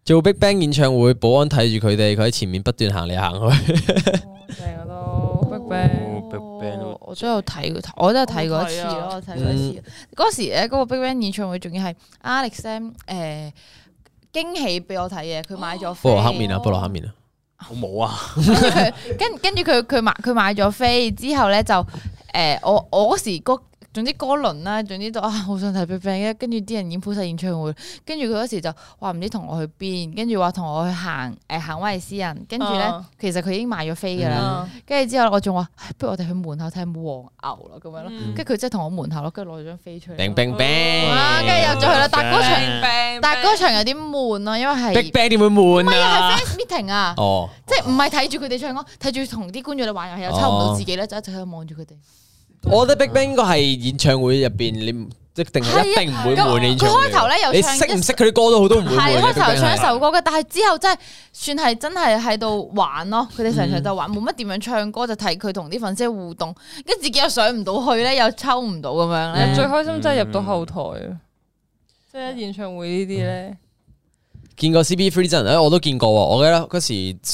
Speaker 1: 做 BigBang 演唱會，保安睇住佢哋，佢喺前面不斷行嚟行去。
Speaker 2: 正啊都 Big Bang。
Speaker 3: 哦，Big Bang 都
Speaker 4: 我都有睇過，我都有睇過一次
Speaker 2: 我睇
Speaker 4: 咯，
Speaker 2: 啊
Speaker 4: 我睇過一次。嗰時咧，嗰個 Big Bang 演唱會仲要係 Alex Sam 誒驚喜俾我睇嘅，佢買咗飛
Speaker 1: 菠蘿黑面啊，菠蘿黑面啊！
Speaker 3: 我冇啊，
Speaker 4: 跟跟住佢佢買佢買咗飛之後咧就誒、呃我我嗰時嗰總之嗰輪啦，總之都啊好想睇 BigBang 跟住啲人已經鋪晒演唱會，跟住佢嗰時就話唔知同我去邊，跟住話同我去行誒、呃行威尼斯人，跟住咧、
Speaker 2: 啊
Speaker 4: 其實佢已經買咗飛㗎啦，
Speaker 2: 啊
Speaker 4: 跟住之後我仲話唉不如我哋去門口睇下有冇黃牛咯咁樣咯，
Speaker 2: 嗯
Speaker 4: 跟住佢真係同我門口咯，跟住攞咗張飛出
Speaker 1: ，Bang
Speaker 4: 嚟。
Speaker 1: Bang
Speaker 4: 啊哇！跟住
Speaker 1: Bang！
Speaker 4: 入咗去啦，但係嗰場
Speaker 3: Bang
Speaker 4: 但係嗰場有啲悶咯，因為係
Speaker 1: BigBang 點會悶啊？
Speaker 4: fans meeting 啊。
Speaker 1: 哦，
Speaker 4: 即係唔係睇住佢哋唱歌，睇住同啲觀眾嚟玩遊戲，又抽唔到自己咧，就一直喺度望住佢哋。
Speaker 1: 我覺得 BigBang 應該係演唱會入邊，你唔一定係啊一定唔會悶嘅演
Speaker 4: 啊佢
Speaker 1: 唱會。
Speaker 4: 開頭咧又
Speaker 1: 你
Speaker 4: 唱
Speaker 1: 識唔啊
Speaker 4: 一，
Speaker 1: 識佢啲歌都好，都唔會悶
Speaker 4: 係啊
Speaker 1: 嘅。
Speaker 4: 開頭唱一
Speaker 1: BigBang 係
Speaker 4: 首歌嘅，但係之後真係算係真係喺度玩咯。佢哋成
Speaker 1: 嗯
Speaker 4: 場就玩，冇乜點樣唱歌，就睇佢同啲粉絲互動，跟住自己又上唔到去咧，又抽唔到咁樣
Speaker 1: 嗯
Speaker 4: 咧。
Speaker 2: 最開心真係入到後台啊！即係演唱會呢啲咧，
Speaker 1: 見過 CB Three 真人，誒我都見過喎。我記得嗰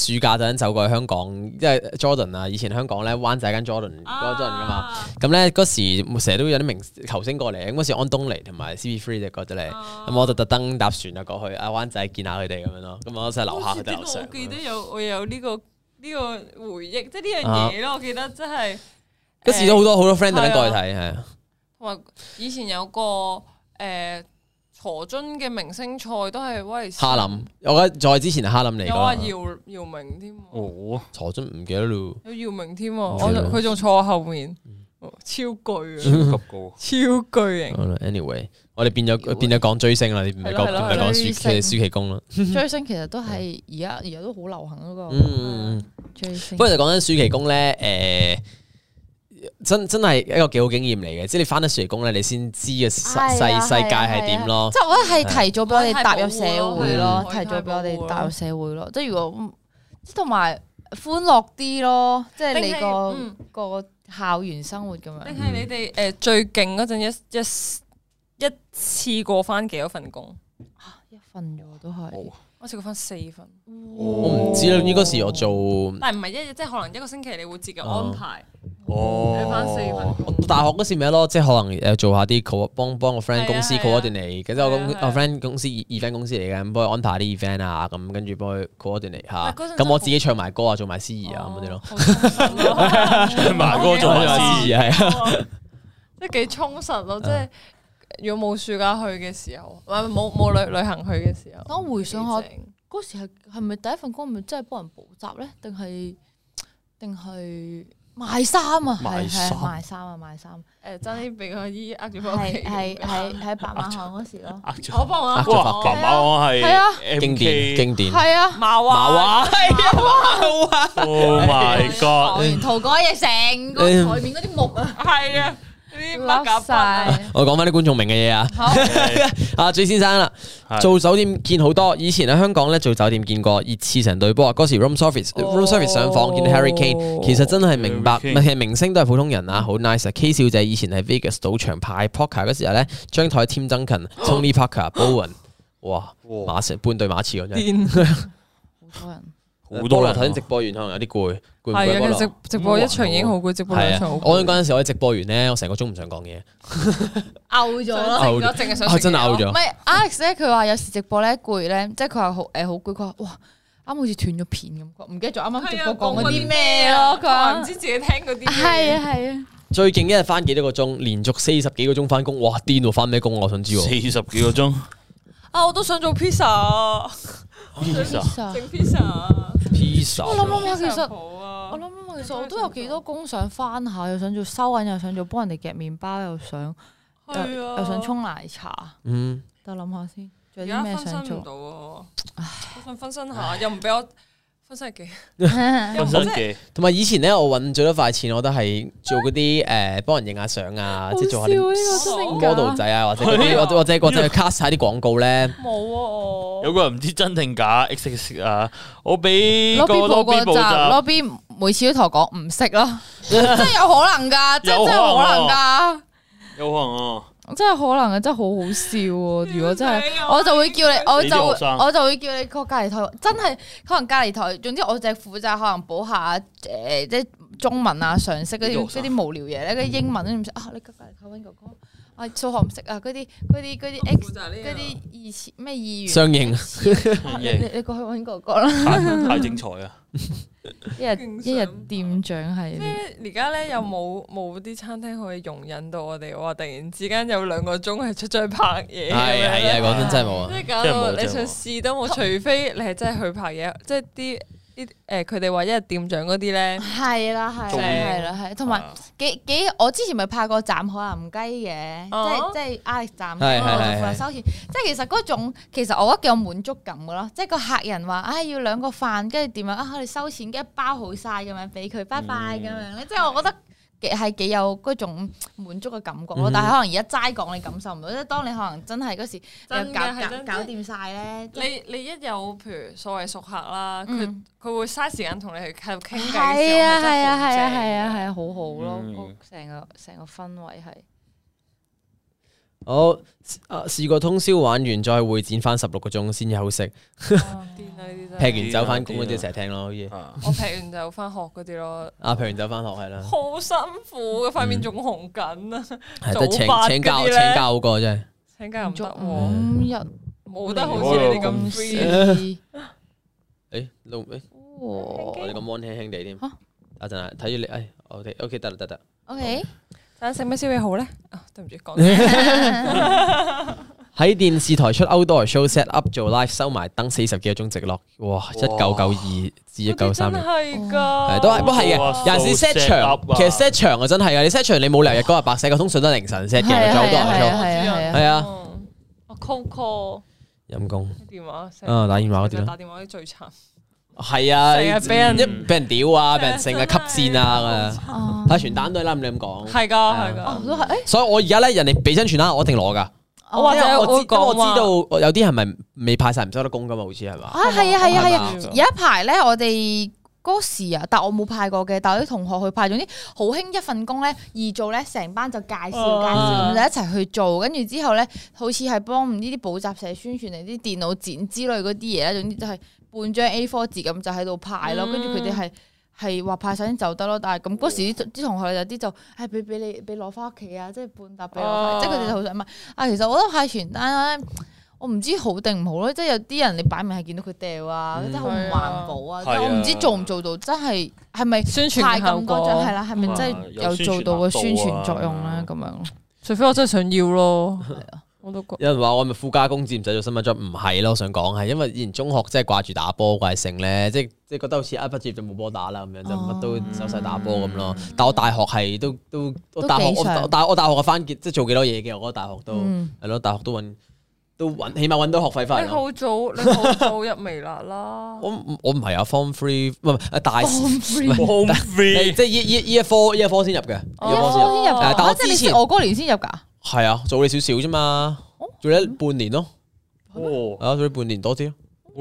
Speaker 1: 時暑假嗰陣走過去香港，因為 Jordan 啊，以前香港咧灣仔間 Jordan 嗰陣噶
Speaker 4: 啊
Speaker 1: 嘛。咁咧嗰時成日都有啲明球星過嚟，咁嗰時安東尼同埋 CB Three 就過咗嚟，
Speaker 4: 啊
Speaker 1: 咁我就特登搭船啊過去啊灣仔見下佢哋咁樣咯，咁我就樓下佢哋樓上
Speaker 2: 我。記得有我有呢個呢個回憶，即係呢樣
Speaker 1: 啊
Speaker 2: 嘢咯。我記得真係
Speaker 1: 嗰時都好多好多 friend 特登過去睇，係啊，
Speaker 2: 同埋以前有個誒、呃、鋤樽嘅明星賽都係威尼斯
Speaker 1: 哈，林，我覺得再之前係哈林嚟
Speaker 2: 有啊
Speaker 1: 㗎，
Speaker 2: 姚姚明添喎，
Speaker 3: 哦，
Speaker 1: 坐咗唔記得咯，
Speaker 2: 有姚明添喎，
Speaker 1: 唔
Speaker 2: 我
Speaker 1: 記得
Speaker 2: 佢仲坐我後面，
Speaker 1: 嗯
Speaker 2: 哦超巨
Speaker 3: 超
Speaker 2: 啊，
Speaker 3: 級高，
Speaker 2: 超巨型
Speaker 1: 好。啦，anyway，我哋變咗變咗講追星啦，你唔係講
Speaker 2: 啊係咯
Speaker 1: 唔
Speaker 2: 係咯
Speaker 1: 係講
Speaker 4: 追
Speaker 1: 暑
Speaker 4: 星
Speaker 1: 期暑期工啦，
Speaker 4: 追星其實都係而家而家都好流行嗰個
Speaker 1: 嗯嗯。嗯
Speaker 4: 追星
Speaker 1: 不。過就講緊暑期工咧，诶、真真係一個幾好經驗嚟嘅，即係你翻得暑期工咧，你先知嘅世
Speaker 4: 係啊係啊
Speaker 1: 世世界係點咯。
Speaker 4: 即係我覺得係提早俾我哋踏入社會咯，
Speaker 2: 嗯
Speaker 4: 提早俾我哋踏入社會咯。即係如果嗯即係同埋歡樂啲咯，即係嗯你個
Speaker 2: 定係
Speaker 4: 個校園生活咁樣
Speaker 2: 定。係你哋誒、呃最勁嗰陣一一一次過翻幾多份工？
Speaker 4: 一份咗都係
Speaker 3: 冇，
Speaker 2: 我試過分四分，啊
Speaker 1: 我唔知啦，應該時我做我
Speaker 2: 但係唔係一日，即係可能一個星期你會自己安排
Speaker 3: 哦，
Speaker 2: 你翻四份工。
Speaker 1: 大學嗰時咪咯，即係可能誒做下啲 co 幫幫個 friend 公司
Speaker 2: 係啊係
Speaker 1: co
Speaker 2: 啊
Speaker 1: ordinate，咁即係我
Speaker 2: 係啊係
Speaker 1: 咁
Speaker 2: 啊
Speaker 1: 我 friend 公司 event 公司嚟嘅，咁幫佢安排啲 event 啊，咁跟住幫佢 co ordinate 下，
Speaker 2: 喂嗰陣
Speaker 1: 咁我
Speaker 2: 真係哦
Speaker 1: 自己唱埋歌啊，做埋司
Speaker 2: 어,
Speaker 1: 儀啊咁嗰啲咯，
Speaker 2: 好充實咯
Speaker 3: 埋歌做
Speaker 1: 做
Speaker 3: 埋
Speaker 1: 埋
Speaker 3: 司儀
Speaker 1: 司儀係啊。
Speaker 2: 即係幾充實咯，即係如果冇暑假去嘅時候，唔係冇冇旅旅行去嘅時候，
Speaker 4: 當回想我
Speaker 2: 幾正
Speaker 4: 嗰時係係咪第一份工咪真係幫人補習咧？定係定係賣衫啊？係
Speaker 3: 賣
Speaker 4: 係
Speaker 3: 衫
Speaker 4: 賣衫啊！賣衫
Speaker 2: 誒爭啲俾個姨呃咗翻屋企
Speaker 4: 係係係喺白馬行嗰時咯，
Speaker 3: 呃咗
Speaker 2: 我幫我
Speaker 1: 呃咗
Speaker 3: 哇，
Speaker 1: 白
Speaker 3: 爸
Speaker 2: 係啊
Speaker 3: 爸我係
Speaker 4: 係啊
Speaker 3: MK
Speaker 1: 經典經典。
Speaker 4: 係啊！
Speaker 2: 馬
Speaker 1: 馬
Speaker 2: 話
Speaker 1: 話係啊，馬話
Speaker 3: Oh my
Speaker 2: 아,
Speaker 3: god！
Speaker 4: 完塗改嘢，成個台面嗰啲木 啊，
Speaker 2: 係啊，呢啲乜
Speaker 4: 笠
Speaker 2: 夾晒。
Speaker 4: 晒。
Speaker 1: 我講翻啲觀眾明嘅嘢啊。
Speaker 4: 好，
Speaker 1: 阿 J 先生啦，
Speaker 3: 係
Speaker 1: 做酒店見好多，以前喺香港咧做酒店見過熱刺成隊波，嗰時 room service
Speaker 2: 哦
Speaker 1: room service 上房見 Harry Kane，其實真係明白，
Speaker 3: Harry
Speaker 1: 唔
Speaker 3: Kane
Speaker 1: 係明星都係普通人啊，好 nice 啊。K 小姐以前喺 Vegas 賭場派 poker 嗰時候咧，張台添曾勤、Tony
Speaker 2: 哦
Speaker 1: Parker、Bowen，哇，馬成半對馬刺嗰陣，
Speaker 4: 好多人。
Speaker 3: 好多
Speaker 1: 菠蘿
Speaker 3: 人啊
Speaker 1: 頭先直播完可能有啲攰，攰唔攰
Speaker 2: 係
Speaker 1: 菠
Speaker 2: 啊，
Speaker 1: 蘿
Speaker 2: 直直播一場已經好攰，直播兩
Speaker 1: 係
Speaker 2: 場好
Speaker 1: 啊，
Speaker 2: 攰
Speaker 1: 我嗰陣時我喺直播完咧，我成個鐘唔想講嘢，
Speaker 4: 嘔咗
Speaker 2: 想
Speaker 4: 咯，
Speaker 2: 食咗，淨係想食
Speaker 1: 啊真係
Speaker 2: 嘢
Speaker 1: 嘔
Speaker 2: 咯
Speaker 1: 咗
Speaker 4: 唔。係 Alex 咧，佢話有時直播咧攰咧，即係佢話好誒好攰，佢話哇啱好似斷咗片咁，唔記得咗啱啱
Speaker 2: 뭐,啊
Speaker 4: 直播講嗰啲咩咯，佢
Speaker 2: 話
Speaker 4: 話
Speaker 2: 唔知自己聽嗰啲嘢。
Speaker 4: 係啊係啊，
Speaker 1: 最勁一日翻幾多個鐘，連續四十幾個鐘翻工，哇癲喎！翻咩工啊我想知
Speaker 3: 四
Speaker 1: 喎。
Speaker 3: 十幾個鐘，
Speaker 2: 啊，我都想做 pizza，
Speaker 4: Pizza
Speaker 2: 整 pizza。
Speaker 1: 披薩
Speaker 4: 我諗諗下，
Speaker 2: 아,
Speaker 4: 其
Speaker 2: 뭐,
Speaker 4: 實我
Speaker 2: 我
Speaker 4: 諗諗下，其實我都有幾多工想翻下，又想做收銀，又想做幫人哋夾麵包，又
Speaker 2: 哦
Speaker 4: 想又
Speaker 2: 啊
Speaker 4: 又想沖奶茶，
Speaker 1: 嗯，
Speaker 4: 等我諗下先，仲
Speaker 2: 而
Speaker 4: 有啲
Speaker 2: 家
Speaker 4: 咩
Speaker 2: 分
Speaker 4: 想
Speaker 2: 身唔
Speaker 4: 做？
Speaker 2: 到啊！我想分身下，又唔俾我分身係幾？
Speaker 3: 分身技
Speaker 1: 同埋以前咧，我揾最多塊錢，我都係做嗰啲誒幫人影下相啊，即係做下
Speaker 4: 好
Speaker 1: 啲
Speaker 4: 笑啊呢個真定假
Speaker 1: model 仔啊，或者嗰啲
Speaker 3: 係
Speaker 1: 或者或者或者 cast 晒啲廣告 咧，
Speaker 2: 冇 啊！
Speaker 3: 有個人唔知真定假，X X 啊！我俾個
Speaker 4: lobby 報
Speaker 3: lobby
Speaker 4: 個
Speaker 3: 補
Speaker 4: 站
Speaker 3: 習，
Speaker 4: ，lobby 每次都同我講唔識咯，真係有可能㗎，真係
Speaker 3: 有
Speaker 4: 真係
Speaker 3: 可
Speaker 4: 可
Speaker 3: 能
Speaker 4: 能㗎。
Speaker 3: 有可能哦。
Speaker 4: 真係可能啊！真係好好笑啊！如果真
Speaker 2: 你
Speaker 4: 係，
Speaker 2: 又
Speaker 4: 我就會叫你，我
Speaker 3: 你啲學
Speaker 4: 就
Speaker 3: 生
Speaker 4: 我就會叫你個隔離台，真係可能隔離台。總之我就係負責可能補下誒、即係中文啊、常識
Speaker 3: 呢
Speaker 4: 嗰
Speaker 3: 啲
Speaker 4: 啲
Speaker 3: 學
Speaker 4: 嗰
Speaker 3: 生
Speaker 4: 啲無聊嘢咧，嗰啲英文都唔識啊！你個隔離台揾哥哥，啊數學唔識啊，嗰啲嗰啲嗰啲 X 嗰啲二次咩議員，
Speaker 1: 相 應
Speaker 3: 太
Speaker 4: 你你你過去揾哥哥啦！
Speaker 3: 太精彩啊！
Speaker 4: 一日
Speaker 2: 勁想
Speaker 4: 一日店長係呢
Speaker 2: 而家咧又冇冇啲餐廳可以容忍到我哋，哇！突然之間有兩個鐘係出咗去拍
Speaker 1: 係
Speaker 2: 嘢咁
Speaker 1: 係
Speaker 2: 樣
Speaker 1: 啊，
Speaker 2: 咧，
Speaker 1: 講真真係冇啊
Speaker 2: 即。係搞
Speaker 3: 真係
Speaker 2: 到
Speaker 3: 冇
Speaker 2: 你
Speaker 3: 真係冇
Speaker 2: 想試都冇，除非你係真係去拍嘢，即係啲啲誒佢哋話一日店長嗰啲咧，
Speaker 4: 係啦係
Speaker 3: 仲
Speaker 4: 啦係啦係，同埋。幾幾，我之前咪拍過斬海南雞嘅，
Speaker 2: 哦
Speaker 4: 即係即係 Alex 斬，
Speaker 1: 係
Speaker 4: 我
Speaker 1: 係
Speaker 4: 就負責收錢。即係其實嗰種，其實我覺得幾有滿足感嘅咯。即係個客人話：，唉，要兩個飯，跟住點樣啊？我哋收錢，跟住包好晒咁樣俾佢，拜拜咁樣咧。即係我覺得。幾係幾有嗰種滿足嘅感覺咯，
Speaker 1: 嗯
Speaker 4: 但係可能而家齋講你感受唔到，即係當你可能真係嗰時
Speaker 2: 真
Speaker 4: 又
Speaker 2: 嘅
Speaker 4: 搞
Speaker 2: 係真
Speaker 4: 搞搞掂晒 咧，
Speaker 2: 你你一有譬如所謂熟客啦，佢
Speaker 4: 嗯
Speaker 2: 佢會嘥時間同你去喺度傾偈嘅時候，
Speaker 4: 係啊係啊係啊係
Speaker 2: 係
Speaker 4: 啊係啊，好好咯
Speaker 3: 嗯，
Speaker 4: 嗰成個成個氛圍係。
Speaker 1: 我啊試過通宵玩完，再去會展翻十六個鐘先休息，
Speaker 2: 癲啊呢啲真係
Speaker 1: 劈完走翻工嗰啲成日聽咯，好似
Speaker 3: 啊
Speaker 2: 我劈完就翻學嗰啲咯，
Speaker 1: 啊劈完走翻學係 啦，
Speaker 2: 好辛苦啊嘅，塊面仲紅緊啊！
Speaker 1: 係得請
Speaker 2: 早八嗰啲
Speaker 1: 請教
Speaker 2: 咧
Speaker 1: 請教好過真係。
Speaker 2: 請假又唔啊得喎，
Speaker 4: 五日
Speaker 2: 冇得好
Speaker 1: 啊
Speaker 2: 似你哋咁 free。
Speaker 4: free。
Speaker 1: 誒老誒
Speaker 4: 哇
Speaker 1: 我哋咁 one 輕輕地添
Speaker 4: 嚇，
Speaker 1: 等陣啊睇住你，誒 OK OK 得啦得啦。
Speaker 4: OK，
Speaker 2: 但食咩先會好咧？啊，對唔住，講
Speaker 1: 喺電視台出 outdoor show set up 做 live 收埋燈四十幾個鐘直落，哇！一九九二至一九三
Speaker 2: 真
Speaker 1: 零，
Speaker 2: 係㗎，哦
Speaker 1: 係都係不過係
Speaker 3: 哇
Speaker 1: 嘅。有陣時 set
Speaker 3: set
Speaker 1: 場
Speaker 3: up 啊，
Speaker 1: 其實 set 場啊真係嘅，你 set 場你冇理由日嗰日白 set 嘅，通常都係凌晨 set 嘅，
Speaker 4: 係啊
Speaker 1: 做 outdoor
Speaker 4: 係啊
Speaker 1: show。
Speaker 4: 係啊
Speaker 1: 係啊，
Speaker 2: 我 call 哦 call
Speaker 1: 陰公
Speaker 2: 電話成日
Speaker 1: 啊！打電話嗰啲
Speaker 2: 就
Speaker 1: 咯，
Speaker 2: 打電話啲最慘，
Speaker 1: 係啊，
Speaker 2: 成日俾人
Speaker 1: 一俾人屌啊，俾人
Speaker 2: 成
Speaker 1: 成
Speaker 2: 日
Speaker 1: 日吸
Speaker 2: 真係
Speaker 1: 線啊，
Speaker 4: 哦
Speaker 1: 派傳單都係啦，咁你咁講。
Speaker 2: 係㗎
Speaker 1: 啊
Speaker 2: 係㗎
Speaker 4: 哦。都係誒，
Speaker 1: 所以我而家咧，人哋俾真傳單，我一定攞㗎。
Speaker 2: 我哦或
Speaker 1: 哦因
Speaker 2: 者
Speaker 1: 為我知，
Speaker 2: 會
Speaker 1: 因為我
Speaker 2: 講話
Speaker 1: 知道我
Speaker 4: 啊
Speaker 1: 有啲係咪未派晒唔收得工㗎嘛？好似係嘛？
Speaker 4: 啊係啊係啊係啊，
Speaker 1: 係嘛
Speaker 4: 有一排咧，我哋。嗰時啊，但我冇派過嘅，但我啲同學去派，總之好興一份工咧，易做咧，成班就介紹介紹，咁就一齊去做，跟住之後咧，好似係幫唔知啲補習社宣傳定啲電腦展之類嗰啲嘢咧，總之就係半張 A4 紙咁就喺度派咯，跟住佢哋係。係話派晒就得咯，但係咁嗰時啲啲同學有啲就係俾俾你俾攞翻屋企啊，即係半沓俾
Speaker 2: 哦
Speaker 4: 我，即係佢哋就好想問啊。其實我覺得派傳單咧，我唔知好定唔好咯，即係有啲人你擺明係見到佢掉啊，
Speaker 1: 嗯
Speaker 4: 真係好唔環保啊，
Speaker 3: 係啊
Speaker 4: 即係我唔知做唔做到，真係係咪
Speaker 2: 宣傳
Speaker 4: 派
Speaker 2: 效
Speaker 4: 咁
Speaker 2: 果
Speaker 4: 多張係啦，係咪真
Speaker 3: 嗯
Speaker 4: 係有做到嘅宣傳作用咧？咁樣
Speaker 2: 除非我真係想要咯，我都覺
Speaker 1: 有人話我係咪副家工至唔使做新聞 job，唔係咯，我想講係因為以前中學真係掛住打波掛性咧，即係即係覺得好似一畢業就冇波打啦咁樣，就
Speaker 4: 哦
Speaker 1: 乜都手勢打波咁咯。但我大學係都都我大學
Speaker 4: 都幾
Speaker 1: 我
Speaker 4: 常
Speaker 1: 但我大學嘅翻結即係做幾多嘢嘅，我覺得大學都
Speaker 4: 嗯
Speaker 1: 係咯，大學都揾都揾起碼揾到學費翻
Speaker 2: 你
Speaker 1: 嚟咯。
Speaker 2: 好早，你好早入微辣啦。
Speaker 1: 我唔我唔係啊，form three 唔係啊大四誒
Speaker 3: Home free
Speaker 1: 即係依依依一科依一科先入嘅，依
Speaker 2: 哦
Speaker 1: 一科先入。
Speaker 4: 先入
Speaker 1: 但
Speaker 4: 㗎，
Speaker 1: 我
Speaker 4: 啊即係你
Speaker 1: 之前
Speaker 4: 知我嗰年先入㗎，
Speaker 1: 係啊，早你少少啫嘛，做咗半年咯，
Speaker 3: 哦，
Speaker 1: 啊，做咗半年多啲咯，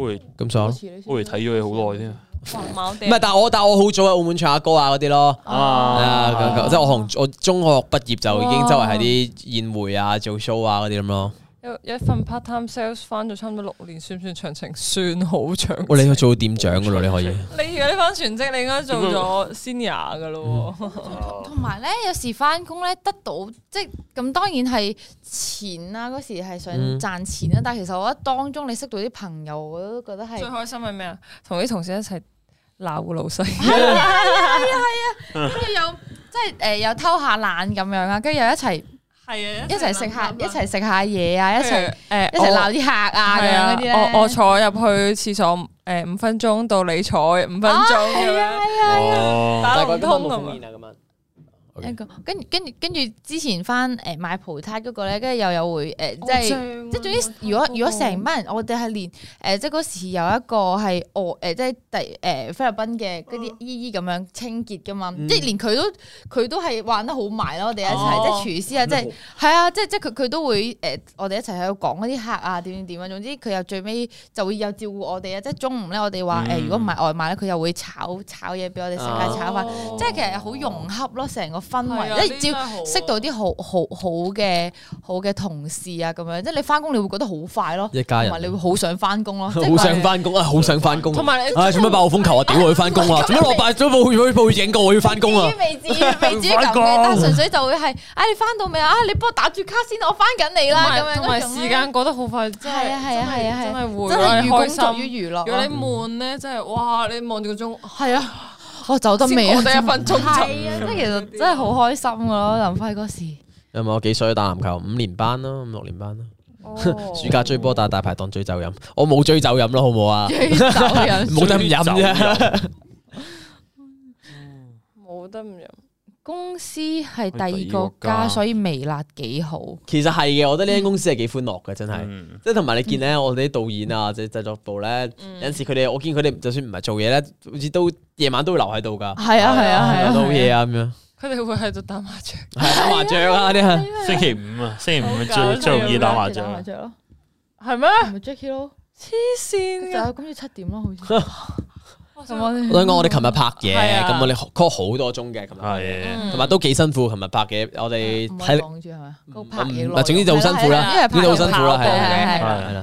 Speaker 3: 會
Speaker 1: 咁上下
Speaker 4: 好
Speaker 1: 咯。
Speaker 4: 似你先
Speaker 3: 會睇咗你好耐添
Speaker 2: 哇貓
Speaker 1: 唔係，但係我但係我好早喺澳門唱下歌啊嗰啲咯。
Speaker 3: 哦
Speaker 1: 啊，咁咁即係我同我中學畢業就已經周圍喺啲宴會啊、做 show 啊嗰啲咁咯。
Speaker 2: 有有一份 part time sales 翻咗差唔多六年，算唔算長情？算好長。
Speaker 1: 喂，你去做店長噶咯，你可以。
Speaker 2: 你如果你翻全職，你應該做咗 senior 噶咯喎。
Speaker 4: 同埋咧，有時翻工咧得到即係咁，當然係錢啦。嗰時係想
Speaker 1: 嗯
Speaker 4: 賺錢啊啦，但係其實我覺得當中你識到啲朋友，我都覺得係
Speaker 2: 最開心係咩啊？同啲同事一齊鬧個老 細。
Speaker 4: 啊跟住又即係誒又偷下懶咁樣啊，跟住又一齊一
Speaker 2: 係啊，
Speaker 4: 齊食下一齊食下嘢啊，一齊
Speaker 2: 誒
Speaker 4: 一齊鬧啲客啊咁
Speaker 2: 係
Speaker 4: 樣
Speaker 2: 啊
Speaker 4: 嗰啲咧。！
Speaker 2: 我我坐入去廁所誒五分鐘到你坐五分鐘咁
Speaker 4: 係啊
Speaker 2: 樣，
Speaker 4: 係啊。
Speaker 3: 哦，
Speaker 2: 打唔通啊咁樣。
Speaker 1: 咁
Speaker 4: 一個跟跟住跟住之前翻誒買葡撻嗰個咧，跟住又有會誒，即
Speaker 2: 嗯啊
Speaker 4: 係即係總之，如果如果成班人，我哋係連誒，即係嗰時有一個係俄誒，即係第誒菲律賓嘅嗰
Speaker 2: 嗯
Speaker 4: 啲姨姨咁樣清潔噶嘛，即係連佢都佢都係玩得好埋咯，我哋一
Speaker 2: 哦
Speaker 4: 齊即係廚師啊，即係係啊，即係即係佢佢都會誒，我哋一齊喺度講嗰啲客啊點點點啊，總之佢又最尾就會有照顧我哋啊，即係中午咧我哋話誒，如果唔係外賣咧，佢又會炒炒嘢俾我哋食啊，炒飯。即係其實好融洽咯，成個氛
Speaker 2: 哦係啊
Speaker 4: 圍，即係
Speaker 2: 呢啲真係好啊
Speaker 4: 照識到啲好好好嘅好嘅同事啊，咁樣即係你翻工你會覺得好快咯，
Speaker 1: 一家人
Speaker 4: 同埋你會好想翻 工咯，即係
Speaker 1: 好想翻工啊！好想翻工。
Speaker 2: 同埋你
Speaker 1: 唉，做咩爆風 球啊？屌我要翻工啦！做咩落敗咗部去部影過我要翻工啊？
Speaker 4: 未至於 未至於咁
Speaker 3: 翻工
Speaker 4: 嘅，但係純粹就會係，啊你翻到未啊？你幫我打住卡先，我翻緊你啦咁樣
Speaker 2: 同埋
Speaker 4: 嗰種
Speaker 2: 時
Speaker 4: 咧
Speaker 2: 間過得好快，真係
Speaker 4: 係啊係啊係啊
Speaker 2: 真
Speaker 4: 係
Speaker 2: 係會
Speaker 4: 啊，真係寓工作
Speaker 2: 開心。
Speaker 4: 於娛
Speaker 2: 如果你
Speaker 4: 樂咯，
Speaker 2: 悶咧，真係哇！你望住個鐘，
Speaker 4: 係啊，我走得未啊
Speaker 2: 先過？得一分鐘就
Speaker 4: 係啊，即係其實真係好開心啊噶咯，林輝嗰時。
Speaker 1: 有啊冇我幾歲打籃球？五年班咯，五六年班咯。
Speaker 4: 哦
Speaker 2: 哦
Speaker 1: 暑假追波打大排檔追酒飲，我冇追酒飲咯，好唔好啊？ 冇得唔飲啫。
Speaker 2: 冇得唔飲。
Speaker 4: 公司係
Speaker 3: 第
Speaker 4: 第
Speaker 3: 二
Speaker 4: 二
Speaker 3: 個
Speaker 4: 個
Speaker 3: 家
Speaker 4: 家，所以微辣幾好。
Speaker 1: 其實係嘅，我覺得呢間公司係幾歡樂嘅，真係。
Speaker 3: 嗯
Speaker 1: 即係同埋你見咧，我哋啲導演啊，即係製作部咧，有陣時佢哋，我見佢哋就算唔係做嘢咧，好似都夜晚都會留喺度噶，
Speaker 4: 係啊係啊係啊，
Speaker 1: 到嘢啊咁樣，
Speaker 2: 佢哋會喺度打麻雀，
Speaker 1: 係打麻雀啊啲啊，
Speaker 3: 星期五啊，星期五
Speaker 2: 好搞笑
Speaker 3: 最最容易打麻雀啊，
Speaker 4: 雀咯，
Speaker 2: 係咩？
Speaker 4: 咪 Jackie 咯，
Speaker 2: 黐線㗎！
Speaker 4: 咁要七點咯，好 似咁我
Speaker 1: 我想講我哋琴日
Speaker 2: 係
Speaker 1: 拍嘢，
Speaker 2: 啊
Speaker 1: 咁我哋 call 好多鐘嘅，琴日，
Speaker 3: 係
Speaker 1: 同埋都幾辛苦。琴日拍嘢，我哋睇嗯
Speaker 4: 擋住係咪？
Speaker 2: 嗯
Speaker 4: 高拍嘢
Speaker 1: 嗱，總之就好辛苦啦，總
Speaker 4: 因為
Speaker 1: 之好辛苦啦，
Speaker 2: 拍嘢
Speaker 1: 係啊
Speaker 4: 跑
Speaker 2: 步嘅
Speaker 1: 係啦，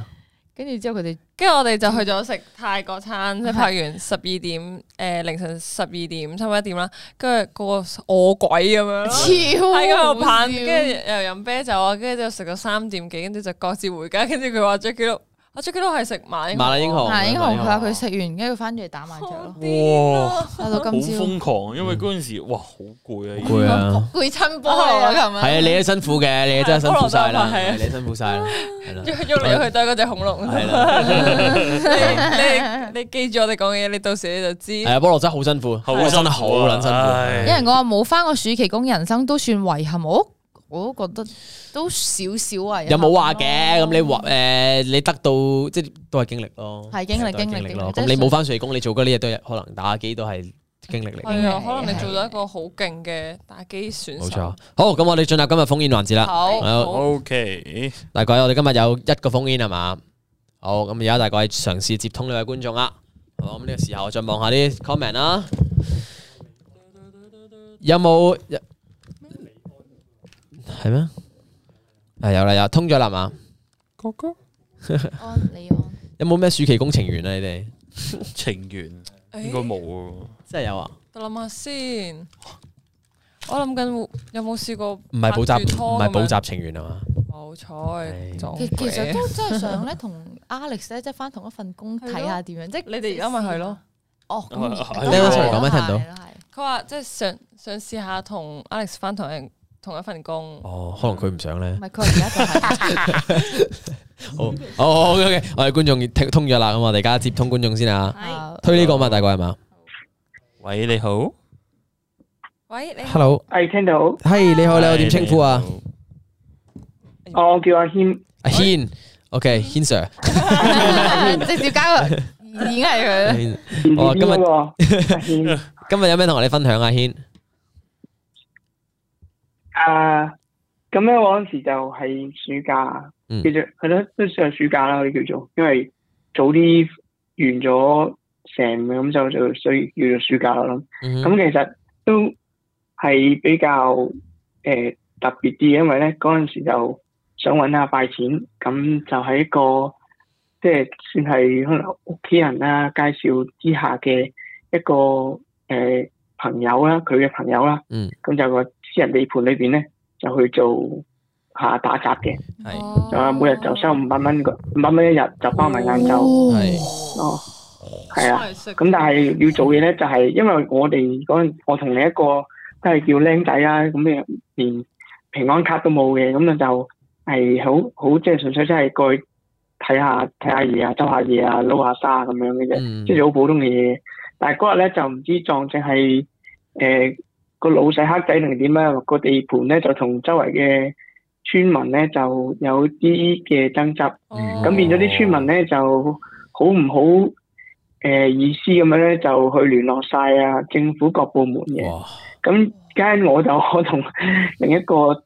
Speaker 4: 跟住之後佢哋
Speaker 2: 跟住我哋就去咗食泰國餐，即係拍完十二點，誒、凌晨十二點差唔多一點啦，跟住個個餓鬼咁樣咯。
Speaker 4: 超
Speaker 2: 哦喺嗰度盼，跟住
Speaker 4: 住
Speaker 2: 又飲啤酒啊，跟住就食到三點幾，跟住就各自回家。跟住佢話 j a c k 阿 j a c k 係食馬英
Speaker 1: 麻辣英雄，
Speaker 4: 嗱，英雄佢話啊佢食完，跟住翻咗嚟打麻雀
Speaker 2: 哦
Speaker 4: 咯，
Speaker 3: 哇，
Speaker 4: 打到
Speaker 3: 好
Speaker 4: 今朝
Speaker 3: 瘋狂，因為嗰陣時哇好攰啊已經，
Speaker 1: 攰啊！
Speaker 4: 攰親波啊！琴
Speaker 1: 係啊，你都辛苦嘅，你真係辛苦晒啦，
Speaker 2: 係啊
Speaker 1: 你辛苦晒啦，係啦，
Speaker 2: 喐喐嚟去都係嗰隻恐龍。
Speaker 1: 係啦，
Speaker 2: 你你你記住我哋講嘅嘢，你到時你就知。
Speaker 1: 係啊，菠蘿真係好辛苦，
Speaker 3: 好
Speaker 1: 菠蘿真
Speaker 3: 辛
Speaker 1: 係
Speaker 3: 苦啊
Speaker 1: 好撚辛苦
Speaker 3: 唉。
Speaker 4: 有人講話冇翻過暑期工，人生都算遺憾，我我都覺得都少少遺憾。
Speaker 1: 有冇話嘅？咁你話誒，你得到即係都係經歷咯，
Speaker 4: 係經歷
Speaker 1: 都係
Speaker 4: 經歷經歷
Speaker 1: 咯。
Speaker 4: 即
Speaker 1: 咁
Speaker 4: 係
Speaker 1: 你冇翻暑期工，你做嗰啲嘢都係可能打機都係經歷嚟嘅。
Speaker 2: 係啊，可能你做咗一個好勁嘅打機選
Speaker 1: 冇
Speaker 2: 手
Speaker 1: 錯。，好，咁我哋進入今日烽煙環節啦。
Speaker 2: 好
Speaker 1: 好，
Speaker 3: OK，
Speaker 1: 大概我哋今日有一個烽煙係嘛？好，咁而家大概嘗試接通呢位觀眾啦。好，咁呢個時候再望下啲 comment 啦。有冇係咩？啊有啦有，通咗啦嘛。
Speaker 3: 哥哥
Speaker 4: 安利安，
Speaker 1: 有冇咩暑期工程員啊？你哋
Speaker 3: 情緣應該冇喎，
Speaker 1: 真係有啊？
Speaker 2: 我諗下先，我諗緊有冇試過
Speaker 1: 唔係補習，
Speaker 2: 拍住拖
Speaker 1: 唔係補
Speaker 2: 咁樣，
Speaker 1: 習情緣啊嘛？
Speaker 2: 冇彩
Speaker 1: 係
Speaker 2: 撞
Speaker 4: 其其實
Speaker 2: 鬼
Speaker 4: 都真係想咧同 Alex 咧，即係翻同一份工
Speaker 2: 係咯
Speaker 4: 睇下點樣，即係
Speaker 2: 你哋而家咪係咯。
Speaker 4: 哦，咁
Speaker 3: 啊
Speaker 4: 而
Speaker 3: 係
Speaker 1: 你有冇
Speaker 4: 係
Speaker 1: 講咩聽唔到
Speaker 4: 係係
Speaker 2: 佢話即係想想試下同 Alex 翻同一同一份工，
Speaker 1: 哦，可能佢唔想咧
Speaker 4: 唔。係佢而家就係
Speaker 1: 好，好，OK OK，我哋觀眾聽通咗啦，咁我哋而家接通觀眾先啊。
Speaker 6: 係
Speaker 4: 啊
Speaker 1: 推呢個嘛，大概係嘛
Speaker 3: 喂，你好，
Speaker 2: 喂你好
Speaker 1: ？Hello，
Speaker 7: 係聽到，我
Speaker 1: 係你好，你好，
Speaker 3: 係
Speaker 1: 點稱呼啊？？哎
Speaker 7: 哦叫阿軒，
Speaker 1: 阿軒，OK，軒 Sir，
Speaker 4: 啊直接交個已經係佢啦。
Speaker 1: 軒
Speaker 7: 唔知
Speaker 1: 哦今日
Speaker 7: 邊個阿 軒
Speaker 1: 今日有咩同我哋分享啊？軒，
Speaker 7: 啊？咁咧，我嗰陣時就係暑假，
Speaker 1: 嗯
Speaker 7: 叫做係咯，都算係暑假啦，可以叫做，因為早啲完咗成咁就就所以叫做暑假啦我諗。
Speaker 1: 嗯
Speaker 7: 咁其實都係比較誒、呃特別啲，因為咧嗰陣時就想揾下快錢，咁就喺一個即係算係可能屋企人啦介紹之下嘅一個誒、呃朋友啦，佢嘅朋友啦，
Speaker 1: 嗯
Speaker 7: 咁就個私人地盤裏邊咧就去做下打雜嘅，
Speaker 1: 係
Speaker 7: 就係每日就收五百蚊個五百蚊一日，就包埋晏晝，
Speaker 1: 係
Speaker 7: 哦，係啊。
Speaker 2: 食
Speaker 7: 咁但係要做嘢咧，就係、因為我哋嗰陣，我同你一個都係叫僆仔啦，咁你連平安卡都冇嘅，咁啊就係好好即係純粹真係過去睇下睇下嘢啊，執下嘢啊，撈下沙咁樣嘅啫，
Speaker 1: 嗯
Speaker 7: 即係好普通嘅嘢。但係嗰日咧就唔知撞正係誒個老細黑仔定點啊，個地盤咧就同周圍嘅村民咧就有啲嘅爭執。咁變咗啲村民咧就好唔好誒、呃意思咁樣咧，就去聯絡晒啊政府各部門嘅。
Speaker 1: 哇，
Speaker 7: 咁間我就 我同另一個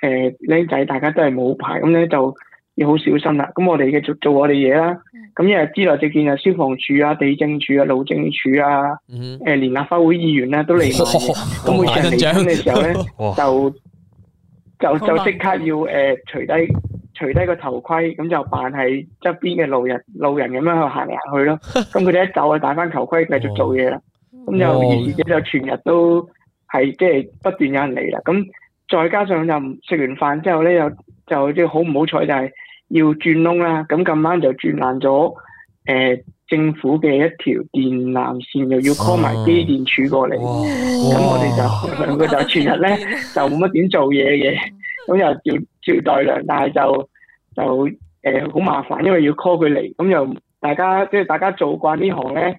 Speaker 7: 誒僆仔，大家都係冇牌，咁咧就要好小心啦。咁我哋繼續做我哋嘢啦。咁一日之內就見啊消防處啊、地政處啊、路政處啊、
Speaker 1: 嗯哦
Speaker 7: 誒、連立法會議員咧都 嚟埋嘅。咁每
Speaker 1: 大
Speaker 7: 次人
Speaker 1: 陣
Speaker 7: 離婚嘅時候咧。
Speaker 3: 哇，
Speaker 7: 就就
Speaker 2: 好
Speaker 7: 就
Speaker 2: 難
Speaker 7: 即刻要誒、呃除低除低個頭盔，咁就扮係側邊嘅路人路人咁樣去行嚟行 去咯。咁佢哋一走啊，戴翻頭盔繼
Speaker 1: 哦
Speaker 7: 續做嘢啦。咁
Speaker 1: 哇
Speaker 7: 就而且就全日都係即係不斷有人嚟啦。咁再加上就唔食完飯之後咧，又就即係好唔好彩就係要轉窿啦。咁咁啱就轉爛咗誒政府嘅一條電纜線，又要 call 埋機電處過嚟。
Speaker 1: 哦
Speaker 3: 哇，
Speaker 7: 咁我哋就兩個就全日
Speaker 2: 哦
Speaker 7: 咧。
Speaker 2: 啊
Speaker 7: 就冇乜點做嘢嘅，咁又照照待量，但係就就誒好、麻煩，因為要 call 佢嚟，咁又大家即係大家做慣呢行咧，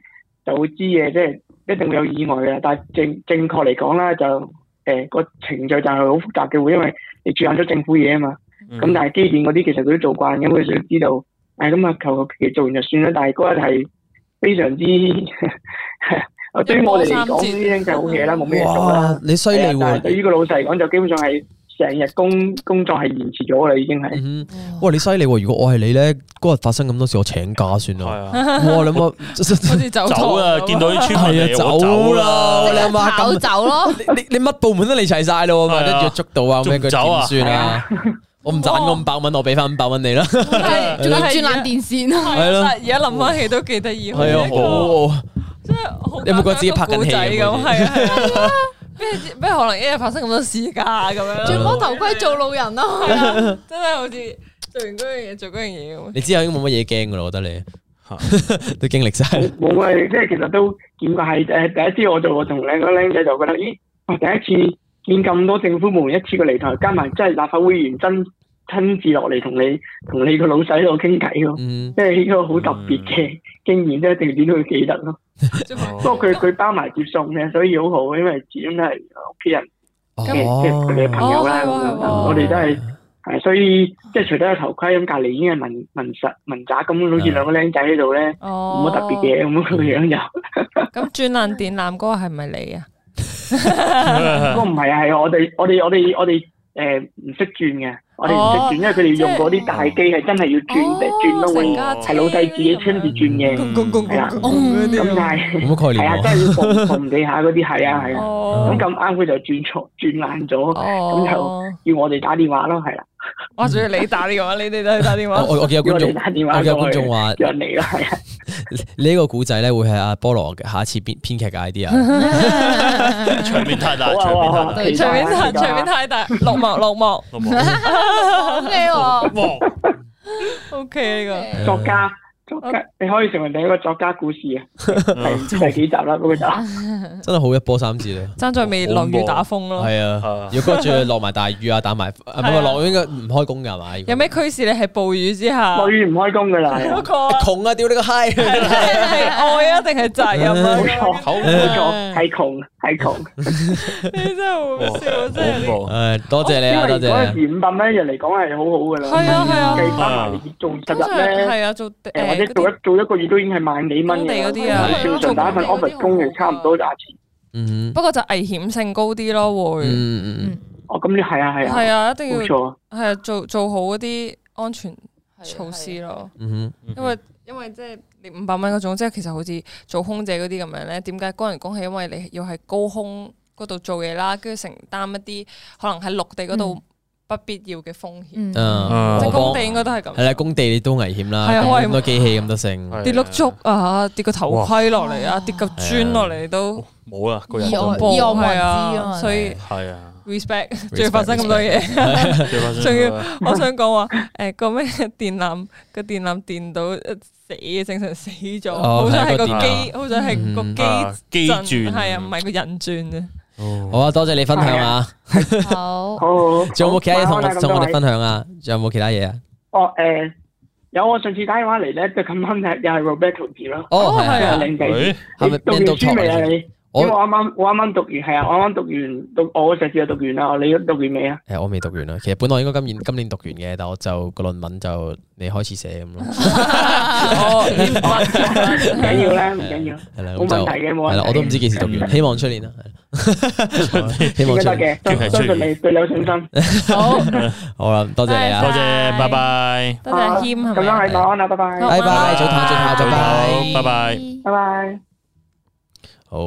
Speaker 7: 就會知嘅，即係一定會有意外嘅。但係正正確嚟講啦，就誒個、程序就係好複雜嘅，會因為你轉咗政府嘢啊嘛。
Speaker 3: 嗯
Speaker 7: 咁但係機電嗰啲其實佢都做慣，咁佢就知道，誒咁啊求求其其做完就算啦。但係嗰日係非常之，對於我哋嚟講呢啲僆仔好嘢啦，冇咩嘢做啦。
Speaker 1: 哇，你犀利
Speaker 7: 係啊但係對
Speaker 1: 喎！
Speaker 7: 於個老細嚟講，就基本上係成日工工作係延遲咗啦，已經係。
Speaker 1: 嗯哼，哇，你犀利喎！如果我係你咧，嗰日發生咁多事，我請假算
Speaker 3: 係
Speaker 1: 啦。
Speaker 3: 啊，
Speaker 1: 哇，你冇
Speaker 2: 好似走
Speaker 3: 走啦，見到啲村民
Speaker 1: 係啊
Speaker 3: 嚟，我
Speaker 1: 走
Speaker 3: 走
Speaker 1: 啦
Speaker 3: 啦，
Speaker 1: 你阿媽咁
Speaker 4: 跑走 咯，
Speaker 1: 你你乜部門都你齊晒咯，
Speaker 3: 係啊
Speaker 1: 萬一要捉到啊咁樣佢
Speaker 3: 仲唔走啊
Speaker 1: 點算啊？我唔賺嗰五百蚊，我俾翻五百蚊你啦。
Speaker 4: 仲要
Speaker 2: 仲要
Speaker 4: 轉爛電線啊！
Speaker 1: 係
Speaker 2: 係
Speaker 1: 咯
Speaker 2: 咯，但係而家諗翻起都幾得意，
Speaker 1: 係啊，好
Speaker 2: 即係好
Speaker 1: 你有冇覺得自己拍緊戲
Speaker 2: 仔
Speaker 1: 咁
Speaker 2: 咁？係啊係啊，咩咩可能一日發生咁多事㗎咁樣，
Speaker 4: 仲攞頭盔做路人咯，
Speaker 2: 係啊，真係好似做完嗰樣嘢做嗰樣嘢咁。啊
Speaker 1: 你之後已經冇乜嘢驚噶啦，我覺得你 都經歷晒。
Speaker 7: 冇啊，即係其實都見過係誒第一次我做，我同兩個僆仔就覺得，咦，我第一次見咁多政府部門一次過嚟台，加埋即係立法會議員真親自落嚟同你同你個老細喺度傾偈咯，
Speaker 1: 嗯，
Speaker 7: 即係呢個好特別嘅經驗，即係一定點都要記得咯。
Speaker 3: 哦
Speaker 7: 不過 佢佢包埋接送嘅，所以好好，因為始終都係屋企人
Speaker 1: 哦，
Speaker 7: 嘅，即係佢哋嘅朋友啦
Speaker 2: 哦係
Speaker 7: 咁樣
Speaker 2: 喎係喎
Speaker 7: 我哋都係。係，所以即係除咗有頭盔，咁隔離已經係文文實文宅咁，好似兩個僆仔喺度咧，
Speaker 2: 哦
Speaker 7: 冇乜特別。嘅咁樣個樣就。
Speaker 2: 咁轉爛電纜嗰個係咪你啊？
Speaker 7: 啊不過唔係啊，係我哋我哋我哋我哋誒唔識轉嘅，我哋唔識轉，因為
Speaker 2: 哦
Speaker 7: 佢哋
Speaker 2: 即係
Speaker 7: 用嗰啲大機係真係要轉
Speaker 2: 哦
Speaker 7: 嘅，轉到會係老細自己親自轉嘅，
Speaker 1: 公公公公
Speaker 7: 係啦
Speaker 1: 嗰啲
Speaker 7: 咁但係
Speaker 1: 哦冇乜概
Speaker 7: 係啊，
Speaker 1: 念喎。嗯
Speaker 7: 真係要縫縫地下嗰啲，係啊係啊，
Speaker 2: 哦
Speaker 7: 咁咁啱佢就轉錯轉爛咗，
Speaker 2: 哦，
Speaker 7: 要我哋打電話咯，係啦，
Speaker 2: 我仲要你打電話，你哋都去打電
Speaker 1: 我
Speaker 2: 話。
Speaker 1: 我我見有
Speaker 7: 要
Speaker 1: 觀
Speaker 7: 我哋
Speaker 1: 眾，
Speaker 7: 打電
Speaker 1: 我
Speaker 7: 話
Speaker 1: 見有觀
Speaker 7: 過去
Speaker 1: 眾話
Speaker 7: 約你 咯，係啊，
Speaker 1: 你呢個古仔咧會係阿菠蘿嘅下一次編編劇嘅 idea。
Speaker 3: 場面太大，
Speaker 7: 好啊
Speaker 3: 場面太
Speaker 7: 好啊
Speaker 3: 大，
Speaker 7: 好啊，
Speaker 2: 場面太場面太大，落幕落幕
Speaker 3: 好冇？
Speaker 4: OK 喎，
Speaker 3: 哇！
Speaker 2: ，OK 呢
Speaker 7: 作家。作
Speaker 2: 哦
Speaker 7: 家，你可以成為第一個作家故事 啊！
Speaker 1: 嗯
Speaker 7: 第第幾集啦？嗰個集
Speaker 2: 啊
Speaker 1: 真係好一波三折咧。
Speaker 2: 個爭在未落雨打風咯。
Speaker 1: 係啊
Speaker 3: 啊，
Speaker 1: 如果仲要落埋大雨啊，打埋啊唔係落雨應該唔開工㗎係嘛？
Speaker 2: 有咩驅使你係暴雨之下？
Speaker 7: 落雨唔開工噶啦，係啊
Speaker 2: 嗰個啊
Speaker 1: 窮啊！屌你個
Speaker 2: 係
Speaker 1: 閪！
Speaker 2: 係愛啊，定係責任
Speaker 7: 冇
Speaker 2: 啊？
Speaker 7: 錯，冇
Speaker 1: 啊
Speaker 7: 錯，係窮，係窮。
Speaker 2: 你真係好笑，真係呢
Speaker 3: 恐怖
Speaker 1: 唉，多謝你
Speaker 7: 因
Speaker 1: 啊，
Speaker 7: 為
Speaker 1: 多
Speaker 7: 嗰
Speaker 1: 謝
Speaker 7: 陣
Speaker 1: 你。
Speaker 7: 時五百蚊一日嚟講係好好噶啦，
Speaker 2: 係啊係啊
Speaker 7: 計翻埋你做
Speaker 2: 通常
Speaker 7: 實日咧，
Speaker 2: 係啊，做
Speaker 7: 誒或
Speaker 2: 誒
Speaker 7: 者做一做一個月都已經係萬幾蚊嘅啦，
Speaker 2: 工地嗰啲啊
Speaker 7: 正常打份 office 工嘅差唔多價錢。
Speaker 1: 嗯
Speaker 2: 啊不過就危險性高啲咯，
Speaker 1: 嗯
Speaker 2: 會
Speaker 1: 嗯
Speaker 7: 哦，咁你係啊係
Speaker 2: 係
Speaker 7: 啊，
Speaker 2: 啊，一定要
Speaker 7: 冇錯，
Speaker 2: 係啊，做做好嗰啲安全措施咯。
Speaker 1: 嗯嗯
Speaker 3: 嗯
Speaker 2: 因為因為即係你五百蚊嗰種，即係其實好似做空姐嗰啲咁樣咧，點解工人工係因為你要喺高空嗰度做嘢啦，跟住承擔一啲可能喺陸地嗰
Speaker 7: 嗯
Speaker 2: 度不必要嘅風險，
Speaker 4: 嗯，
Speaker 1: 嗯，
Speaker 2: 即係
Speaker 1: 我
Speaker 2: 工地
Speaker 1: 幫
Speaker 2: 應該都係咁。
Speaker 1: 係啦，工地你都危險啦，
Speaker 2: 係啊
Speaker 1: 咁
Speaker 2: 我係
Speaker 1: 多機器咁多性。
Speaker 3: 係
Speaker 2: 跌碌竹啊，跌個頭盔落嚟啊，跌嚿磚落嚟都
Speaker 3: 冇啦，個人
Speaker 4: 意
Speaker 2: 어.
Speaker 4: 外
Speaker 3: 係
Speaker 4: 意外冇
Speaker 2: 係
Speaker 4: 人知啊
Speaker 2: 啊，
Speaker 4: 嘛
Speaker 2: 所以
Speaker 3: 啊，
Speaker 2: respect 仲要發生咁多嘢。
Speaker 3: 最發生
Speaker 2: 仲要
Speaker 3: 咗
Speaker 2: 我想講話誒個咩 電纜個電纜電到呃死嘅，正常死咗，
Speaker 1: 哦
Speaker 2: 好彩係個
Speaker 1: 係個
Speaker 3: 電
Speaker 2: 機，好彩係個
Speaker 1: 嗯
Speaker 3: 啊
Speaker 2: 機
Speaker 3: 機
Speaker 2: 震
Speaker 3: 轉
Speaker 2: 係啊，唔係個人轉啫。
Speaker 1: 好啊，多謝你分享啊！
Speaker 4: 好，
Speaker 7: 好好。
Speaker 1: 仲有冇其他嘢同
Speaker 7: 晚安
Speaker 1: 我同我哋？
Speaker 7: 啊咁多
Speaker 1: 分
Speaker 7: 位
Speaker 1: 享啊？仲有冇其他嘢啊？
Speaker 7: 哦誒，有我上次打電話嚟咧，就咁啱又係 Roberto 字咯，
Speaker 1: 哦，
Speaker 2: 哦
Speaker 1: 係
Speaker 2: 係
Speaker 1: 啊
Speaker 2: 啊，
Speaker 7: 靚仔。
Speaker 3: 喂，
Speaker 1: 係
Speaker 7: 你
Speaker 1: 咪
Speaker 7: 讀完
Speaker 1: 邊度
Speaker 7: 書未啊？你？因為我
Speaker 1: 我
Speaker 7: 啱啱我啱啱讀完，係啊，我啱啱讀完讀我碩士就讀完啦，你讀完未啊？
Speaker 1: 誒，我未讀完啊。其實本來應該今年今年讀完嘅，但我就個論文就你開始寫咁 咯。
Speaker 2: 哦，
Speaker 7: 唔緊要啦，唔緊要，
Speaker 1: 係啦，咁
Speaker 7: 冇
Speaker 1: 就
Speaker 7: 問題嘅，冇問
Speaker 1: 係
Speaker 7: 題
Speaker 1: 啦，我都唔知幾時讀完，希望出年啦。係啦希望
Speaker 7: 應
Speaker 1: 出
Speaker 7: 該
Speaker 1: 年。
Speaker 7: 得嘅，相信你對你有信心。
Speaker 2: 好，
Speaker 1: 好啦，多謝你
Speaker 3: 多
Speaker 1: 啊！
Speaker 3: 謝，拜拜，
Speaker 2: 多謝謙係
Speaker 7: 咁
Speaker 2: 咪
Speaker 7: 樣
Speaker 2: 啊？
Speaker 7: 係晚安啦，拜拜，
Speaker 2: 好
Speaker 1: 拜拜，早唞早唞
Speaker 3: 早
Speaker 1: 早唞。
Speaker 3: 唞拜拜。
Speaker 7: 拜拜。
Speaker 1: 好，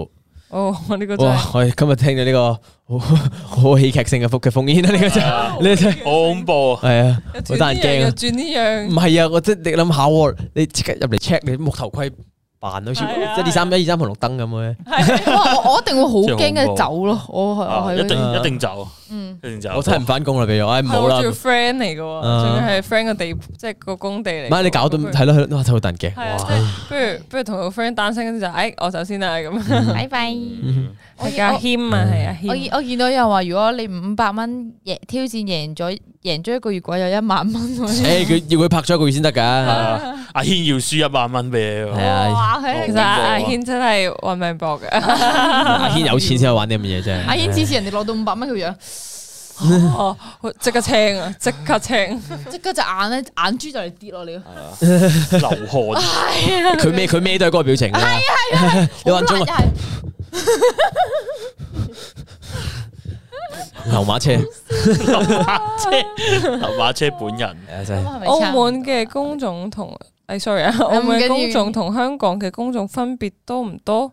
Speaker 2: 哦，呢個真
Speaker 1: 哇！
Speaker 2: 係
Speaker 1: 我哋今日聽到呢個好好喜劇性嘅福嘅烽煙啊！呢個真係，
Speaker 3: 啊
Speaker 1: 呢個真係
Speaker 3: 好恐怖啊！
Speaker 1: 係啊，
Speaker 2: 又
Speaker 1: 好得人
Speaker 2: 轉呢
Speaker 1: 驚
Speaker 2: 樣
Speaker 1: 啊！
Speaker 2: 又轉呢
Speaker 1: 唔係啊，我即係你諗下喎，你即刻入嚟 check 你木頭盔扮好似
Speaker 2: 係啊
Speaker 1: 一二三一二三紅綠燈咁嘅。
Speaker 4: 我我我一定會好驚嘅走咯，我係
Speaker 3: 啊
Speaker 4: 我
Speaker 3: 一
Speaker 4: 係，
Speaker 3: 定
Speaker 1: 啊
Speaker 3: 一定走，
Speaker 4: 嗯，
Speaker 3: 一定走。
Speaker 1: 我真係唔翻工啦，俾我，唉哎唔
Speaker 2: 樣，係
Speaker 1: 好
Speaker 2: 我
Speaker 1: 啦
Speaker 2: 仲。要 friend 嚟嘅喎，
Speaker 1: 啊
Speaker 2: 仲要係 friend 個地，即係個工地嚟嘅
Speaker 1: 唔
Speaker 2: 喎。
Speaker 1: 係你搞到
Speaker 2: 咁佢
Speaker 1: 係咯係咯，哇！睇到突嘅，
Speaker 2: 係啊，
Speaker 1: 哇！
Speaker 2: 即係不如不如同個 friend 單身，跟住就誒我走先啦咁。
Speaker 4: 拜拜。我
Speaker 2: 係阿謙啊，係阿
Speaker 4: 我
Speaker 2: 謙
Speaker 4: 見。我見到有人話，如果你五百蚊贏挑戰贏咗，贏咗一個月嘅話，有一萬蚊喎。
Speaker 1: 誒，佢要佢拍咗一個月先得㗎。
Speaker 3: 啊阿軒要輸一萬蚊俾你
Speaker 1: 係
Speaker 3: 喎，
Speaker 1: 啊，
Speaker 4: 哇！佢
Speaker 2: 其實阿阿軒真係運命搏嘅，
Speaker 1: 阿軒有錢先可以玩啲咁嘅嘢啫。
Speaker 4: 阿英次次人哋攞到五百蚊，佢樣
Speaker 2: 哦，即刻青啊，即刻 青，
Speaker 4: 即刻隻眼咧眼珠就嚟跌落嚟。
Speaker 3: 流汗。
Speaker 1: 佢咩佢咩都係嗰個表情㗎。係啊 係啊，你話中
Speaker 4: 好
Speaker 1: 啊
Speaker 4: 辣又係
Speaker 1: 牛馬車，係
Speaker 3: 搭馬車本人，
Speaker 1: 啊真係
Speaker 4: 咁係咪
Speaker 2: 澳
Speaker 4: 差唔多
Speaker 2: 門嘅工種同誒 sorry 啊，澳門嘅工種同香港嘅工種分別多唔多？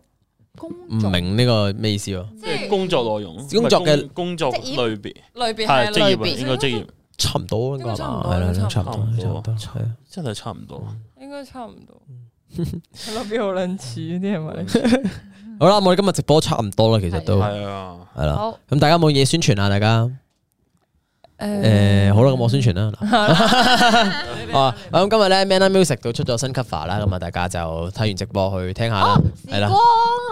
Speaker 4: 工
Speaker 1: 唔明呢個咩意思喎？
Speaker 3: 即係工作內容、
Speaker 1: 工作嘅
Speaker 3: 工作
Speaker 4: 職業
Speaker 3: 類別
Speaker 2: 類別
Speaker 3: 係職
Speaker 4: 類
Speaker 3: 業啊，
Speaker 4: 別
Speaker 3: 應該職業
Speaker 1: 差唔多應該係嘛係
Speaker 2: 應
Speaker 1: 啦，
Speaker 2: 該
Speaker 1: 差
Speaker 2: 差
Speaker 1: 唔多
Speaker 3: 多
Speaker 2: 唔
Speaker 1: 差唔多，係啊
Speaker 3: 真係差唔多。
Speaker 2: 應該差唔多。我諗邊好撚似呢啲係咪？
Speaker 1: 好啦，我哋今日直播差唔多啦，其實都係
Speaker 3: 係啊，
Speaker 1: 啦。
Speaker 4: 好
Speaker 1: 咁大家有冇嘢宣傳啊？大家？誒好啦，咁我宣傳啦。 啊，咁今日咧 Man Up Music 都出咗新 cover 啦，咁啊大家就睇完直播去聽下啦，係啦
Speaker 4: 光。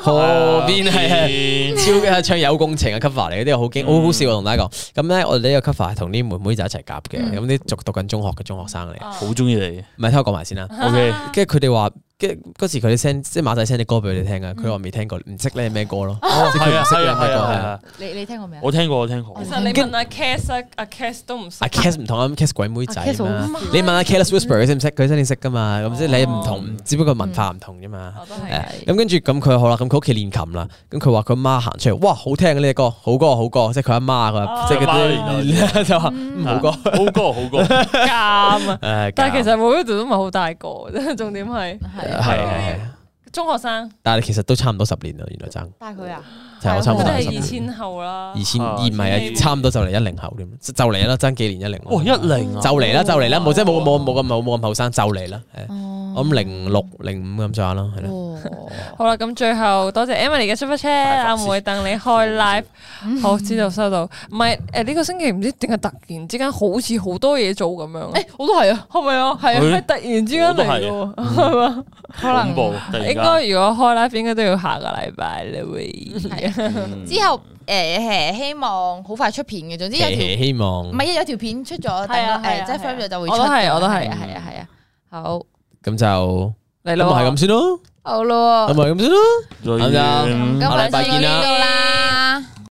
Speaker 1: 河邊 係
Speaker 3: 邊嗯
Speaker 1: 超嘅唱有共情嘅 cover 嚟，嗰啲好驚，好好笑啊！同大家講，咁咧我哋呢個 cover 係同啲妹妹仔一齊夾
Speaker 3: 哦
Speaker 1: 嘅，咁啲讀讀緊中學嘅中學生嚟嘅，
Speaker 3: 好中意你。啊
Speaker 1: 唔係聽我講埋先啦。
Speaker 3: O K，
Speaker 1: 跟住佢哋話跟嗰時佢哋 send 即係馬仔 send 啲歌俾佢哋聽啊嘅，佢話未聽過，唔識咧咩歌咯。即係
Speaker 3: 係
Speaker 1: 佢
Speaker 3: 啊
Speaker 1: 唔識
Speaker 3: 係
Speaker 1: 咧
Speaker 3: 啊係
Speaker 1: 咩歌係啊。
Speaker 3: 啊係啊，
Speaker 4: 你你听过未啊？
Speaker 3: 我聽過我聽過
Speaker 4: 我
Speaker 2: 其實你問阿 Cass 啊，阿 Cass 都唔識
Speaker 1: 阿。Cass 唔同啊，Cass 鬼妹仔
Speaker 4: 啊，Cass 好
Speaker 1: 嘛
Speaker 4: 唔。
Speaker 1: 你問阿 Careless Whisper 佢識唔識，佢真係識噶嘛。咁即係你唔同，只不過文化唔同啫嘛。
Speaker 2: 哦嗯我都係
Speaker 1: 誒咁跟住咁佢好啦，咁佢屋企練琴啦，咁佢話佢媽行出嚟，哇好聽啊呢隻歌，好歌好歌，即係佢阿媽佢
Speaker 2: 哦
Speaker 1: 即係
Speaker 3: 佢
Speaker 1: 嗰啲 就話嗯好歌。
Speaker 3: 好歌好歌，係
Speaker 2: 啱啊！
Speaker 1: 誒，
Speaker 2: 但係其
Speaker 1: 係
Speaker 2: 實 w i l d 都唔係好大個， 重點係
Speaker 4: 係，
Speaker 1: 係係
Speaker 2: 中學生，
Speaker 1: 但係其實都差唔多十年啦，原來爭
Speaker 4: 但係佢啊，
Speaker 1: 就係我差唔
Speaker 2: 我
Speaker 1: 多
Speaker 2: 覺得
Speaker 1: 十
Speaker 2: 係二
Speaker 1: 年。
Speaker 2: 千後啦
Speaker 1: 二。千
Speaker 3: 啊
Speaker 1: 二唔係啊，
Speaker 3: 2000
Speaker 1: 差唔多就嚟一零後添，就嚟啦，爭幾年一零。
Speaker 3: 哇一零啊
Speaker 1: 就嚟啦，就嚟啦，冇即係冇冇冇咁冇冇咁後生，就嚟啦。係
Speaker 4: 哦
Speaker 1: 我諗零六零五咁上下啦，係啦。
Speaker 4: 哦
Speaker 2: 好啦，咁最後多謝 Emily 嘅 super chat，阿妹等你
Speaker 1: 嗯
Speaker 2: 開 live，好知道收到。唔係誒呢個星期唔知點解突然之間好似好多嘢做咁樣，
Speaker 4: 誒我都係啊，
Speaker 2: 係咪啊？係啊，
Speaker 3: 佢
Speaker 2: 係突然之間嚟嘅
Speaker 1: 啊
Speaker 2: 喎， 係嘛？
Speaker 4: 可能
Speaker 3: 恐怖，突
Speaker 1: 嗯
Speaker 3: 然
Speaker 2: 應
Speaker 3: 間
Speaker 2: 該如果開 live 應該都要下個禮拜啦 會。
Speaker 3: 嗯
Speaker 4: 之後誒希望好快出片嘅，總之有條
Speaker 1: 誒希望
Speaker 4: 唔係有條片出咗，
Speaker 2: 係啊
Speaker 4: 但
Speaker 2: 係啊
Speaker 4: 係即係
Speaker 2: 係啊
Speaker 4: firm 咗就會出
Speaker 2: 我
Speaker 4: 㗎。
Speaker 2: 都係我都係
Speaker 4: 係啊係啊係啊，好
Speaker 1: 咁就
Speaker 2: 嚟
Speaker 1: 咁咪
Speaker 2: 咯
Speaker 1: 係咁先咯，
Speaker 4: 好咯
Speaker 1: 咁。咪係咁先咯。
Speaker 3: 再
Speaker 1: 咁就
Speaker 3: 見
Speaker 4: 今日
Speaker 1: 下禮拜
Speaker 4: 先
Speaker 1: 見啦
Speaker 4: 到呢度啦，